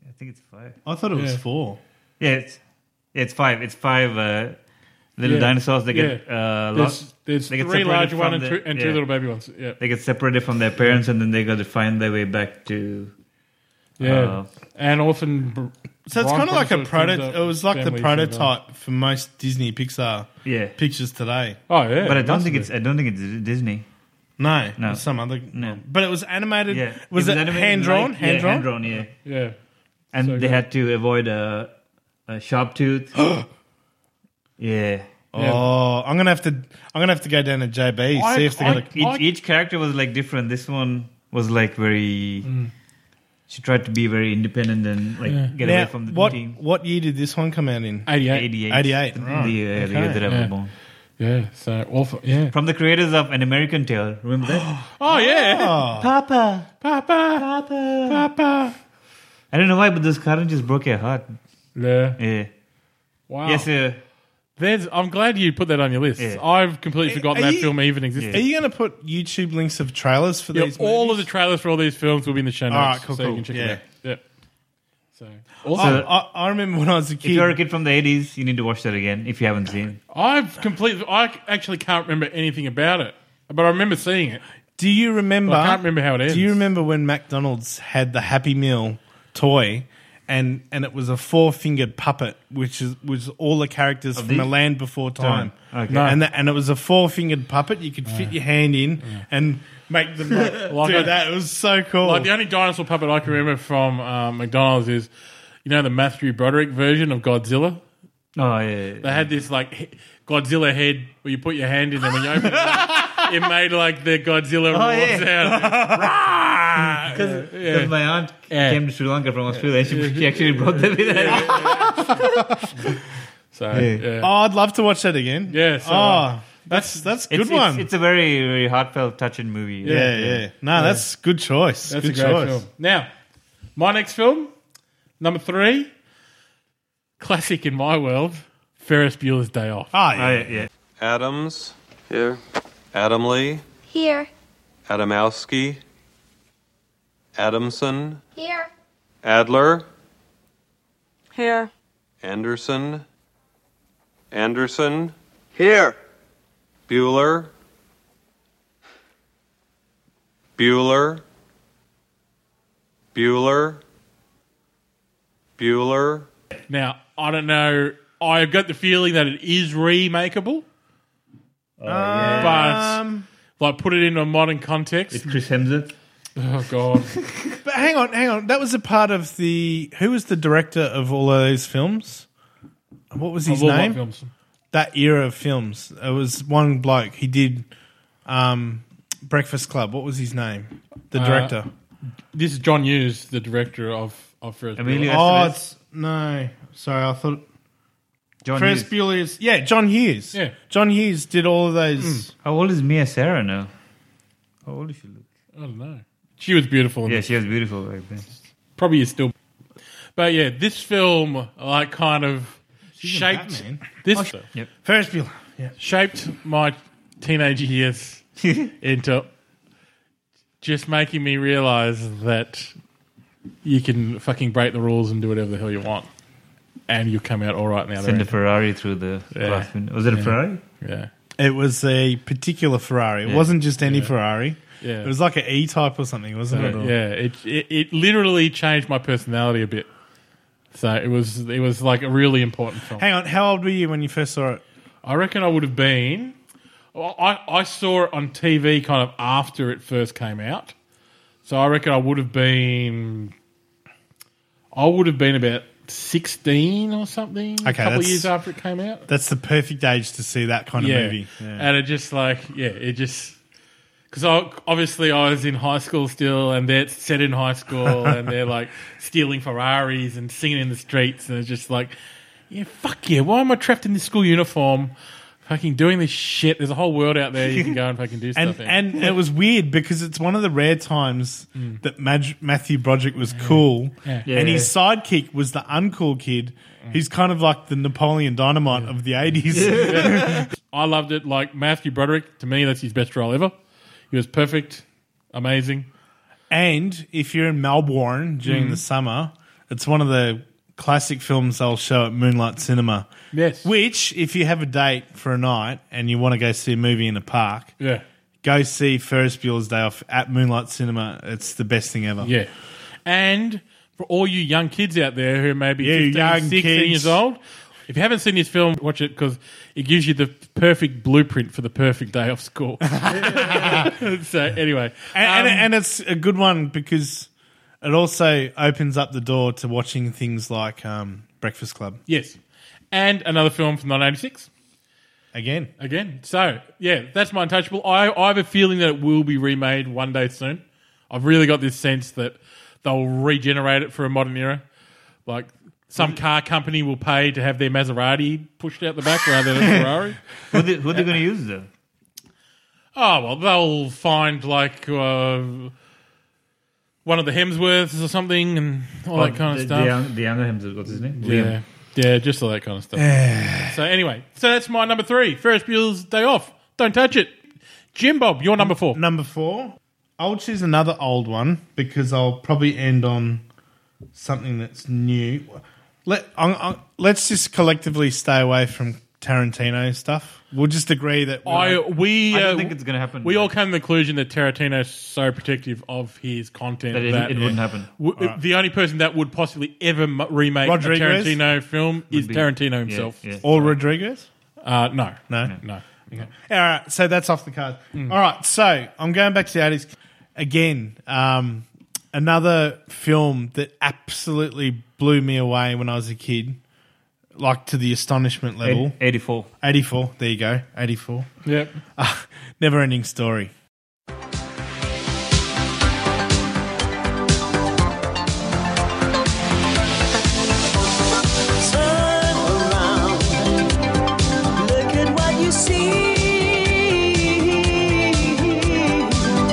Speaker 4: I think it's five.
Speaker 5: I thought it was Yeah. four.
Speaker 4: Yeah, it's yeah, it's five. It's five uh, little
Speaker 3: Yeah.
Speaker 4: dinosaurs. They get
Speaker 3: Yeah.
Speaker 4: uh,
Speaker 3: There's-
Speaker 4: lost.
Speaker 3: there's
Speaker 4: they get
Speaker 3: three large
Speaker 4: separated
Speaker 3: one
Speaker 4: from
Speaker 3: and two- and two little baby ones, yeah.
Speaker 4: they get separated from their parents, and then they got to find their way back to.
Speaker 3: Yeah,
Speaker 4: uh,
Speaker 3: and often. br-
Speaker 5: So it's
Speaker 3: Brian
Speaker 5: kind of like a
Speaker 3: Cranston turns
Speaker 5: prototype.
Speaker 3: up
Speaker 5: It was like the
Speaker 3: family from the-
Speaker 5: prototype for most Disney Pixar
Speaker 4: Yeah.
Speaker 5: pictures today.
Speaker 3: Oh,
Speaker 4: but I don't think it's. I don't think it's Disney.
Speaker 5: No, no. some other. No. But it was animated.
Speaker 4: Yeah.
Speaker 5: Was it,
Speaker 4: animated
Speaker 5: hand drawn?
Speaker 4: like-
Speaker 5: hand
Speaker 4: yeah,
Speaker 5: drawn?
Speaker 4: Hand drawn, yeah.
Speaker 3: Yeah.
Speaker 4: And
Speaker 5: So
Speaker 4: they
Speaker 5: good.
Speaker 4: had to avoid a, a sharp tooth. yeah.
Speaker 5: Oh, I'm gonna have to. I'm gonna have to go down to JB see if they got
Speaker 4: Like,
Speaker 5: a.
Speaker 4: each, each character was like different. This one was like very.
Speaker 5: Mm.
Speaker 4: She tried to be very independent and like
Speaker 5: Yeah.
Speaker 4: get
Speaker 5: Now,
Speaker 4: away from the
Speaker 5: what,
Speaker 4: team.
Speaker 5: What year did this one come out in?
Speaker 3: 88.
Speaker 4: 88.
Speaker 5: 88.
Speaker 4: The-
Speaker 5: Right.
Speaker 4: the year- the year that I was
Speaker 3: yeah.
Speaker 4: born.
Speaker 3: Yeah, so awful. Yeah.
Speaker 4: From the creators of An American Tale, remember that?
Speaker 3: Oh, yeah.
Speaker 4: Papa,
Speaker 3: Papa,
Speaker 4: Papa,
Speaker 3: Papa.
Speaker 4: I don't know why, but this cartoon just broke your heart.
Speaker 3: Yeah.
Speaker 4: Yeah.
Speaker 3: Wow.
Speaker 4: Yes,
Speaker 5: Oh.
Speaker 4: uh, sir.
Speaker 3: There's, I'm glad you put that on your list.
Speaker 4: Yeah.
Speaker 3: I've completely forgotten
Speaker 5: Are
Speaker 3: that
Speaker 5: you-
Speaker 3: film even existed.
Speaker 5: Are you going to put YouTube links of trailers for
Speaker 3: Yeah,
Speaker 5: these?
Speaker 3: all of the trailers for all these films will be in the show notes.
Speaker 5: All right, cool,
Speaker 3: so you
Speaker 5: cool.
Speaker 3: can check
Speaker 5: Yeah. Oh,
Speaker 3: it out. Yeah. So,
Speaker 5: I,
Speaker 3: also,
Speaker 5: I, I remember when I was a
Speaker 4: If you're a
Speaker 5: kid.
Speaker 4: kid from the 80s, you need to watch that again if you haven't seen.
Speaker 5: Oh,
Speaker 3: I've completely, I actually can't remember anything about it, but I remember seeing it.
Speaker 5: Do you remember?
Speaker 3: I can't remember how it ends.
Speaker 5: Do you remember when McDonald's had the Happy Meal toy, and and it was a four fingered puppet, which is was all the characters from
Speaker 4: the-
Speaker 5: the Land Before Time.
Speaker 4: Time. Okay.
Speaker 5: And the, and it was a four fingered puppet. You could fit your hand in and make them like,
Speaker 3: Like
Speaker 5: do
Speaker 3: a-
Speaker 5: that. It was so cool.
Speaker 3: Like the only dinosaur puppet I can remember from um, McDonald's is, you know, the Matthew Broderick version of Godzilla.
Speaker 4: Oh, yeah.
Speaker 3: They had this like he- Godzilla head where you put your hand in and when you open it, up, it made like the Godzilla
Speaker 4: Oh,
Speaker 3: roar sound.
Speaker 4: Because
Speaker 3: Yeah.
Speaker 4: my aunt
Speaker 3: Yeah.
Speaker 4: came to Sri Lanka from Australia and she, she actually brought that with her.
Speaker 3: So
Speaker 4: Yeah.
Speaker 3: yeah.
Speaker 5: oh, I'd love to watch that again.
Speaker 3: Yeah, so, uh,
Speaker 5: oh, that's that's a good
Speaker 4: It's,
Speaker 5: one.
Speaker 4: it's, it's a very, very heartfelt, touching movie.
Speaker 5: Yeah, yeah. No, that's good choice.
Speaker 3: That's
Speaker 5: good
Speaker 3: a great
Speaker 5: choice.
Speaker 3: film. Now, my next film, number three, classic in my world, Ferris Bueller's Day Off.
Speaker 5: Ah,
Speaker 4: yeah.
Speaker 2: Adams. Here. Adam Lee.
Speaker 19: Here.
Speaker 2: Adamowski. Adamson.
Speaker 19: Here.
Speaker 2: Adler.
Speaker 22: Here.
Speaker 2: Anderson. Anderson. Here. Bueller. Bueller. Bueller. Bueller.
Speaker 3: Now, I don't know. I've got the feeling that it is remakeable.
Speaker 5: Oh,
Speaker 3: But, like, put it into a modern context.
Speaker 4: It's Chris Hemsworth.
Speaker 3: Oh, God.
Speaker 5: But hang on, hang on. That was a part of the. Who was the director of all of those films? What was his
Speaker 3: Of all my
Speaker 5: name?
Speaker 3: films.
Speaker 5: That era of films. It was one bloke. He did um, Breakfast Club. What was his name? The
Speaker 3: Uh,
Speaker 5: director.
Speaker 3: This is John Hughes, the director of, of Ferris
Speaker 4: Emilio
Speaker 3: Bueller.
Speaker 5: oh,
Speaker 4: Estevez.
Speaker 5: it's no. Sorry, I thought
Speaker 4: John
Speaker 5: Ferris
Speaker 4: Hughes.
Speaker 5: Bueller is yeah. John Hughes.
Speaker 3: Yeah. Mm.
Speaker 5: John Hughes did all of those.
Speaker 4: How old is Mia Sarah now? How old is she look?
Speaker 3: I don't know. She was beautiful. in
Speaker 4: Yeah,
Speaker 3: this.
Speaker 4: she was beautiful back then.
Speaker 3: probably is still. But yeah, this film like kind of shaped
Speaker 5: Batman.
Speaker 3: this
Speaker 4: Yep.
Speaker 5: Ferris Bueller. Yeah.
Speaker 3: shaped my teenage years into just making me realize that you can fucking break the rules and do whatever the hell you want, and you come out all right now.
Speaker 4: Send a Ferrari through the glass window. Was it a
Speaker 3: Yeah.
Speaker 4: Ferrari?
Speaker 3: Yeah,
Speaker 5: It was a particular Ferrari. It
Speaker 4: Yeah.
Speaker 5: wasn't just any Ferrari.
Speaker 3: Yeah.
Speaker 5: It was like an E type or something, wasn't it?
Speaker 3: yeah.
Speaker 5: Or-
Speaker 3: It, it it literally changed my personality a bit. So it was it was like a really important film.
Speaker 5: Hang on, how old were you when you first saw it?
Speaker 3: I reckon I would have been. I, I saw it on TV kind of after it first came out. So I reckon I would have been. I would have been about 16 or something.
Speaker 5: Okay,
Speaker 3: a couple of
Speaker 5: that's-
Speaker 3: years after it came out.
Speaker 5: That's the perfect age to see that kind of
Speaker 3: yeah.
Speaker 5: movie.
Speaker 3: And it just like, yeah, it just. Because I, obviously I was in high school still, and they're set in high school, and they're like stealing Ferraris and singing in the streets, and it's just like, yeah, fuck yeah, why am I trapped in this school uniform, fucking doing this shit? There's a whole world out there you can go and fucking do
Speaker 5: And
Speaker 3: stuff in.
Speaker 5: and it was weird because it's one of the rare times that Maj- Matthew Broderick was cool,
Speaker 3: Mm. Yeah. Mm.
Speaker 4: Yeah.
Speaker 5: and his sidekick was the uncool kid, who's kind of like the Napoleon Dynamite of the eighties.
Speaker 3: I loved it. Like Matthew Broderick, to me, that's his best role ever. He was perfect, amazing.
Speaker 5: and if you're in Melbourne during
Speaker 3: Mm.
Speaker 5: the summer, it's one of the classic films they'll show at Moonlight Cinema.
Speaker 3: Yes.
Speaker 5: Which, if you have a date for a night and you want to go see a movie in a park,
Speaker 3: Yeah.
Speaker 5: go see Ferris Bueller's Day Off at Moonlight Cinema. It's the best thing ever.
Speaker 3: Yeah. And for all you young kids out there who may be
Speaker 5: Yeah,
Speaker 3: 15,
Speaker 5: young
Speaker 3: 16
Speaker 5: kids.
Speaker 3: years old, If you haven't seen this film, watch it because it gives you the perfect blueprint for the perfect day off school. so anyway,
Speaker 5: and,
Speaker 3: um,
Speaker 5: and, and it's a good one because it also opens up the door to watching things like um, Breakfast Club.
Speaker 3: yes, and another film from 1986.
Speaker 5: Again,
Speaker 3: again. So yeah, that's my untouchable. I, I have a feeling that it will be remade one day soon. I've really got this sense that they'll regenerate it for a modern era. Like some car company will pay to have their Maserati pushed out the back rather than a Ferrari.
Speaker 4: who they, who they going to use though?
Speaker 3: Oh well, they'll find like uh, one of the Hemsworths or something, and all
Speaker 4: Oh,
Speaker 3: that kind
Speaker 4: the,
Speaker 3: of stuff.
Speaker 4: The, young- the younger Hemsworth, what's his name?
Speaker 3: Yeah. Yeah, just all that kind of stuff. so anyway, so that's my number three. Ferris Bueller's Day Off. Don't touch it. Jim Bob, you're number four.
Speaker 5: Number four. I'll choose another old one because I'll probably end on something that's new. Let i i let's just collectively stay away from Tarantino stuff. We'll just agree that we're
Speaker 3: I
Speaker 5: like-
Speaker 3: we
Speaker 4: I don't
Speaker 3: uh,
Speaker 4: think it's gonna happen.
Speaker 3: We all came to the conclusion that Tarantino's so protective of his content
Speaker 4: That
Speaker 3: that
Speaker 4: it- it wouldn't happen.
Speaker 3: W-
Speaker 4: Alright.
Speaker 3: The only person that would possibly ever m- remake
Speaker 5: Rodriguez?
Speaker 3: a Tarantino film is
Speaker 5: be-
Speaker 3: Tarantino himself.
Speaker 5: yeah. Or Rodriguez?
Speaker 3: Uh, no,
Speaker 5: no,
Speaker 3: no.
Speaker 5: Okay. All right, so that's off the card.
Speaker 3: Mm.
Speaker 5: All right, so I'm going back to the 80s again. Um, another film that absolutely blew me away when I was a kid, like to the astonishment level.
Speaker 4: Eight- 84.
Speaker 5: 84, there you go, 84.
Speaker 3: Yep.
Speaker 5: Uh, never ending story.
Speaker 6: Turn around. Look at what you see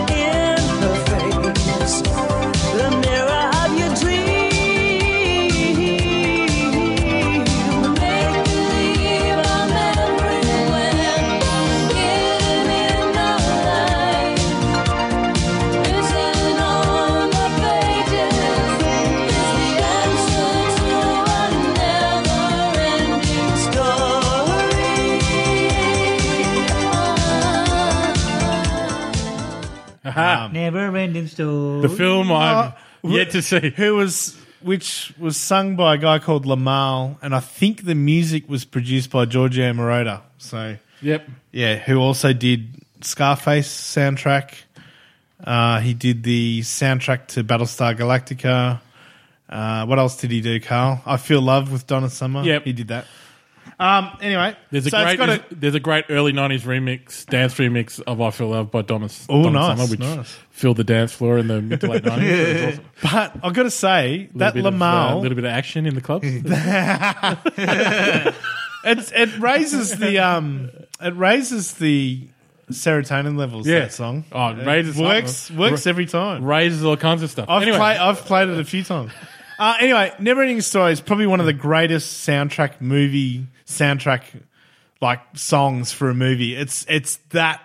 Speaker 6: in her face. The mirror of your dream. Make believe a memory when in the light. Written on the pages is the answer to a never-ending
Speaker 3: Aha.
Speaker 4: Never ending story.
Speaker 5: The film
Speaker 3: I've
Speaker 5: yet
Speaker 3: to see.
Speaker 5: Who was which was sung by a guy called Lamal, and I think the music was produced by Giorgio Moroder. So
Speaker 3: Yep.
Speaker 5: yeah, who also did Scarface soundtrack. Uh, he did the soundtrack to Battlestar Galactica. Uh, what else did he do, Carl? I Feel Love with Donna Summer.
Speaker 3: Yep.
Speaker 5: He did that. Um, anyway,
Speaker 3: There's a
Speaker 5: so it's
Speaker 3: great
Speaker 5: got
Speaker 3: there's, there's a great early '90s remix dance remix of "I Feel Love" by Donna,
Speaker 5: Oh,
Speaker 3: Donna
Speaker 5: nice,
Speaker 3: Summer, which
Speaker 5: nice.
Speaker 3: filled the dance floor in the mid to late '90s. It was awesome.
Speaker 5: But I've got to say that
Speaker 3: Little bit of, uh,
Speaker 5: Lamal,
Speaker 3: little bit of action in the club.
Speaker 5: it's, it raises the um, it raises the serotonin levels.
Speaker 3: Yeah.
Speaker 5: that song.
Speaker 3: Oh, it raises
Speaker 5: works
Speaker 3: something.
Speaker 5: works
Speaker 3: Ra-
Speaker 5: every time.
Speaker 3: Raises all kinds of stuff.
Speaker 5: I've
Speaker 3: Anyway.
Speaker 5: played I've played it a few times. Uh, anyway, Neverending Story is probably one of the greatest soundtrack movie soundtrack like songs for a movie. It's it's that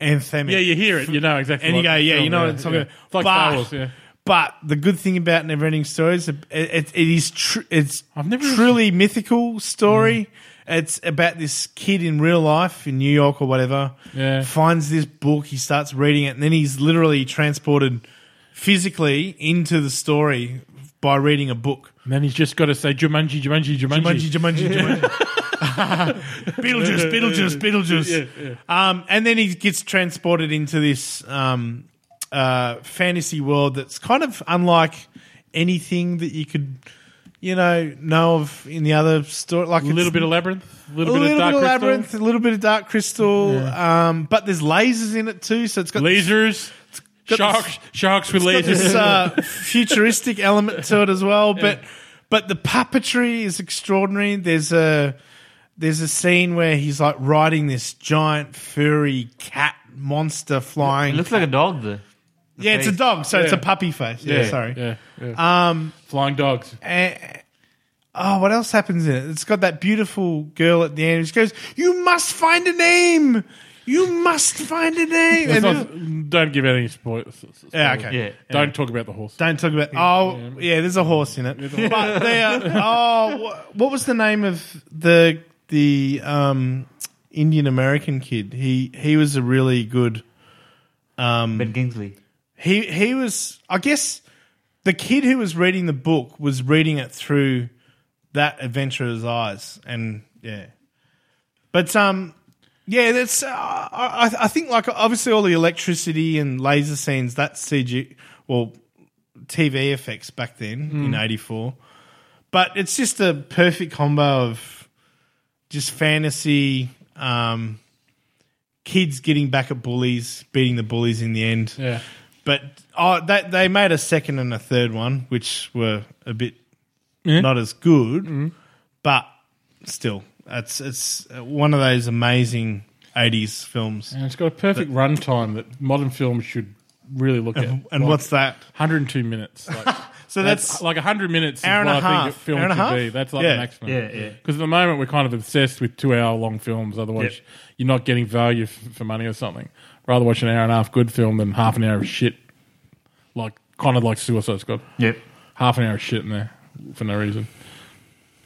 Speaker 5: anthemic.
Speaker 3: Yeah, you hear it, you know exactly
Speaker 5: And you
Speaker 3: what
Speaker 5: go, yeah,
Speaker 3: film,
Speaker 5: you know
Speaker 3: yeah,
Speaker 5: what it's talking
Speaker 3: yeah.
Speaker 5: about.
Speaker 3: It's like Star Wars, yeah.
Speaker 5: But the good thing about Neverending Story is it, it, it is tr- it's truly mythical story.
Speaker 3: Mm.
Speaker 5: It's about this kid in real life in New York or whatever.
Speaker 3: Yeah.
Speaker 5: Finds this book, he starts reading it, and then he's literally transported physically into the story by reading a book.
Speaker 3: And then he's just got to say Jumanji, Jumanji, Jumanji,
Speaker 5: Jumanji, Jumanji, Jumanji. Beetlejuice, Beetlejuice, Beetlejuice.
Speaker 3: Yeah,
Speaker 5: Um, and then he gets transported into this um, uh, fantasy world that's kind of unlike anything that you could, you know, know of in the other story. Like
Speaker 3: A little
Speaker 5: it's-
Speaker 3: bit of labyrinth, a
Speaker 5: a
Speaker 3: little, bit of dark crystal.
Speaker 5: labyrinth, a little bit of dark crystal. Um, but there's lasers in it too, so it's got
Speaker 3: lasers, sharks, sharks with lasers.
Speaker 5: This, uh, futuristic element to it as well, but but the puppetry is extraordinary. There's a there's a scene where he's like riding this giant furry cat monster flying.
Speaker 4: It looks like a dog though.
Speaker 5: yeah, it's a dog, so it's a
Speaker 3: Yeah.
Speaker 5: puppy face. Yeah,
Speaker 3: Yeah,
Speaker 5: sorry.
Speaker 3: yeah,
Speaker 5: Um,
Speaker 3: Flying dogs.
Speaker 5: and, Eh, oh, what else happens in it? It's got that beautiful girl at the end. She goes, "You must find a name. You must find a name."
Speaker 3: Let's
Speaker 5: And
Speaker 3: not- don't give out any spoilers.
Speaker 5: Yeah, okay. Yeah.
Speaker 3: Don't talk about the horse.
Speaker 5: Don't talk about. Oh, yeah. There's a horse in it. But they are. Oh, wh- what was the name of the the um, Indian American kid? He he was a really good. Um, ben
Speaker 4: Kingsley.
Speaker 5: He he was. I guess the kid who was reading the book was reading it through that adventurer's eyes, and yeah. But um, yeah, that's. Uh, I, I think like obviously all the electricity and laser scenes that's CG, well, TV effects back then in
Speaker 3: Mm.
Speaker 5: '84. But it's just a perfect combo of just fantasy, um, kids getting back at bullies, beating the bullies in the end.
Speaker 3: Yeah.
Speaker 5: But oh, they, they made a second and a third one, which were a bit
Speaker 3: Yeah. Mm.
Speaker 5: not as good, but still, it's it's uh, one of those amazing '80s films.
Speaker 3: And it's got a perfect runtime that modern films should really look
Speaker 5: And-
Speaker 3: at.
Speaker 5: and what's that?
Speaker 3: 102 minutes. Like,
Speaker 5: So that's-
Speaker 3: like 100 minutes.
Speaker 5: Hour
Speaker 3: is
Speaker 5: and
Speaker 3: what
Speaker 5: a
Speaker 3: I think
Speaker 5: half,
Speaker 3: a film
Speaker 5: hour and a
Speaker 3: should
Speaker 5: half?
Speaker 3: be. That's like
Speaker 5: Yeah.
Speaker 3: the maximum.
Speaker 5: Yeah, yeah.
Speaker 3: Because at the moment we're kind of obsessed with two-hour-long films. Otherwise,
Speaker 5: Yep.
Speaker 3: you're not getting value f- for money or something. Rather watch an hour and a half good film than half an hour of shit. Like kind of like Suicide Squad.
Speaker 4: Yep.
Speaker 3: Half an hour of shit in there for no reason.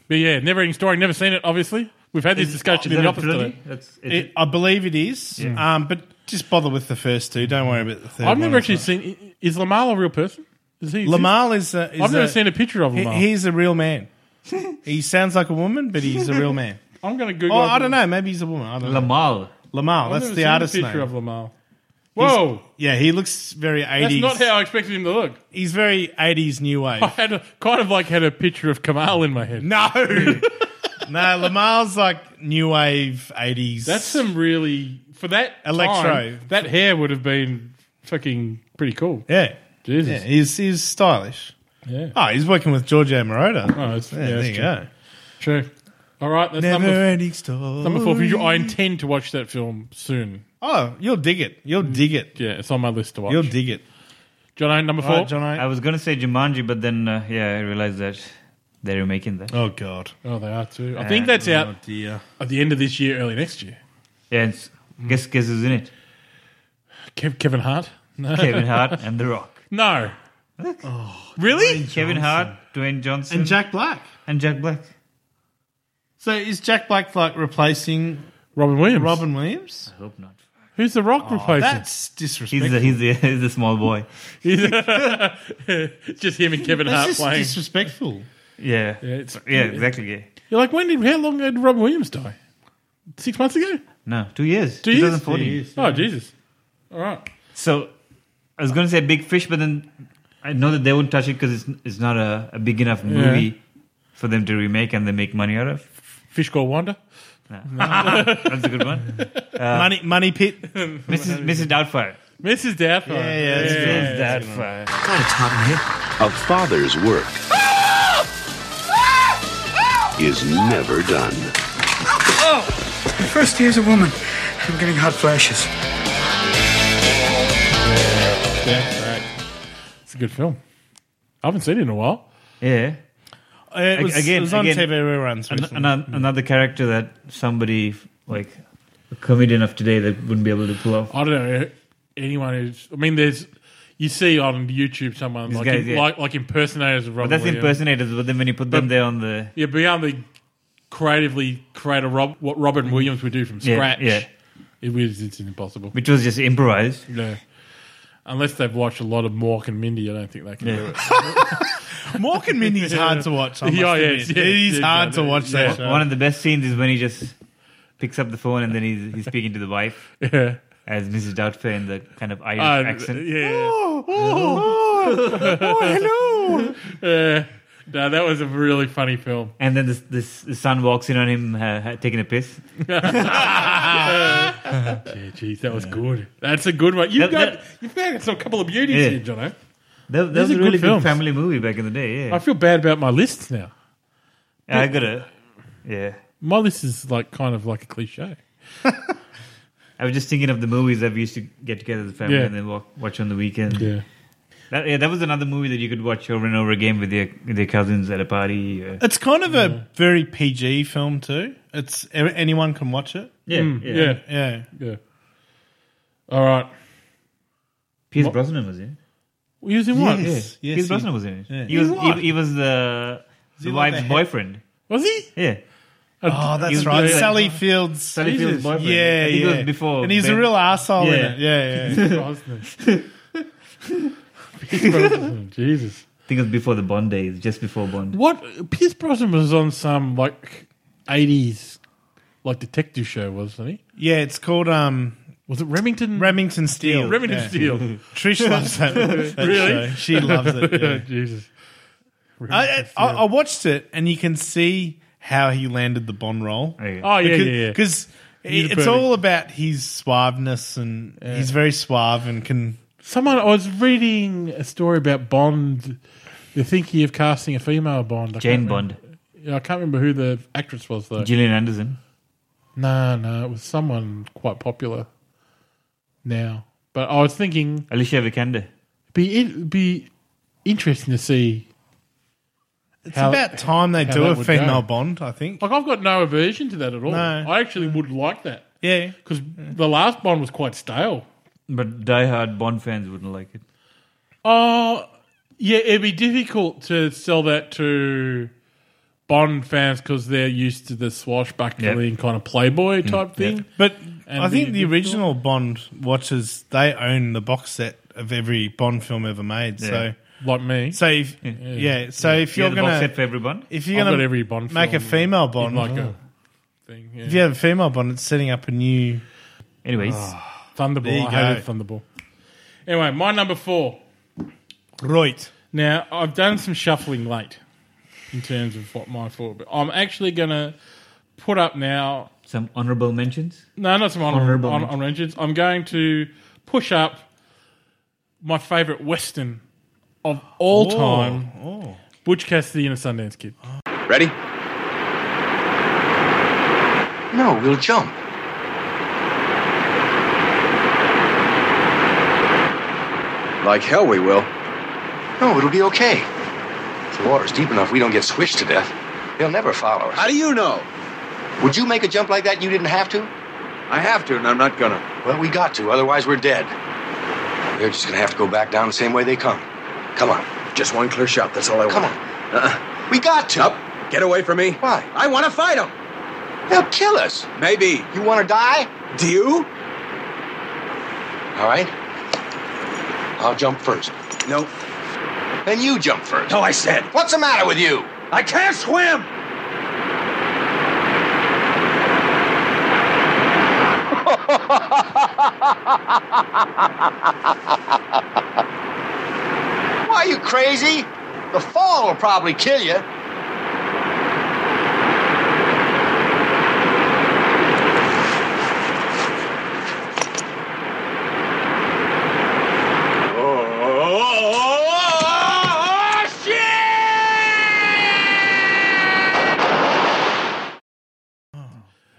Speaker 3: But yeah, never-ending story. Never seen it. Obviously, we've had this
Speaker 5: Is-
Speaker 4: Oh,
Speaker 3: discussion
Speaker 5: is
Speaker 3: in
Speaker 5: that
Speaker 3: the
Speaker 5: a
Speaker 3: office
Speaker 5: trilogy?
Speaker 3: today.
Speaker 4: That's,
Speaker 5: It- I believe it is,
Speaker 3: Yeah.
Speaker 5: um, but just bother with the first two. Don't worry about the third.
Speaker 3: I've never
Speaker 5: one.
Speaker 3: actually seen. i- Is Lamal a real person? Is he?
Speaker 5: Lamal is. A, is
Speaker 3: I've never
Speaker 5: a-
Speaker 3: seen a picture of
Speaker 5: he-
Speaker 3: Lamal.
Speaker 5: he's a real man. he sounds like a woman, but he's a real man.
Speaker 3: I'm going to
Speaker 5: Oh,
Speaker 3: Google.
Speaker 5: I don't know. Maybe he's a woman. I don't
Speaker 4: Lamal.
Speaker 5: know. Lamal.
Speaker 3: I've
Speaker 5: That's
Speaker 3: never
Speaker 5: the
Speaker 3: seen a
Speaker 5: artist
Speaker 3: picture
Speaker 5: name.
Speaker 3: of Lamal.
Speaker 5: He's-
Speaker 3: Whoa.
Speaker 5: yeah, he looks very
Speaker 3: That's
Speaker 5: eighties.
Speaker 3: not how I expected him to look.
Speaker 5: He's very 80s new wave.
Speaker 3: I had a, kind of like had a picture of Kamal in my head.
Speaker 5: No, no, Lamar's like new wave 80s.
Speaker 3: that's some really for that
Speaker 5: Electro.
Speaker 3: time, that hair would have been fucking pretty cool.
Speaker 5: yeah,
Speaker 3: Jesus.
Speaker 5: yeah. He's he's stylish.
Speaker 3: Yeah.
Speaker 5: Oh, he's working with Giorgio Moroder.
Speaker 3: Oh, it's,
Speaker 5: yeah,
Speaker 3: yeah,
Speaker 5: there
Speaker 3: it's
Speaker 5: you
Speaker 3: true.
Speaker 5: go.
Speaker 3: True. All right, that's
Speaker 5: Never
Speaker 3: number
Speaker 5: ending story.
Speaker 3: Number four for you. I intend to watch that film soon.
Speaker 5: Oh, you'll dig it. You'll dig it.
Speaker 3: Yeah, it's on my list to Mm. watch.
Speaker 5: You'll dig it.
Speaker 3: John, number four.
Speaker 4: Right, I was going to say Jumanji, but then, uh, yeah, I realized that they're remaking that.
Speaker 5: Oh, God.
Speaker 3: Oh, they are too. I
Speaker 4: Uh,
Speaker 5: Ah,
Speaker 3: think that's out
Speaker 4: oh,
Speaker 5: dear.
Speaker 3: at the end of this year, early next year.
Speaker 4: Yeah, it's, guess, guess who's in it?
Speaker 3: Kev- Kevin Hart. No.
Speaker 4: Kevin Hart and The Rock.
Speaker 3: No.
Speaker 5: Oh,
Speaker 3: really?
Speaker 4: Kevin Hart, Dwayne Johnson.
Speaker 5: And Jack Black.
Speaker 4: And Jack Black.
Speaker 5: So is Jack Black like replacing
Speaker 3: Robin Williams.
Speaker 5: Robin Williams?
Speaker 4: I hope not.
Speaker 3: Who's the
Speaker 4: Oh,
Speaker 3: Rock replacing?
Speaker 5: That's
Speaker 4: He's
Speaker 5: disrespectful.
Speaker 4: the, he's, the, he's the small boy.
Speaker 3: It's just him and Kevin
Speaker 5: That's
Speaker 3: Hart
Speaker 5: just
Speaker 3: playing.
Speaker 5: disrespectful.
Speaker 4: Yeah. Yeah,
Speaker 3: it's-
Speaker 4: exactly. Yeah.
Speaker 3: You're like, when did how long ago did Robin Williams die? Six months ago.
Speaker 4: No, two years.
Speaker 3: Two years?
Speaker 4: 2014.
Speaker 3: Oh Jesus! All right.
Speaker 4: So I was going to say Big Fish, but then I know that they won't touch it because it's, it's not a, a big enough movie for them to remake and they make money out of.
Speaker 3: Fish called Wanda.
Speaker 4: No. That's a good one. Uh,
Speaker 5: money, money pit.
Speaker 4: Mrs. Mrs. Doubtfire.
Speaker 3: Mrs. Doubtfire.
Speaker 5: Yeah, yeah, that's good.
Speaker 4: Mrs. Doubtfire.
Speaker 1: God, it's hot in here. A father's work is never done.
Speaker 9: Oh! First here's a woman. I'm getting hot flashes.
Speaker 5: Yeah, right.
Speaker 3: It's a good film. I haven't seen it in a while.
Speaker 4: Yeah.
Speaker 5: It was, again, it was on
Speaker 4: again,
Speaker 5: TV reruns.
Speaker 4: An-
Speaker 5: recently.
Speaker 4: ano- another character that somebody like a comedian of today that wouldn't be able to pull off.
Speaker 3: I don't know uh, anyone who's. I mean, there's. You see on YouTube someone
Speaker 4: These
Speaker 3: like,
Speaker 4: guys, yeah.
Speaker 3: like like impersonators of
Speaker 4: But
Speaker 3: Robin
Speaker 4: that's
Speaker 3: Williams.
Speaker 4: impersonators, but then when you put them
Speaker 3: But-
Speaker 4: there on the
Speaker 3: Yeah, beyond the creatively create a Rob, what Robin Williams would do from
Speaker 4: Mm-hmm. Yeah,
Speaker 3: scratch.
Speaker 4: yeah.
Speaker 3: It was it's impossible.
Speaker 4: which was just improvised.
Speaker 3: Yeah. Unless they've watched a lot of Mork and Mindy, I don't think they can do it.
Speaker 5: Mork and Mindy's hard to watch. I must
Speaker 3: Yeah, yeah,
Speaker 5: admit.
Speaker 3: yeah,
Speaker 5: it is
Speaker 3: yeah,
Speaker 5: hard
Speaker 3: yeah,
Speaker 5: to watch that.
Speaker 4: One of the best scenes is when he just picks up the phone and then he's, he's speaking to the wife
Speaker 3: Yeah.
Speaker 4: as Mrs. Doubtfire in the kind of Irish
Speaker 3: Uh,
Speaker 4: accent.
Speaker 3: yeah, yeah.
Speaker 5: Oh, oh, oh, hello.
Speaker 3: Uh, no, that was a really funny film.
Speaker 4: And then this, this the son walks in on him uh, taking a piss.
Speaker 3: Yeah, geez, that was good. That's a good one. You've
Speaker 4: That-
Speaker 3: got you've got some couple of beauties
Speaker 4: Yeah.
Speaker 3: here, Jono.
Speaker 4: That, that
Speaker 3: These
Speaker 4: was
Speaker 3: are
Speaker 4: a
Speaker 3: good
Speaker 4: really good
Speaker 3: films.
Speaker 4: family movie back in the day. Yeah,
Speaker 3: I feel bad about my lists now.
Speaker 4: Yeah, I got a yeah.
Speaker 3: My list is like kind of like a cliche.
Speaker 4: I was just thinking of the movies that we used to get together as a family
Speaker 3: Yeah.
Speaker 4: and then walk, watch on the weekend.
Speaker 3: Yeah.
Speaker 4: That, yeah, that was another movie that you could watch over and over again with your with your cousins at a party. Or,
Speaker 5: It's kind of a very PG film too. It's e- anyone can watch it.
Speaker 4: yeah,
Speaker 3: Mm,
Speaker 4: yeah,
Speaker 3: yeah.
Speaker 5: Yeah,
Speaker 3: Yeah. All right.
Speaker 4: Pierce Brosnan was in. it.
Speaker 3: Well, he was in what?
Speaker 5: Yes, yes,
Speaker 4: Pierce
Speaker 5: he-
Speaker 4: Brosnan was in it.
Speaker 5: yeah.
Speaker 4: He was
Speaker 3: In what?
Speaker 4: he, he was the
Speaker 5: he
Speaker 4: the
Speaker 5: like
Speaker 4: wife's
Speaker 5: the head-
Speaker 4: boyfriend.
Speaker 3: Was he?
Speaker 4: Yeah,
Speaker 5: Oh,
Speaker 4: He
Speaker 5: that's
Speaker 4: was
Speaker 5: right.
Speaker 4: doing that.
Speaker 5: Sally Fields.
Speaker 4: Sally Field's
Speaker 5: Jesus.
Speaker 4: boyfriend.
Speaker 5: Yeah,
Speaker 4: I think it
Speaker 5: yeah.
Speaker 4: was before
Speaker 5: and he's a
Speaker 4: Ben-
Speaker 5: real asshole in
Speaker 4: Yeah.
Speaker 5: it. Yeah, yeah.
Speaker 3: Brosnan. Pierce Brosnan. Jesus.
Speaker 4: I think it was before the Bond days, just before Bond.
Speaker 3: What Pierce Brosnan was on some like eighties like detective show, wasn't he?
Speaker 5: Yeah, it's called um
Speaker 3: was it Remington
Speaker 5: Remington Steel.
Speaker 3: Remington
Speaker 5: yeah.
Speaker 3: Steel.
Speaker 5: Trish loves that, that
Speaker 3: really?
Speaker 5: show. She loves it. yeah.
Speaker 3: Jesus.
Speaker 5: I, I, I watched it, and you can see how he landed the Bond role.
Speaker 3: Oh, yeah, yeah, yeah.
Speaker 5: Because
Speaker 3: He's
Speaker 5: it's
Speaker 3: perfect.
Speaker 5: all about his suaveness, and he's very suave and can.
Speaker 3: Someone I was reading a story about Bond, the thinking of casting a female Bond. I
Speaker 4: Jane
Speaker 3: can't remember- Yeah, I can't remember who the actress was though.
Speaker 4: Gillian Anderson.
Speaker 3: No, no, it was someone quite popular now. But I was thinking
Speaker 4: Alicia Vikander.
Speaker 3: be it be interesting to see.
Speaker 5: It's about time they
Speaker 3: how
Speaker 5: do
Speaker 3: that
Speaker 5: a
Speaker 3: would
Speaker 5: female
Speaker 3: go.
Speaker 5: Bond. I think.
Speaker 3: Like I've got no aversion to that at all.
Speaker 5: No.
Speaker 3: I actually would like that
Speaker 5: Yeah,
Speaker 3: because the last Bond was quite stale.
Speaker 4: But diehard Bond fans wouldn't like it.
Speaker 3: Oh, yeah, it'd be difficult to sell that to Bond fans because they're used to the swashbuckling kind of playboy type thing.
Speaker 5: But
Speaker 3: And
Speaker 5: I think
Speaker 3: the
Speaker 5: the
Speaker 3: original-
Speaker 5: original Bond watchers they own the box set of every Bond film ever made. So
Speaker 3: Like me,
Speaker 5: so if, yeah. so if
Speaker 4: Yeah,
Speaker 5: you're
Speaker 4: the box
Speaker 5: gonna
Speaker 4: set for every Bond?
Speaker 5: if you're
Speaker 3: I've
Speaker 5: gonna
Speaker 3: got every Bond
Speaker 5: make a
Speaker 3: film
Speaker 5: female
Speaker 3: in
Speaker 5: Bond,
Speaker 3: like a thing. Yeah.
Speaker 5: if you have a female Bond, it's setting up a new.
Speaker 4: Anyways,
Speaker 5: Ah. There you
Speaker 3: Thunderball, I
Speaker 5: go.
Speaker 3: hated Thunderball. Anyway, my number four.
Speaker 5: Right.
Speaker 3: Now I've done some shuffling late in terms of what my four, but I'm actually gonna put up now
Speaker 4: some honorable mentions.
Speaker 3: No, not some honorable,
Speaker 4: Honorable
Speaker 3: hon-
Speaker 4: mention.
Speaker 3: honorable mentions. I'm going to push up my favourite Western of all time,
Speaker 5: Oh.
Speaker 3: Butch Cassidy and the Sundance Kid.
Speaker 13: Ready?
Speaker 8: No, we'll jump.
Speaker 13: Like hell we will.
Speaker 8: No, it'll be okay. If the water's deep enough, we don't get swished to death. They'll never follow us.
Speaker 13: How do you know?
Speaker 8: Would you make a jump like that and you didn't have to?
Speaker 13: I have to, and I'm not gonna.
Speaker 8: Well, we got to, otherwise we're dead. They're just gonna have to go back down the same way they come. Come on.
Speaker 13: Just one clear shot, that's all I
Speaker 8: Come
Speaker 13: want. Come on. Uh-uh. We got to. Up. Get away from me. Why? I want to fight him.
Speaker 8: They'll kill us.
Speaker 13: Maybe.
Speaker 8: You wanna die?
Speaker 13: Do you?
Speaker 8: All right. I'll jump first.
Speaker 13: No.
Speaker 8: Then you jump first.
Speaker 13: No, I said.
Speaker 8: What's the matter with you?
Speaker 13: I can't swim.
Speaker 8: Why, are you crazy? The fall will probably kill you.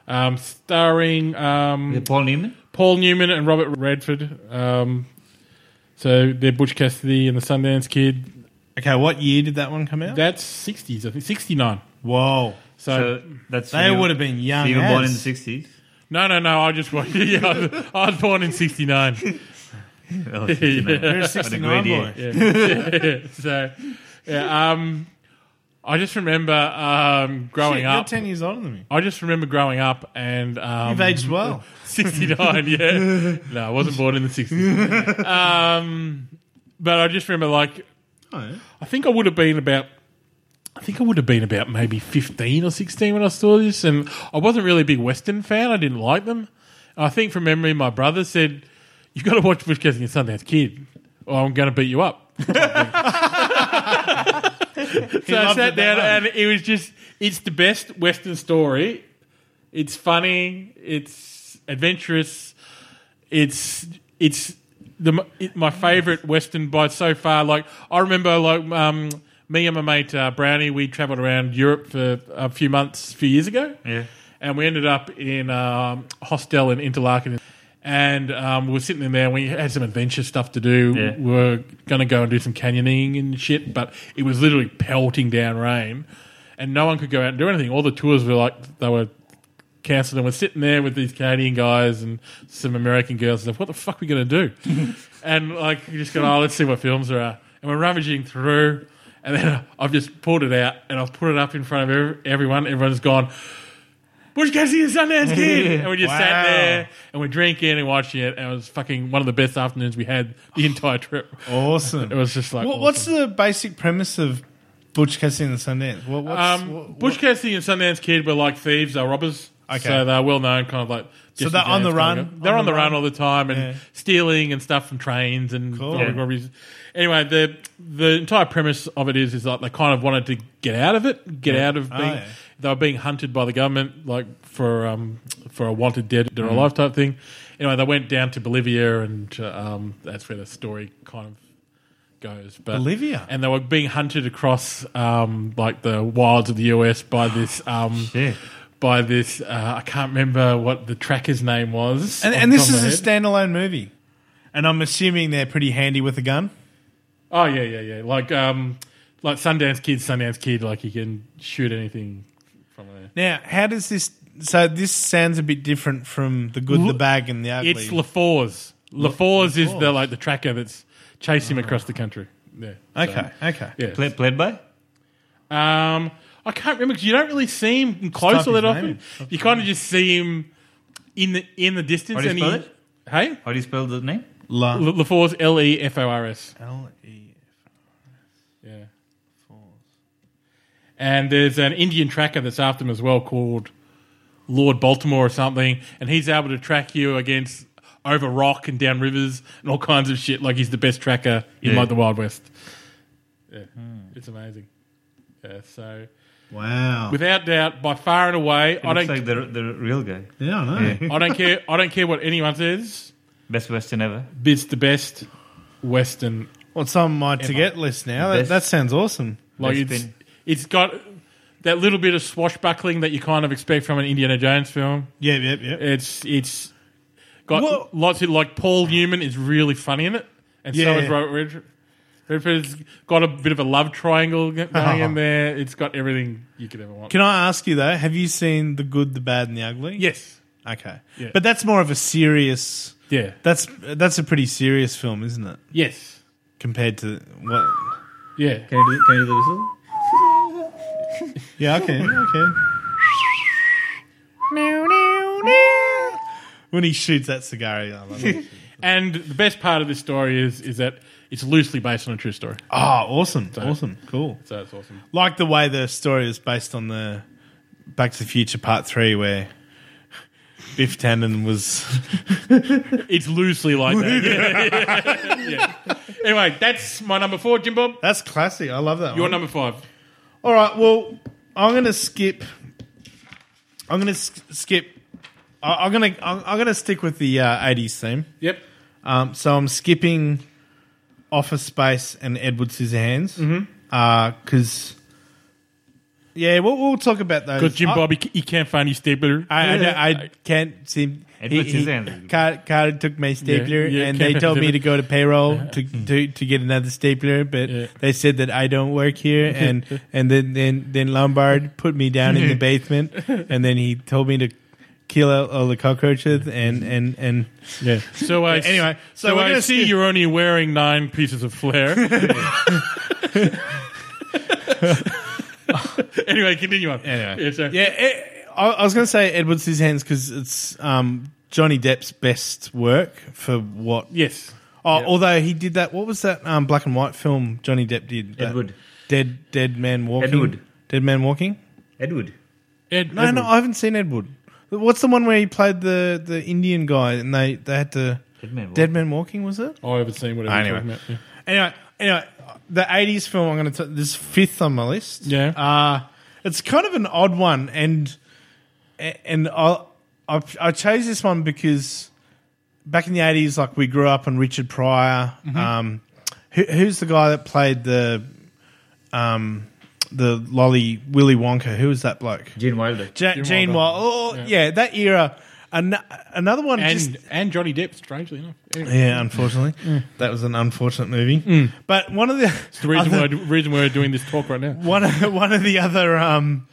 Speaker 3: Um, starring um,
Speaker 5: Mm.
Speaker 4: Paul Newman.
Speaker 3: Paul Newman and Robert Redford. Um, so they're Butch Cassidy and the Sundance Kid.
Speaker 5: Okay, what year did that one come out?
Speaker 3: That's 60s, I think. 69.
Speaker 5: Whoa.
Speaker 3: So,
Speaker 4: So that's
Speaker 5: They
Speaker 4: you-
Speaker 5: would have been young.
Speaker 4: so you were born in the
Speaker 5: as.
Speaker 4: sixties.
Speaker 3: no, no, no. I just wa- yeah, I, was, I was born in 69.
Speaker 4: Oh, 69.
Speaker 3: Yeah. You're a
Speaker 4: What a
Speaker 5: 69
Speaker 4: great year.
Speaker 5: boy.
Speaker 3: yeah. So, yeah, um, I just remember um, growing
Speaker 5: Shit,
Speaker 3: up.
Speaker 5: You're 10 years older than me.
Speaker 3: I just remember growing up and um,
Speaker 5: You've aged well.
Speaker 3: 69, yeah. No, I wasn't born in the 60s. Um, but I just remember, like,
Speaker 5: Oh,
Speaker 3: I think I would have been about, I think I would have been about maybe 15 or 16 when I saw this. And I wasn't really a big Western fan. I didn't like them. I think from memory, my brother said, You've got to watch Bush Cassidy and Sundance Kid, or I'm going to beat you up. so I
Speaker 5: loved
Speaker 3: sat
Speaker 5: it that
Speaker 3: down
Speaker 5: much.
Speaker 3: and it was just, it's the best Western story. It's funny. It's adventurous. It's it's the it, my favorite Western by so far. Like I remember, like um, me and my mate uh, Brownie, we travelled around Europe for a few months, a few years ago.
Speaker 4: Yeah.
Speaker 3: and we ended up in um, hostel in Interlaken. And um, we were sitting in there. We had some adventure stuff to do.
Speaker 4: Yeah.
Speaker 3: We were going to go and do some canyoning and shit, but it was literally pelting down rain, and no one could go out and do anything. All the tours were like they were cancelled and we're sitting there with these Canadian guys and some American girls and stuff. What the fuck are we going to do? and like, you just go, oh, let's see what films there are. And we're rummaging through. And then I've just pulled it out and I've put it up in front of ev- everyone. Everyone's gone, Bush Cassidy and the Sundance Kid. And we just
Speaker 5: Wow.
Speaker 3: sat there and we're drinking and watching it. And it was fucking one of the best afternoons we had the entire trip.
Speaker 5: Awesome.
Speaker 3: It was just like,
Speaker 5: What, what's the basic premise of Butch Cassidy and the Sundance? What, what's,
Speaker 3: um,
Speaker 5: what-
Speaker 3: Bush Cassidy and Sundance Kid were like thieves, they're robbers.
Speaker 5: Okay.
Speaker 3: So they're well known, kind of like.
Speaker 5: So
Speaker 3: Jesse
Speaker 5: they're on
Speaker 3: James
Speaker 5: the
Speaker 3: kind of
Speaker 5: run?
Speaker 3: guy. They're on, the run, all the time and
Speaker 5: Yeah.
Speaker 3: stealing and stuff from trains and
Speaker 5: Cool.
Speaker 3: robbery-
Speaker 5: Yeah.
Speaker 3: robberies. Anyway, the the entire premise of it is is like they kind of wanted to get out of it, get
Speaker 5: Yeah.
Speaker 3: out of
Speaker 5: Oh,
Speaker 3: being.
Speaker 5: yeah.
Speaker 3: They were being hunted by the government, like for um, for a wanted dead or
Speaker 5: Mm.
Speaker 3: alive type thing. Anyway, they went down to Bolivia, and uh, um, that's where the story kind of goes. But
Speaker 5: Bolivia?
Speaker 3: and they were being hunted across um, like the wilds of the US by this um, by this uh, I can't remember what the tracker's name was.
Speaker 5: and,
Speaker 3: off
Speaker 5: and
Speaker 3: the
Speaker 5: this
Speaker 3: top of my
Speaker 5: is a
Speaker 3: head.
Speaker 5: standalone movie. And I'm assuming they're pretty handy with a gun.
Speaker 3: Oh yeah, yeah, yeah. Like um, like Sundance Kid, Sundance Kid. Like he can shoot anything from there.
Speaker 5: Now, how does this. So this sounds a bit different from The Good, the
Speaker 3: L-
Speaker 5: Bag, and the Ugly.
Speaker 3: It's LaFours.
Speaker 5: La-
Speaker 3: LaFours is the
Speaker 5: LaFours. Ah.
Speaker 3: like the tracker that's chased him across the country. Yeah.
Speaker 5: Okay, okay. Play-
Speaker 3: played by. Um, I can't remember 'cause you don't really see him close
Speaker 5: type
Speaker 3: all that
Speaker 5: his
Speaker 3: often.
Speaker 5: name Oh, in.
Speaker 3: You kind of just see him in the in the distance.
Speaker 4: How do you
Speaker 3: and
Speaker 4: spell
Speaker 3: he,
Speaker 4: it?
Speaker 3: Hey,
Speaker 4: How do you spell the name?
Speaker 5: La-
Speaker 3: L- LaFours L E F O R S.
Speaker 5: L E.
Speaker 3: Yeah. And there's an Indian tracker that's after him as well called Lord Baltimore or something. And he's able to track you against over rock and down rivers and all kinds of shit. Like he's the best tracker in
Speaker 5: Yeah.
Speaker 3: like the Wild West. Yeah. It's amazing. Yeah, so.
Speaker 5: Wow.
Speaker 3: Without doubt, by far and away,
Speaker 4: It
Speaker 3: I
Speaker 4: looks
Speaker 3: don't.
Speaker 4: like the, the real guy.
Speaker 5: Yeah, I
Speaker 3: I don't care. I don't care what anyone says.
Speaker 4: Best Western ever.
Speaker 3: It's the best Western
Speaker 5: Well, it's on my to get list now. That,
Speaker 3: Best-
Speaker 5: that sounds awesome.
Speaker 3: Like it's it's got that little bit of swashbuckling that you kind of expect from an Indiana Jones film.
Speaker 5: Yep, yep, yep.
Speaker 3: It's it's got
Speaker 5: Well-
Speaker 3: lots of like Paul Newman is really funny in it, and
Speaker 5: Yeah.
Speaker 3: so is Robert Redford. Redford's got a bit of a love triangle g- going in there. It's got everything you could ever want.
Speaker 5: Can I ask you though? Have you seen the good, the bad, and the ugly?
Speaker 3: Yes.
Speaker 5: Okay.
Speaker 3: Yeah.
Speaker 5: But that's more of a serious.
Speaker 3: Yeah.
Speaker 5: That's that's a pretty serious film, isn't it?
Speaker 3: Yes.
Speaker 5: Compared to what?
Speaker 3: Yeah.
Speaker 4: Can you do, can you do the whistle?
Speaker 5: Yeah. Okay. Okay. When he shoots that cigar, yeah, I love it.
Speaker 3: and the best part of this story is is that it's loosely based on a true story.
Speaker 5: oh, awesome! awesome, cool.
Speaker 3: So it's awesome.
Speaker 5: Like the way the story is based on the Back to the Future Part Three, where Biff Tannen was.
Speaker 3: it's loosely like that. Yeah. Anyway, that's my number four, Jim Bob.
Speaker 5: That's classic. I love that.
Speaker 3: Your
Speaker 5: one.
Speaker 3: number five.
Speaker 5: All right. Well, I'm gonna skip. I'm gonna sk- skip. I- I'm gonna I'm, I'm gonna stick with the uh, '80s theme.
Speaker 3: Yep.
Speaker 5: Um, so I'm skipping Office Space and Edward Scissorhands
Speaker 3: Mhm.
Speaker 5: because. yeah, we'll, we'll talk about those.
Speaker 3: Because Jim
Speaker 5: I-
Speaker 3: Bob, he, he can't find his stapler.
Speaker 5: I, I, I can't seem.
Speaker 3: Edward
Speaker 5: he- he-
Speaker 3: Scissorhands.
Speaker 5: Car- Carter took my stapler,
Speaker 3: yeah,
Speaker 5: and
Speaker 3: can't
Speaker 5: they told me
Speaker 3: remember.
Speaker 5: to go to payroll to, to to get another stapler, but they said that I don't work here, and and then then then Lombard put me down in the basement, and then he told me to kill out all the cockroaches, and and and
Speaker 3: yeah. So I
Speaker 5: anyway, so,
Speaker 3: so,
Speaker 5: we're
Speaker 3: I
Speaker 5: gonna
Speaker 3: see
Speaker 5: skip-
Speaker 3: you're only wearing nine pieces of flair. anyway, continue on. Anyway, yeah, so,
Speaker 5: Yeah, eh, I, I was going to say Edward Scissorhands because it's um, Johnny Depp's best work for what?
Speaker 3: Yes.
Speaker 5: Oh, although he did that. What was that um, black and white film Johnny Depp did? That
Speaker 4: Edward.
Speaker 5: Dead Dead Man Walking.
Speaker 4: Edward.
Speaker 5: Dead Man Walking.
Speaker 4: Edward.
Speaker 3: Ed,
Speaker 5: No, no, I haven't seen Edward. What's the one where he played the, the Indian guy and they, they had to
Speaker 4: Dead Man
Speaker 5: Dead Man Walking was it?
Speaker 3: Oh, I haven't seen whatever
Speaker 5: Anyway.
Speaker 3: you're talking about. Yeah.
Speaker 5: Anyway, anyway, the eighties film I'm going to this is fifth on my list.
Speaker 3: Yeah.
Speaker 5: uh, it's kind of an odd one, and and I I, I chose this one because back in the eighties, like we grew up on Richard Pryor.
Speaker 3: Mm-hmm.
Speaker 10: Mhm.
Speaker 5: Um, who, who's the guy that played the um the lolly Willy Wonka? Who was that bloke?
Speaker 4: Gene Wilder.
Speaker 5: Ja-
Speaker 3: Gene
Speaker 5: Gene Wilder.
Speaker 3: Wilder.
Speaker 5: Oh, yeah.
Speaker 3: Yeah.
Speaker 5: that era. An- another one
Speaker 3: And
Speaker 5: just
Speaker 3: and Johnny Depp, strangely enough. Anyway.
Speaker 5: yeah, unfortunately, that was an unfortunate movie. But one of the,
Speaker 3: Mm. It's the reason,
Speaker 5: other-
Speaker 3: why, reason why we're doing this talk right now.
Speaker 5: one of, one of the other um,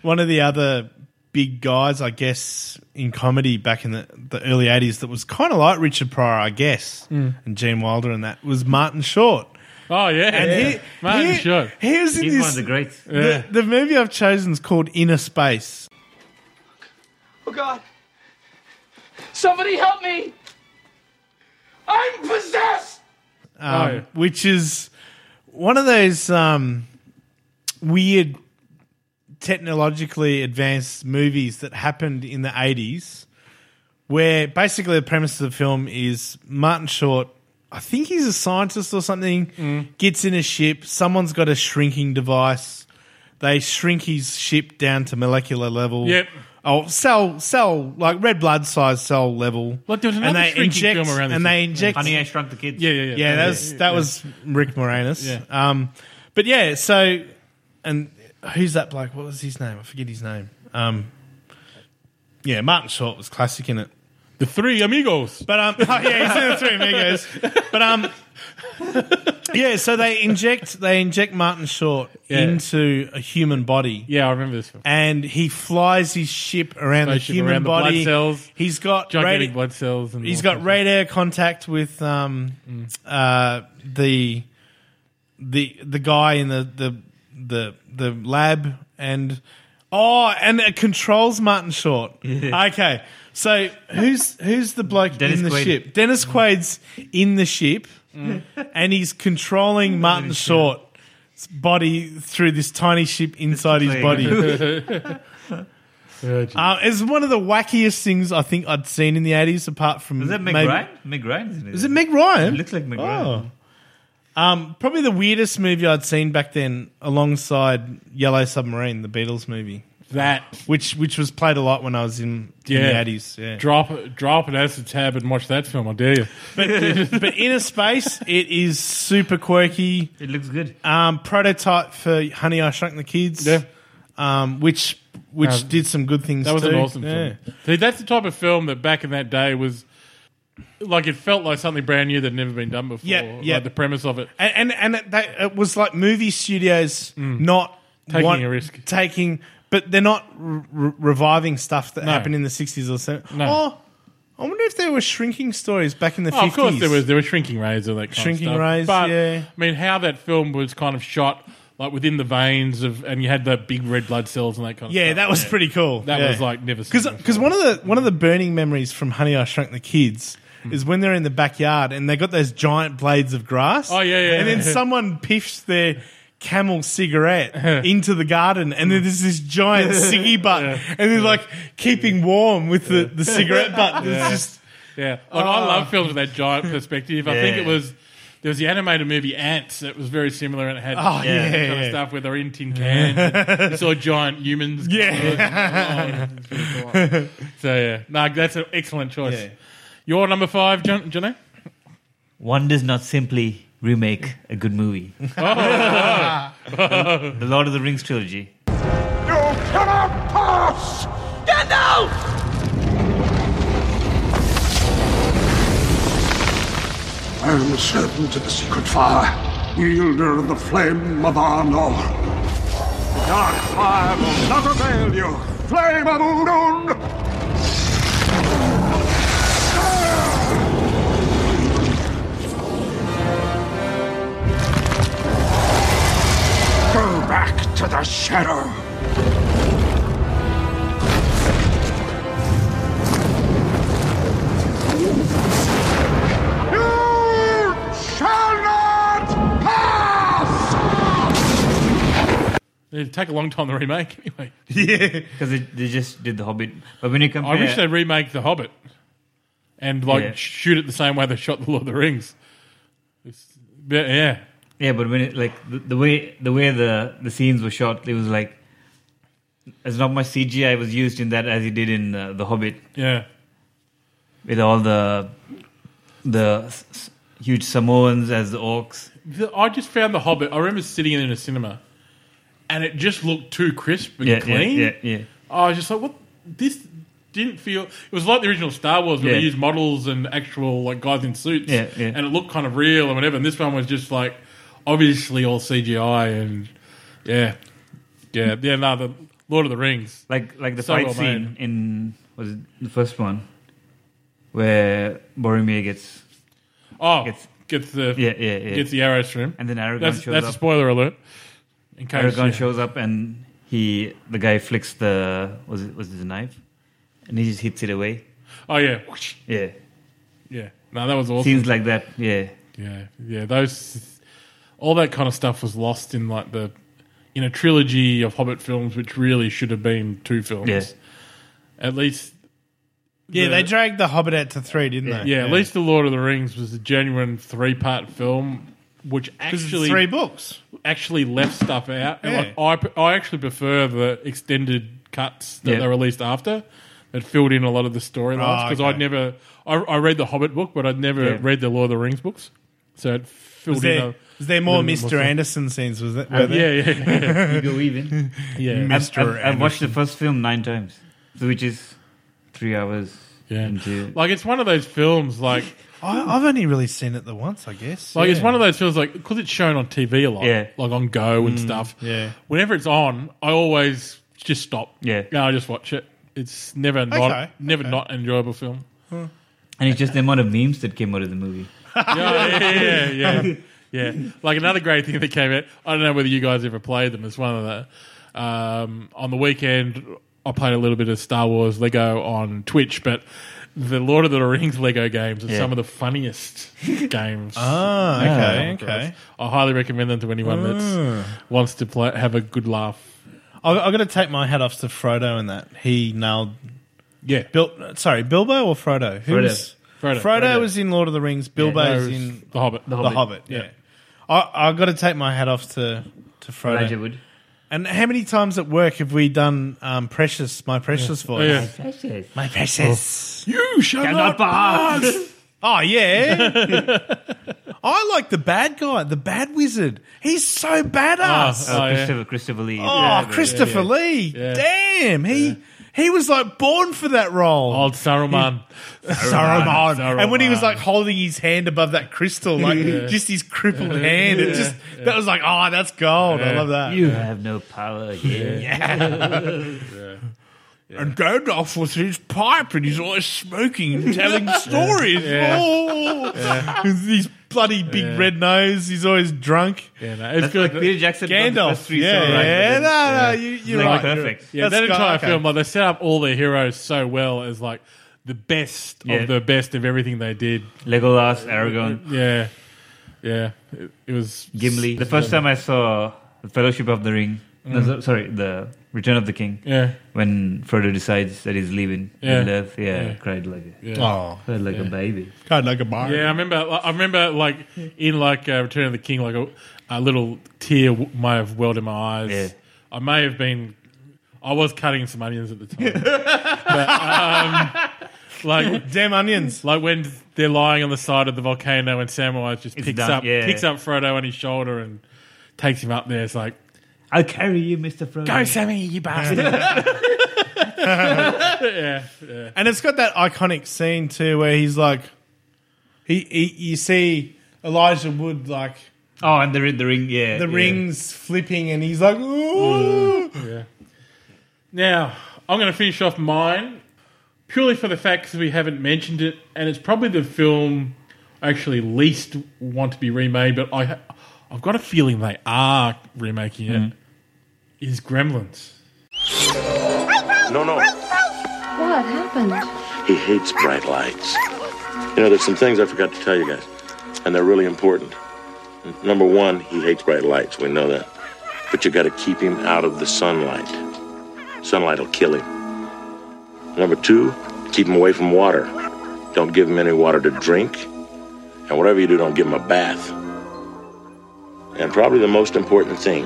Speaker 5: one of the other big guys, I guess, in comedy back in the, the early eighties that was kind of like Richard Pryor, I guess,
Speaker 3: Mm.
Speaker 5: and Gene Wilder, and that was Martin Short.
Speaker 3: Oh yeah,
Speaker 5: And he-
Speaker 3: Martin
Speaker 5: he-
Speaker 3: Short.
Speaker 5: he was in this-
Speaker 4: greats.
Speaker 5: The, the movie I've chosen is called Inner Space.
Speaker 22: Oh God! Somebody help me! I'm possessed!
Speaker 5: um,
Speaker 22: Oh, yeah.
Speaker 5: which is one of those um, weird technologically advanced movies that happened in the 80s where basically the premise of the film is martin short i think he's a scientist or something
Speaker 3: Mm.
Speaker 5: gets in a ship someone's got a shrinking device they shrink his ship down to molecular level
Speaker 3: Yep.
Speaker 5: oh cell cell like red blood size cell level
Speaker 3: Look, there was
Speaker 5: and
Speaker 3: another
Speaker 5: they
Speaker 3: shrinking
Speaker 5: inject
Speaker 3: film around this.
Speaker 5: and they
Speaker 3: Yeah.
Speaker 5: inject
Speaker 3: Honey, I
Speaker 4: Shrunk the Kids.
Speaker 3: Yeah, yeah, yeah.
Speaker 5: yeah, that was that
Speaker 3: yeah.
Speaker 5: was Rick Moranis.
Speaker 3: Yeah.
Speaker 5: Um, but yeah, so and who's that bloke? What was his name? I forget his name. Um, yeah, Martin Short was classic in it.
Speaker 3: The Three Amigos.
Speaker 5: But um, oh, yeah, he's in the Three Amigos. But um, yeah, so they inject they inject Martin Short
Speaker 3: Yeah.
Speaker 5: into a human body.
Speaker 3: Yeah, I remember this film.
Speaker 5: And he flies his ship around
Speaker 3: Spaceship
Speaker 5: the human
Speaker 3: around the blood
Speaker 5: body.
Speaker 3: cells.
Speaker 5: he's got
Speaker 3: Gigantic
Speaker 5: radi-
Speaker 3: blood cells and
Speaker 5: he's
Speaker 3: all
Speaker 5: got radar contact with um,
Speaker 4: Mm.
Speaker 5: uh, the the the guy in the the the the lab and oh and it controls Martin Short.
Speaker 4: Yeah.
Speaker 5: Okay, so who's who's the bloke
Speaker 4: Dennis
Speaker 5: in the
Speaker 4: Quaid.
Speaker 5: ship? Dennis Quaid's in the ship,
Speaker 4: Mm.
Speaker 5: and he's controlling Martin Short's body through this tiny ship inside his body. Uh, it's one of the wackiest things I think I'd seen in the eighties, apart from
Speaker 4: Is that Meg
Speaker 5: maybe-
Speaker 4: Ryan? Meg Ryan, isn't it?
Speaker 5: Is it Meg Ryan?
Speaker 4: It looks like Meg
Speaker 5: Oh.
Speaker 4: Ryan.
Speaker 5: Um, probably the weirdest movie I'd seen back then, alongside Yellow Submarine, the Beatles movie.
Speaker 3: That
Speaker 5: which which was played a lot when I was in, in the eighties. Yeah,
Speaker 3: Drop it, drop it as a tab and watch that film. I dare you.
Speaker 5: but, but Inner Space, it is super quirky.
Speaker 4: It looks good.
Speaker 5: Um, prototype for Honey, I Shrunk the Kids. Yeah. Um, which which
Speaker 3: Uh,
Speaker 5: did some good things.
Speaker 3: That was an
Speaker 5: too.
Speaker 3: awesome
Speaker 5: Yeah.
Speaker 3: film. See, that's the type of film that back in that day was like it felt like something brand new that had never been done before.
Speaker 5: Yeah, yeah.
Speaker 3: Like the premise of it.
Speaker 5: and and, and it, they, it was like movie studios not
Speaker 3: Mm. Taking a risk.
Speaker 5: taking, but they're not re- re- reviving stuff that
Speaker 3: No.
Speaker 5: happened in the sixties or seventies.
Speaker 3: No.
Speaker 5: Oh, I wonder if there were shrinking stories back in the
Speaker 3: Oh,
Speaker 5: fifties.
Speaker 3: of course, there was there were shrinking rays and that kind
Speaker 5: Shrinking
Speaker 3: of stuff.
Speaker 5: rays,
Speaker 3: But,
Speaker 5: yeah.
Speaker 3: I mean, how that film was kind of shot, like within the veins of, and you had the big red blood cells and that kind of.
Speaker 5: Yeah,
Speaker 3: stuff.
Speaker 5: that was pretty cool.
Speaker 3: That
Speaker 5: Yeah.
Speaker 3: was like never seen
Speaker 5: because because one of the one of the burning memories from Honey I Shrunk the Kids.
Speaker 3: Hmm.
Speaker 5: Is when they're in the backyard and they got those giant blades of grass.
Speaker 3: Oh, yeah, yeah,
Speaker 5: And then
Speaker 3: yeah.
Speaker 5: someone piffs their camel cigarette into the garden, and then there's this giant ciggy butt, and they're like keeping warm with the, the cigarette butt. It's
Speaker 3: Yeah.
Speaker 5: just
Speaker 3: Yeah, like I
Speaker 4: Uh.
Speaker 3: love films with that giant perspective. I think it
Speaker 5: Yeah.
Speaker 3: was there was the animated movie Ants that was very similar and it had
Speaker 5: Oh, yeah,
Speaker 3: that kind
Speaker 5: yeah.
Speaker 3: of stuff where they're in tin cans. and you saw giant humans.
Speaker 5: Yeah.
Speaker 3: Oh, it's really cool. so yeah, no, that's an excellent choice.
Speaker 4: Yeah.
Speaker 3: Your number five, John, Johnny.
Speaker 4: One does not simply remake a good movie. the Lord of the Rings trilogy.
Speaker 6: You cannot pass! Gandalf!
Speaker 10: I am a servant of the secret fire, wielder of the flame of Arnor. The dark fire will not avail you. Flame of Udun! Go back to the shadow.
Speaker 6: Shall not pass!
Speaker 3: It'd take a long time to remake anyway.
Speaker 4: Yeah, because they, they just did the Hobbit. But when you compare,
Speaker 3: I wish they'd remake The Hobbit and like
Speaker 4: Yeah.
Speaker 3: shoot it the same way they shot The Lord of the Rings. It's- but, yeah,
Speaker 4: yeah, but when it, like the, the way the way the the scenes were shot, it was like as not much CGI was used in that as you did in uh, the Hobbit.
Speaker 3: Yeah.
Speaker 4: with all the the s- s- huge Samoans as the orcs.
Speaker 3: The- I just found The Hobbit. I remember sitting in a cinema, and it just looked too crisp and
Speaker 4: Yeah, yeah,
Speaker 3: clean.
Speaker 4: yeah, yeah.
Speaker 3: I was just like, what? This didn't feel. It was like the original Star Wars, where
Speaker 4: Yeah.
Speaker 3: they used models and actual like guys in suits,
Speaker 4: Yeah, yeah.
Speaker 3: and it looked kind of real and whatever. And this one was just like obviously all CGI and yeah, yeah, yeah. No, the Lord of the Rings,
Speaker 4: like like the
Speaker 3: So
Speaker 4: fight
Speaker 3: well made.
Speaker 4: scene in was it the first one where Boromir gets
Speaker 3: Oh, gets, the
Speaker 4: yeah yeah, yeah.
Speaker 3: gets the arrows through him,
Speaker 4: and then Aragorn
Speaker 3: That's,
Speaker 4: shows
Speaker 3: that's
Speaker 4: up.
Speaker 3: a spoiler alert. In case,
Speaker 4: Aragorn
Speaker 3: yeah.
Speaker 4: shows up and he the guy flicks the was it was it the knife and he just hits it away.
Speaker 3: Oh yeah,
Speaker 4: Yeah.
Speaker 3: yeah. No, that was awesome.
Speaker 4: Scenes like that. Yeah.
Speaker 3: Yeah, yeah. Those, all that kind of stuff was lost in like the, in a trilogy of Hobbit films, which really should have been two films.
Speaker 5: Yeah.
Speaker 3: At least.
Speaker 5: Yeah,
Speaker 3: the-
Speaker 5: they dragged the Hobbit out to three, didn't
Speaker 3: Yeah,
Speaker 5: they?
Speaker 3: at least the Lord of the Rings was a genuine three-part film, which
Speaker 5: it's
Speaker 3: actually
Speaker 5: three books.
Speaker 3: Actually, left stuff out. And like, I I actually prefer the extended cuts that
Speaker 5: Yeah.
Speaker 3: they released after. That filled in a lot of the storylines
Speaker 5: Oh,
Speaker 3: because
Speaker 5: okay.
Speaker 3: I'd never I, I read the Hobbit book, but I'd never
Speaker 5: Yeah.
Speaker 3: read the Lord of the Rings books, so it filled
Speaker 5: Was
Speaker 3: in.
Speaker 5: there,
Speaker 3: a
Speaker 5: was there more
Speaker 3: little bit
Speaker 5: Mr.
Speaker 3: stuff.
Speaker 5: Anderson scenes? Was that?
Speaker 3: Uh,
Speaker 5: were there?
Speaker 3: yeah, yeah, yeah. You go even. Yeah.
Speaker 4: I've,
Speaker 5: Mr.
Speaker 4: I've, I've watched the
Speaker 5: Anderson.
Speaker 4: first film nine times, so which is three hours.
Speaker 3: Yeah.
Speaker 4: Into,
Speaker 3: Like it's one of those films, like
Speaker 5: I, I've only really seen it the once, I guess.
Speaker 3: like it's
Speaker 5: Yeah.
Speaker 3: one of those films, like because it's shown on TV a lot,
Speaker 5: Yeah.
Speaker 3: like on Go and
Speaker 5: Mm,
Speaker 3: stuff.
Speaker 5: yeah.
Speaker 3: Whenever it's on, I always just stop.
Speaker 4: Yeah.
Speaker 3: And I just watch it. It's never not
Speaker 5: Okay,
Speaker 3: never
Speaker 5: okay.
Speaker 3: not an enjoyable film.
Speaker 5: Huh.
Speaker 4: and it's just the amount of memes that came out of the movie.
Speaker 3: yeah, yeah, yeah, yeah. Yeah. Like another great thing that came out. I don't know whether you guys ever played them. It's one of the um, on the weekend. I played a little bit of Star Wars Lego on Twitch, but the Lord of the Rings Lego games are
Speaker 5: Yeah.
Speaker 3: some of the funniest games.
Speaker 5: Ah,
Speaker 3: Yeah.
Speaker 5: okay, okay.
Speaker 3: I highly recommend them to anyone
Speaker 5: Ah.
Speaker 3: that wants to play, have a good laugh.
Speaker 5: I've, I've got to take my hat off to Frodo in that he nailed.
Speaker 3: Yeah,
Speaker 5: Bil- sorry, Bilbo or Frodo? Who
Speaker 4: Frodo.
Speaker 5: was-
Speaker 4: Frodo.
Speaker 5: Frodo.
Speaker 4: Frodo.
Speaker 5: was in Lord of the Rings. Bilbo
Speaker 4: Yeah, no,
Speaker 5: is
Speaker 4: it was
Speaker 5: in
Speaker 3: The Hobbit.
Speaker 5: The,
Speaker 4: The
Speaker 5: Hobbit.
Speaker 4: Hobbit.
Speaker 5: Yeah,
Speaker 4: Yeah.
Speaker 5: I, I've got to take my hat off to to Frodo.
Speaker 4: Elijah Wood.
Speaker 5: And how many times at work have we done um, precious, my precious
Speaker 3: Oh,
Speaker 4: Yeah.
Speaker 5: voice?
Speaker 4: My precious.
Speaker 5: my precious.
Speaker 3: You shall not
Speaker 5: Cannot pass.
Speaker 3: pass.
Speaker 5: Oh yeah, I like the bad guy, the bad wizard. He's so badass.
Speaker 4: Oh, Christopher, Christopher Lee.
Speaker 5: Oh, Christopher Lee! Damn, he he was like born for that role.
Speaker 4: Oh,
Speaker 3: Old Saruman.
Speaker 5: Saruman.
Speaker 3: Saruman.
Speaker 5: And when he was like holding his hand above that crystal, like
Speaker 4: Yeah.
Speaker 5: just his crippled hand, it just
Speaker 4: Yeah.
Speaker 5: that was like, oh, that's gold. I love that.
Speaker 4: You have no power here.
Speaker 5: Yeah. And Gandalf with his pipe, and he's always smoking and telling stories.
Speaker 3: Yeah.
Speaker 5: Oh, his bloody big red nose. He's always drunk.
Speaker 3: Yeah, no,
Speaker 4: it's That's good. like Peter Jackson got the
Speaker 5: Gandalf.
Speaker 4: first three
Speaker 5: yeah,
Speaker 4: so right,
Speaker 5: yeah,
Speaker 4: but then-
Speaker 5: no, no,
Speaker 4: yeah.
Speaker 5: you, you're
Speaker 4: Like
Speaker 5: right.
Speaker 4: perfect.
Speaker 3: Yeah,
Speaker 5: That's
Speaker 3: that
Speaker 5: got-
Speaker 3: entire
Speaker 5: okay.
Speaker 3: film, like they set up all their heroes so well as like the best
Speaker 4: Yeah.
Speaker 3: of the best of everything they did.
Speaker 4: Legolas, Aragorn.
Speaker 3: Yeah, yeah. It, it was
Speaker 4: Gimli. The first time I saw the Fellowship of the Ring, no,
Speaker 3: Mhm.
Speaker 4: so- sorry, the Return of the King.
Speaker 3: Yeah.
Speaker 4: When Frodo decides that he's leaving
Speaker 3: Yeah.
Speaker 4: Middle Earth, yeah,
Speaker 3: Yeah.
Speaker 4: I cried like a,
Speaker 3: Yeah. Aw.
Speaker 4: cried like
Speaker 3: Yeah.
Speaker 4: a baby.
Speaker 5: Kind of like a bar.
Speaker 3: Yeah, I remember. like, I remember like in like uh, Return of the King, like a, a little tear w- may have welled in my eyes. I may have been. I was cutting some onions at the time. but, um, like
Speaker 5: damn onions.
Speaker 3: Like when they're lying on the side of the volcano and Samwise just
Speaker 4: It's
Speaker 3: picks
Speaker 4: done,
Speaker 3: up
Speaker 4: yeah.
Speaker 3: picks up Frodo on his shoulder and takes him up there. It's like
Speaker 4: I'll carry you, Mister Frodo.
Speaker 3: Go, Sammy, you bastard. yeah, yeah.
Speaker 5: And it's got that iconic scene too, where he's like, he, he you see Elijah Wood like
Speaker 4: Oh, and the the ring, yeah,
Speaker 5: the
Speaker 4: yeah.
Speaker 5: rings flipping, and he's like, ooh.
Speaker 3: Yeah. Now, I'm going to finish off mine purely for the fact that we haven't mentioned it, and it's probably the film I actually least want to be remade, but I, ha- I've got a feeling they are remaking it. Is Gremlins.
Speaker 11: No, no.
Speaker 7: What happened?
Speaker 11: He hates bright lights. You know, there's some things I forgot to tell you guys, and they're really important. N- Number one, he hates bright lights. We know that. But you got to keep him out of the sunlight. Sunlight will kill him. Number two, keep him away from water. Don't give him any water to drink. And whatever you do, don't give him a bath. And probably the most important thing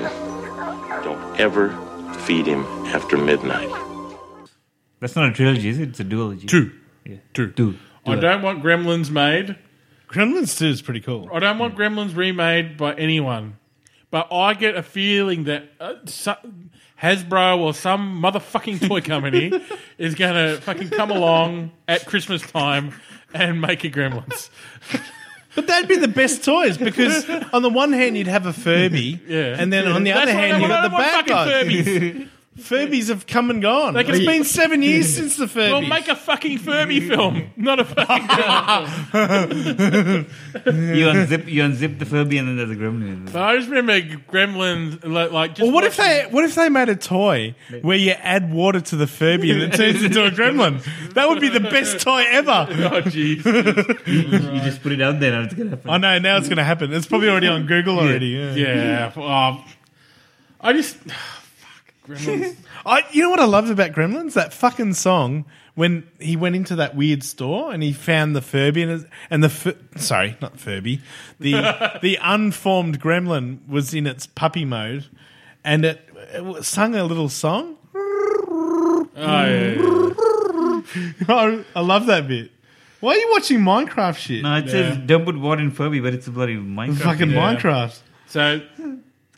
Speaker 11: don't ever feed him after midnight.
Speaker 4: That's not a trilogy, is it? It's a duology.
Speaker 3: Two.
Speaker 4: Yeah.
Speaker 3: Two.
Speaker 4: Two.
Speaker 3: I
Speaker 4: Duo-
Speaker 3: don't want Gremlins made.
Speaker 5: Gremlins 2 is pretty cool.
Speaker 3: I don't want Gremlins remade by anyone, but I get a feeling that uh, so- Hasbro or some motherfucking toy company is going to fucking come along at Christmas time and make a Gremlins.
Speaker 5: But that'd be the best toys because on the one hand you'd have a Furby,
Speaker 3: Yeah.
Speaker 5: and then on the
Speaker 3: That's
Speaker 5: other
Speaker 3: why I
Speaker 5: hand you
Speaker 3: don't
Speaker 5: got the
Speaker 3: want- I
Speaker 5: bad
Speaker 3: don't want
Speaker 5: guy.
Speaker 3: fucking Furbies.
Speaker 5: Furbies have come and gone.
Speaker 3: They can-
Speaker 5: it's been seven years since the Furbies.
Speaker 3: Well, make a fucking Furby film, not a fucking Gremlin film.
Speaker 4: you unzip you unzip the Furby and then there's a gremlin. in it.
Speaker 3: But I just remember Gremlins, like, like just
Speaker 5: well, what if they what if they made a toy where you add water to the Furby and it turns into a gremlin? That would be the best toy ever.
Speaker 3: Oh jeez!
Speaker 4: You just put it out there and it's gonna happen.
Speaker 5: I know now it's going to happen. It's probably already on Google already. Yeah.
Speaker 3: Yeah, um, I just Gremlins.
Speaker 5: I, you know what I loved about Gremlins? That fucking song when he went into that weird store and he found the Furby and, his- and the Fur- sorry, not Furby, the the unformed Gremlin was in its puppy mode, and it, it sung a little song.
Speaker 3: Oh, yeah,
Speaker 5: I, I love that bit. Why are you watching Minecraft shit?
Speaker 4: No, Uh, it says don't put water in Furby, but it's a bloody Minecraft.
Speaker 5: fucking
Speaker 4: Yeah.
Speaker 5: Minecraft.
Speaker 3: so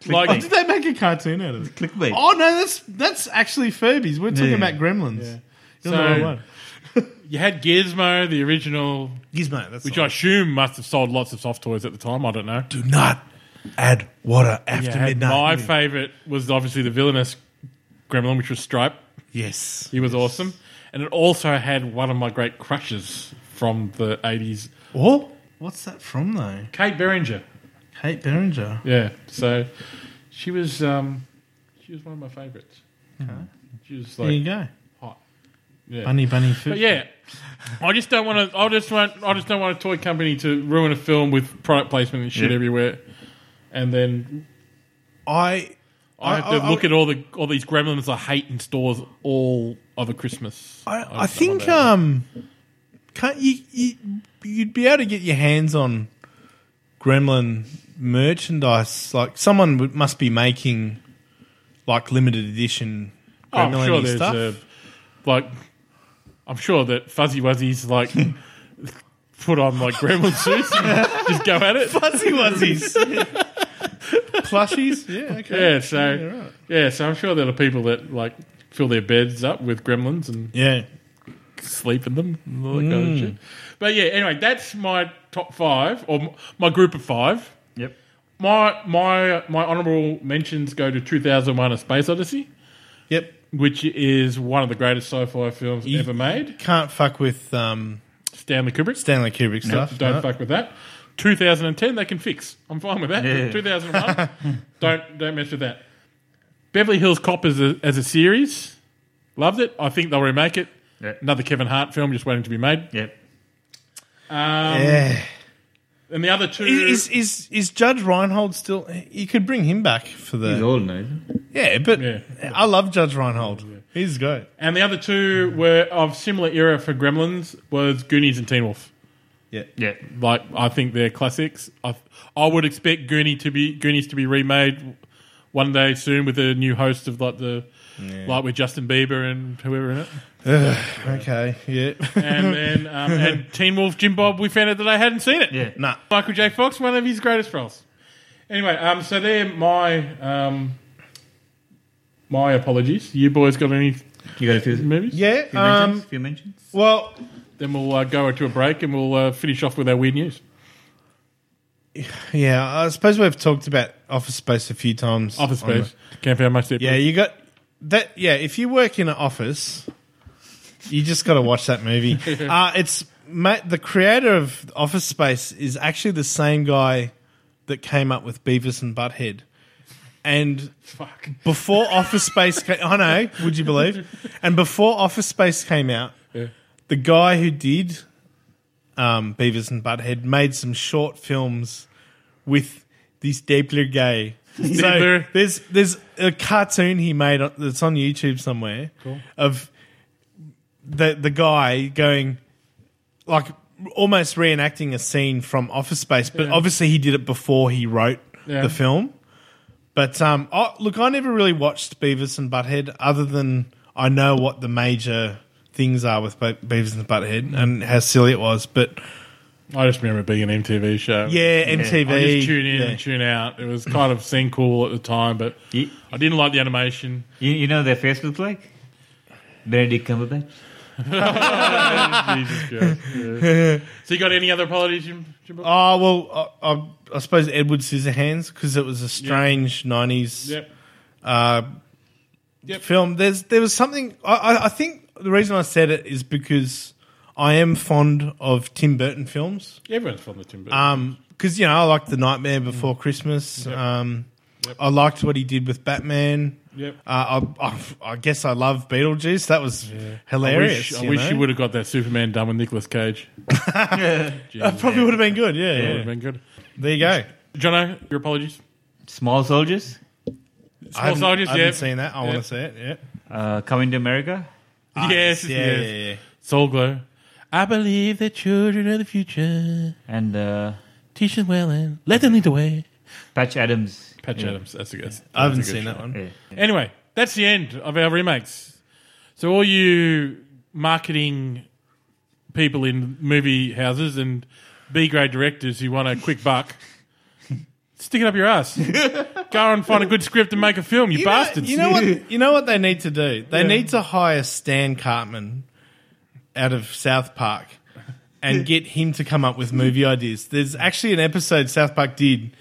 Speaker 5: Like,
Speaker 3: like
Speaker 5: did they make a cartoon out of it?
Speaker 4: Clickbait.
Speaker 5: Oh no, that's that's actually Furbies. We're talking
Speaker 4: Yeah.
Speaker 5: about Gremlins. You're
Speaker 3: So-
Speaker 5: the wrong one.
Speaker 3: you had Gizmo, the original,
Speaker 5: Gizmo, that's
Speaker 3: which
Speaker 5: the
Speaker 3: I assume must have sold lots of soft toys at the time. I don't know.
Speaker 5: Do not add water after
Speaker 3: Yeah, My favourite was obviously the villainous Gremlin, which was Stripe.
Speaker 5: yes.
Speaker 3: He was awesome, and it also had one of my great crushes from the eighties,
Speaker 5: Oh, what's that from though?
Speaker 3: Kate Beringer.
Speaker 5: Kate Beringer.
Speaker 3: Yeah, so she was um, she was one of my favourites. She was
Speaker 5: There you
Speaker 3: like
Speaker 5: go.
Speaker 3: hot. Yeah.
Speaker 5: Bunny Bunny Food.
Speaker 3: But yeah, I just don't want to. I just want. I just don't want a toy company to ruin a film with product placement and shit
Speaker 4: Yeah.
Speaker 3: everywhere, and then
Speaker 5: I
Speaker 3: I have
Speaker 5: I-
Speaker 3: to
Speaker 5: I-
Speaker 3: look at all the all these gremlins I hate in stores all of a Christmas.
Speaker 5: I, I,
Speaker 3: just don't want
Speaker 5: think
Speaker 3: that.
Speaker 5: um can't you, you you'd be able to get your hands on Gremlin merchandise. Like someone would, must be making like limited edition
Speaker 3: Oh, I'm
Speaker 5: Gremlin
Speaker 3: sure there's
Speaker 5: stuff.
Speaker 3: a like. I'm sure that Fuzzy Wuzzy's like put on like gremlin suits, and just go at it.
Speaker 5: Fuzzy wuzzies. Plushies? Yeah, okay.
Speaker 3: Yeah, so yeah, so I'm sure there are people that like fill their beds up with gremlins and
Speaker 5: Yeah.
Speaker 3: sleep in them and all that kind of shit. But yeah, anyway, that's my top five or m- my group of five.
Speaker 4: Yep.
Speaker 3: My my my honourable mentions go to 2001: A Space Odyssey,
Speaker 5: Yep.
Speaker 3: which is one of the greatest sci-fi films
Speaker 5: You-
Speaker 3: ever made.
Speaker 5: Can't fuck with um,
Speaker 3: Stanley Kubrick.
Speaker 5: Stanley Kubrick
Speaker 3: No,
Speaker 5: stuff.
Speaker 3: don't
Speaker 5: no.
Speaker 3: fuck with that. 2010, they can fix. I'm fine with that.
Speaker 4: Yeah.
Speaker 3: 2001, don't don't mess with that. Beverly Hills Cop as a, as a series, loved it. I think they'll remake it.
Speaker 4: Yeah.
Speaker 3: Another Kevin Hart film just waiting to be made.
Speaker 4: Yep.
Speaker 5: Yeah.
Speaker 3: And the other two,
Speaker 5: Is is is Judge Reinhold still? You could bring him back for the
Speaker 4: He's old now. isn't he?
Speaker 5: yeah, but
Speaker 3: Yeah.
Speaker 5: I love Judge Reinhold. He's great.
Speaker 3: and the other two were of similar era for Gremlins was Goonies and Teen Wolf.
Speaker 4: Yeah.
Speaker 3: Like I think they're classics. I I would expect Goonie to be Goonies to be remade one day soon with a new host of like the like with Justin Bieber and whoever in it.
Speaker 5: Okay, yeah.
Speaker 3: and then um, and Teen Wolf Jim Bob, we found out that I hadn't seen it.
Speaker 4: Yeah.
Speaker 5: nah,
Speaker 3: Michael J. Fox, one of his greatest roles. Anyway, um, so they're my um, my apologies. You boys got any
Speaker 4: You got a few, few
Speaker 3: movies?
Speaker 5: yeah.
Speaker 4: mentions?
Speaker 5: Um,
Speaker 4: few mentions?
Speaker 5: well,
Speaker 3: Then we'll uh, go to a break and we'll uh, finish off with our weird news.
Speaker 5: yeah. I suppose we've talked about Office Space a few times.
Speaker 3: Office
Speaker 5: on the-
Speaker 3: Space. Can't find much there.
Speaker 5: Yeah, you got that. Yeah, if you work in an office, you just got to watch that movie. uh, it's ma the creator of Office Space is actually the same guy that came up with Beavis and Butthead. And
Speaker 3: Fuck.
Speaker 5: before Office Space, came, I know. Would you believe? And before Office Space came out,
Speaker 3: Yeah.
Speaker 5: the guy who did um, Beavis and Butthead made some short films with this Deepler gay. So
Speaker 3: Deepler.
Speaker 5: there's there's a cartoon he made on- that's on YouTube somewhere of the the guy going like almost reenacting a scene from Office Space, but
Speaker 3: Yeah.
Speaker 5: obviously he did it before he wrote
Speaker 3: Yeah.
Speaker 5: the film. But um, I, look, I never really watched Beavis and Butthead other than I know what the major things are with Be- Beavis and Butthead and how silly it was. But
Speaker 3: I just remember it being an MTV show.
Speaker 5: yeah, MTV.
Speaker 3: I just tune in
Speaker 5: yeah.
Speaker 3: and tune out. It was kind of seemed cool at the time, but
Speaker 4: Ye-
Speaker 3: I didn't like the animation.
Speaker 4: You, you know what their face looks like? Benedict Cumberbatch.
Speaker 3: Jesus Christ. Yeah. So you got any other apologies, Jim? Jim Bob?
Speaker 5: Oh well, I, I, I suppose Edward Scissorhands because it was a strange nineties
Speaker 3: Yep.
Speaker 5: uh, film. There's there was something. I, I, I think the reason I said it is because I am fond of Tim Burton films.
Speaker 3: Everyone's from the Tim Burton.
Speaker 5: Um 'cause because you know I liked The Nightmare Before Christmas.
Speaker 3: Mm. Yep.
Speaker 5: Um,
Speaker 3: Yep.
Speaker 5: I liked what he did with Batman.
Speaker 3: Yep.
Speaker 5: Uh, I, I, I guess I love Beetlejuice. That was hilarious.
Speaker 3: I wish, I wish you
Speaker 5: know?
Speaker 3: would have got that Superman done with Nicolas Cage.
Speaker 5: That probably would have been good. Yeah,
Speaker 3: That
Speaker 5: yeah.
Speaker 3: would have been good.
Speaker 5: There you go.
Speaker 3: Jono, your apologies.
Speaker 4: Small Soldiers.
Speaker 5: I haven't-
Speaker 3: Soldiers,
Speaker 5: I haven't
Speaker 3: yeah.
Speaker 5: seen that. I
Speaker 3: Yeah.
Speaker 5: want to see it. Yeah.
Speaker 4: Uh, Coming to America.
Speaker 5: Ah,
Speaker 3: yes,
Speaker 5: yeah,
Speaker 3: yes.
Speaker 5: yeah, yeah.
Speaker 3: Soul Glow. I believe that children are the future.
Speaker 4: And uh,
Speaker 3: Teach them well and let them lead the way.
Speaker 4: Patch Adams.
Speaker 3: Patch
Speaker 4: Yeah.
Speaker 3: Adams. That's a good. that's
Speaker 5: I haven't
Speaker 3: a good
Speaker 5: seen
Speaker 3: show.
Speaker 5: that one.
Speaker 4: Yeah.
Speaker 3: Anyway, that's the end of our remakes. So all you marketing people in movie houses and B grade directors who want a quick buck, stick it up your ass. Go and find a good script and make a film, you,
Speaker 5: You know-
Speaker 3: bastards.
Speaker 5: you know what? You know what they need to do? They
Speaker 3: Yeah.
Speaker 5: need to hire Stan Cartman out of South Park and get him to come up with movie ideas. There's actually an episode South Park did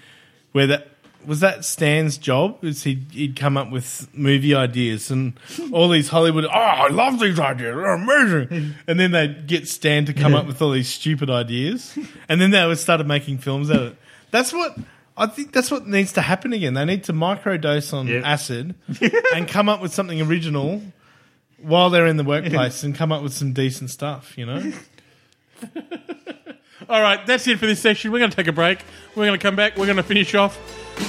Speaker 5: where that was that Stan's job is he'd, he'd come up with movie ideas and all these Hollywood. Oh, I love these ideas. They're amazing. And then they'd get Stan to come up with all these stupid ideas, and then they would started making films out of it. That's what. I think that's what needs to happen again. They need to microdose on acid and come up with something original while they're in the workplace and come up with some decent stuff, you know?
Speaker 3: All right, that's it for this session. We're going to take a break. We're going to come back. We're going to finish off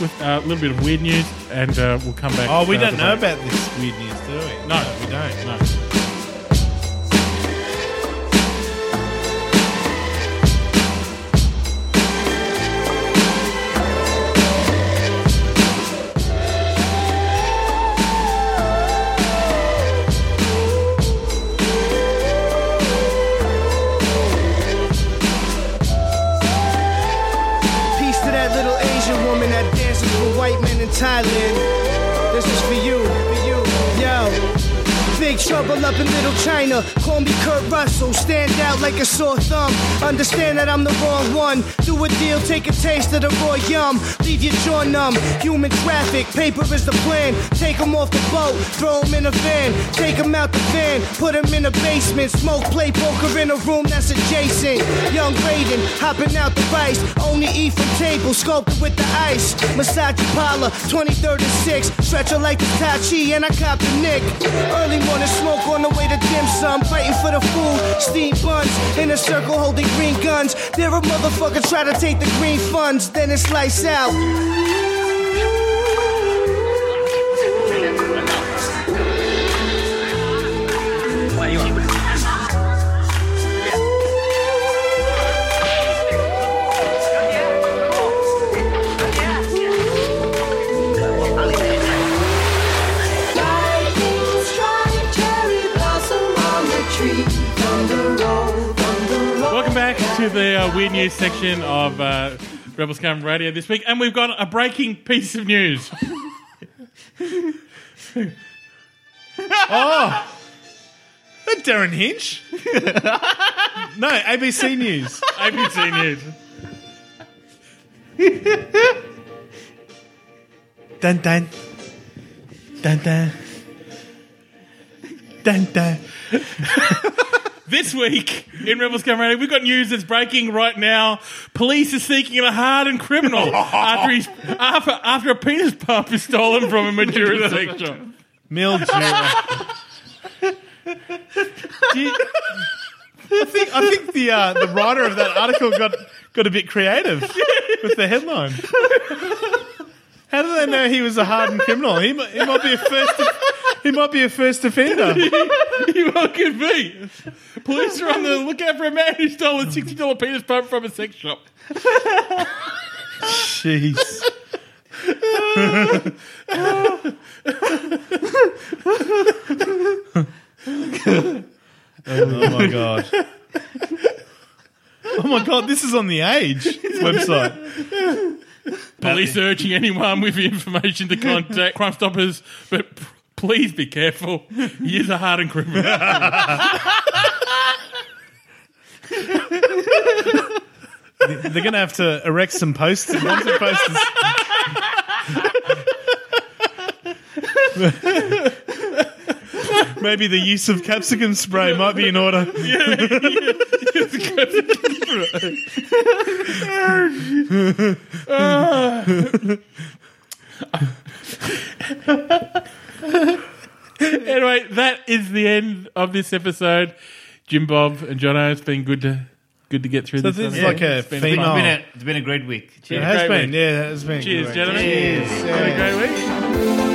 Speaker 3: with uh, a little bit of weird news, and uh, we'll come back.
Speaker 5: Oh, we
Speaker 3: uh,
Speaker 5: don't
Speaker 3: to
Speaker 5: know
Speaker 3: break.
Speaker 5: about this weird news, do we?
Speaker 3: No,
Speaker 5: we don't.
Speaker 3: No.
Speaker 12: Peace to that little Asian woman that dances with white men in Thailand. This is for you, for you, yo. Big trouble up in Little China. Call me Kurt Russell. Stand out like a sore thumb. Understand that I'm the wrong one. Do a deal, take a taste of the raw yum. Leave your jaw numb. Human traffic, paper is the plan. Take 'em off the boat, throw 'em in a van. Take 'em out the van, put 'em in a basement. Smoke, play poker in a room that's adjacent. Young Raiden, hopping out the vice. Only eat from table, sculpted with the ice. Massage parlor, 2036. Stretcher like the Tai Chi, and I cop the Nick. Early morning smoke on the way to dim sum. Fighting for the food, steam buns. In a circle holding green guns. There a motherfucker try to take the green funds, then it's lights out.
Speaker 3: Welcome back to the uh, weird news section of uh, Rebel Scum Radio this week, and we've got a breaking piece of news.
Speaker 5: Oh! That Darren Hinch? no, ABC News.
Speaker 3: ABC News.
Speaker 5: Dun dun. Dun dun. Dun dun.
Speaker 3: This week in Rebel Scum Radio, we've got news that's breaking right now. Police are seeking a hardened criminal after, he's, after, after a penis pump is stolen from him at Jura sex shop.
Speaker 5: Mildred. I think, I think the, uh, the writer of that article got, got a bit creative with the headline. How do they know he was a hardened criminal? He, mi- he might be a first he might be a first offender.
Speaker 3: you could be. Police are on the lookout for a man who stole a sixty dollar penis pump from a sex shop.
Speaker 5: Jeez. Oh my god. Oh my god, this is on the Age website.
Speaker 3: Police are urging anyone with the information to contact Crime Stoppers, but p- please be careful. He is a hardened criminal.
Speaker 5: They're going to have to erect some posters. wanted posters. Maybe the use of capsicum spray might be in order.
Speaker 3: anyway, that is the end of this episode. Jim Bob and Jono, it's been good to good to get through
Speaker 5: So
Speaker 3: this.
Speaker 5: this is
Speaker 3: one.
Speaker 5: like a
Speaker 3: It's been
Speaker 5: female-
Speaker 3: fun.
Speaker 4: It's been a, it's been a great week.
Speaker 5: It has been, yeah, it has been.
Speaker 3: Cheers,
Speaker 5: Great.
Speaker 3: gentlemen. Have a great week.
Speaker 5: Yeah.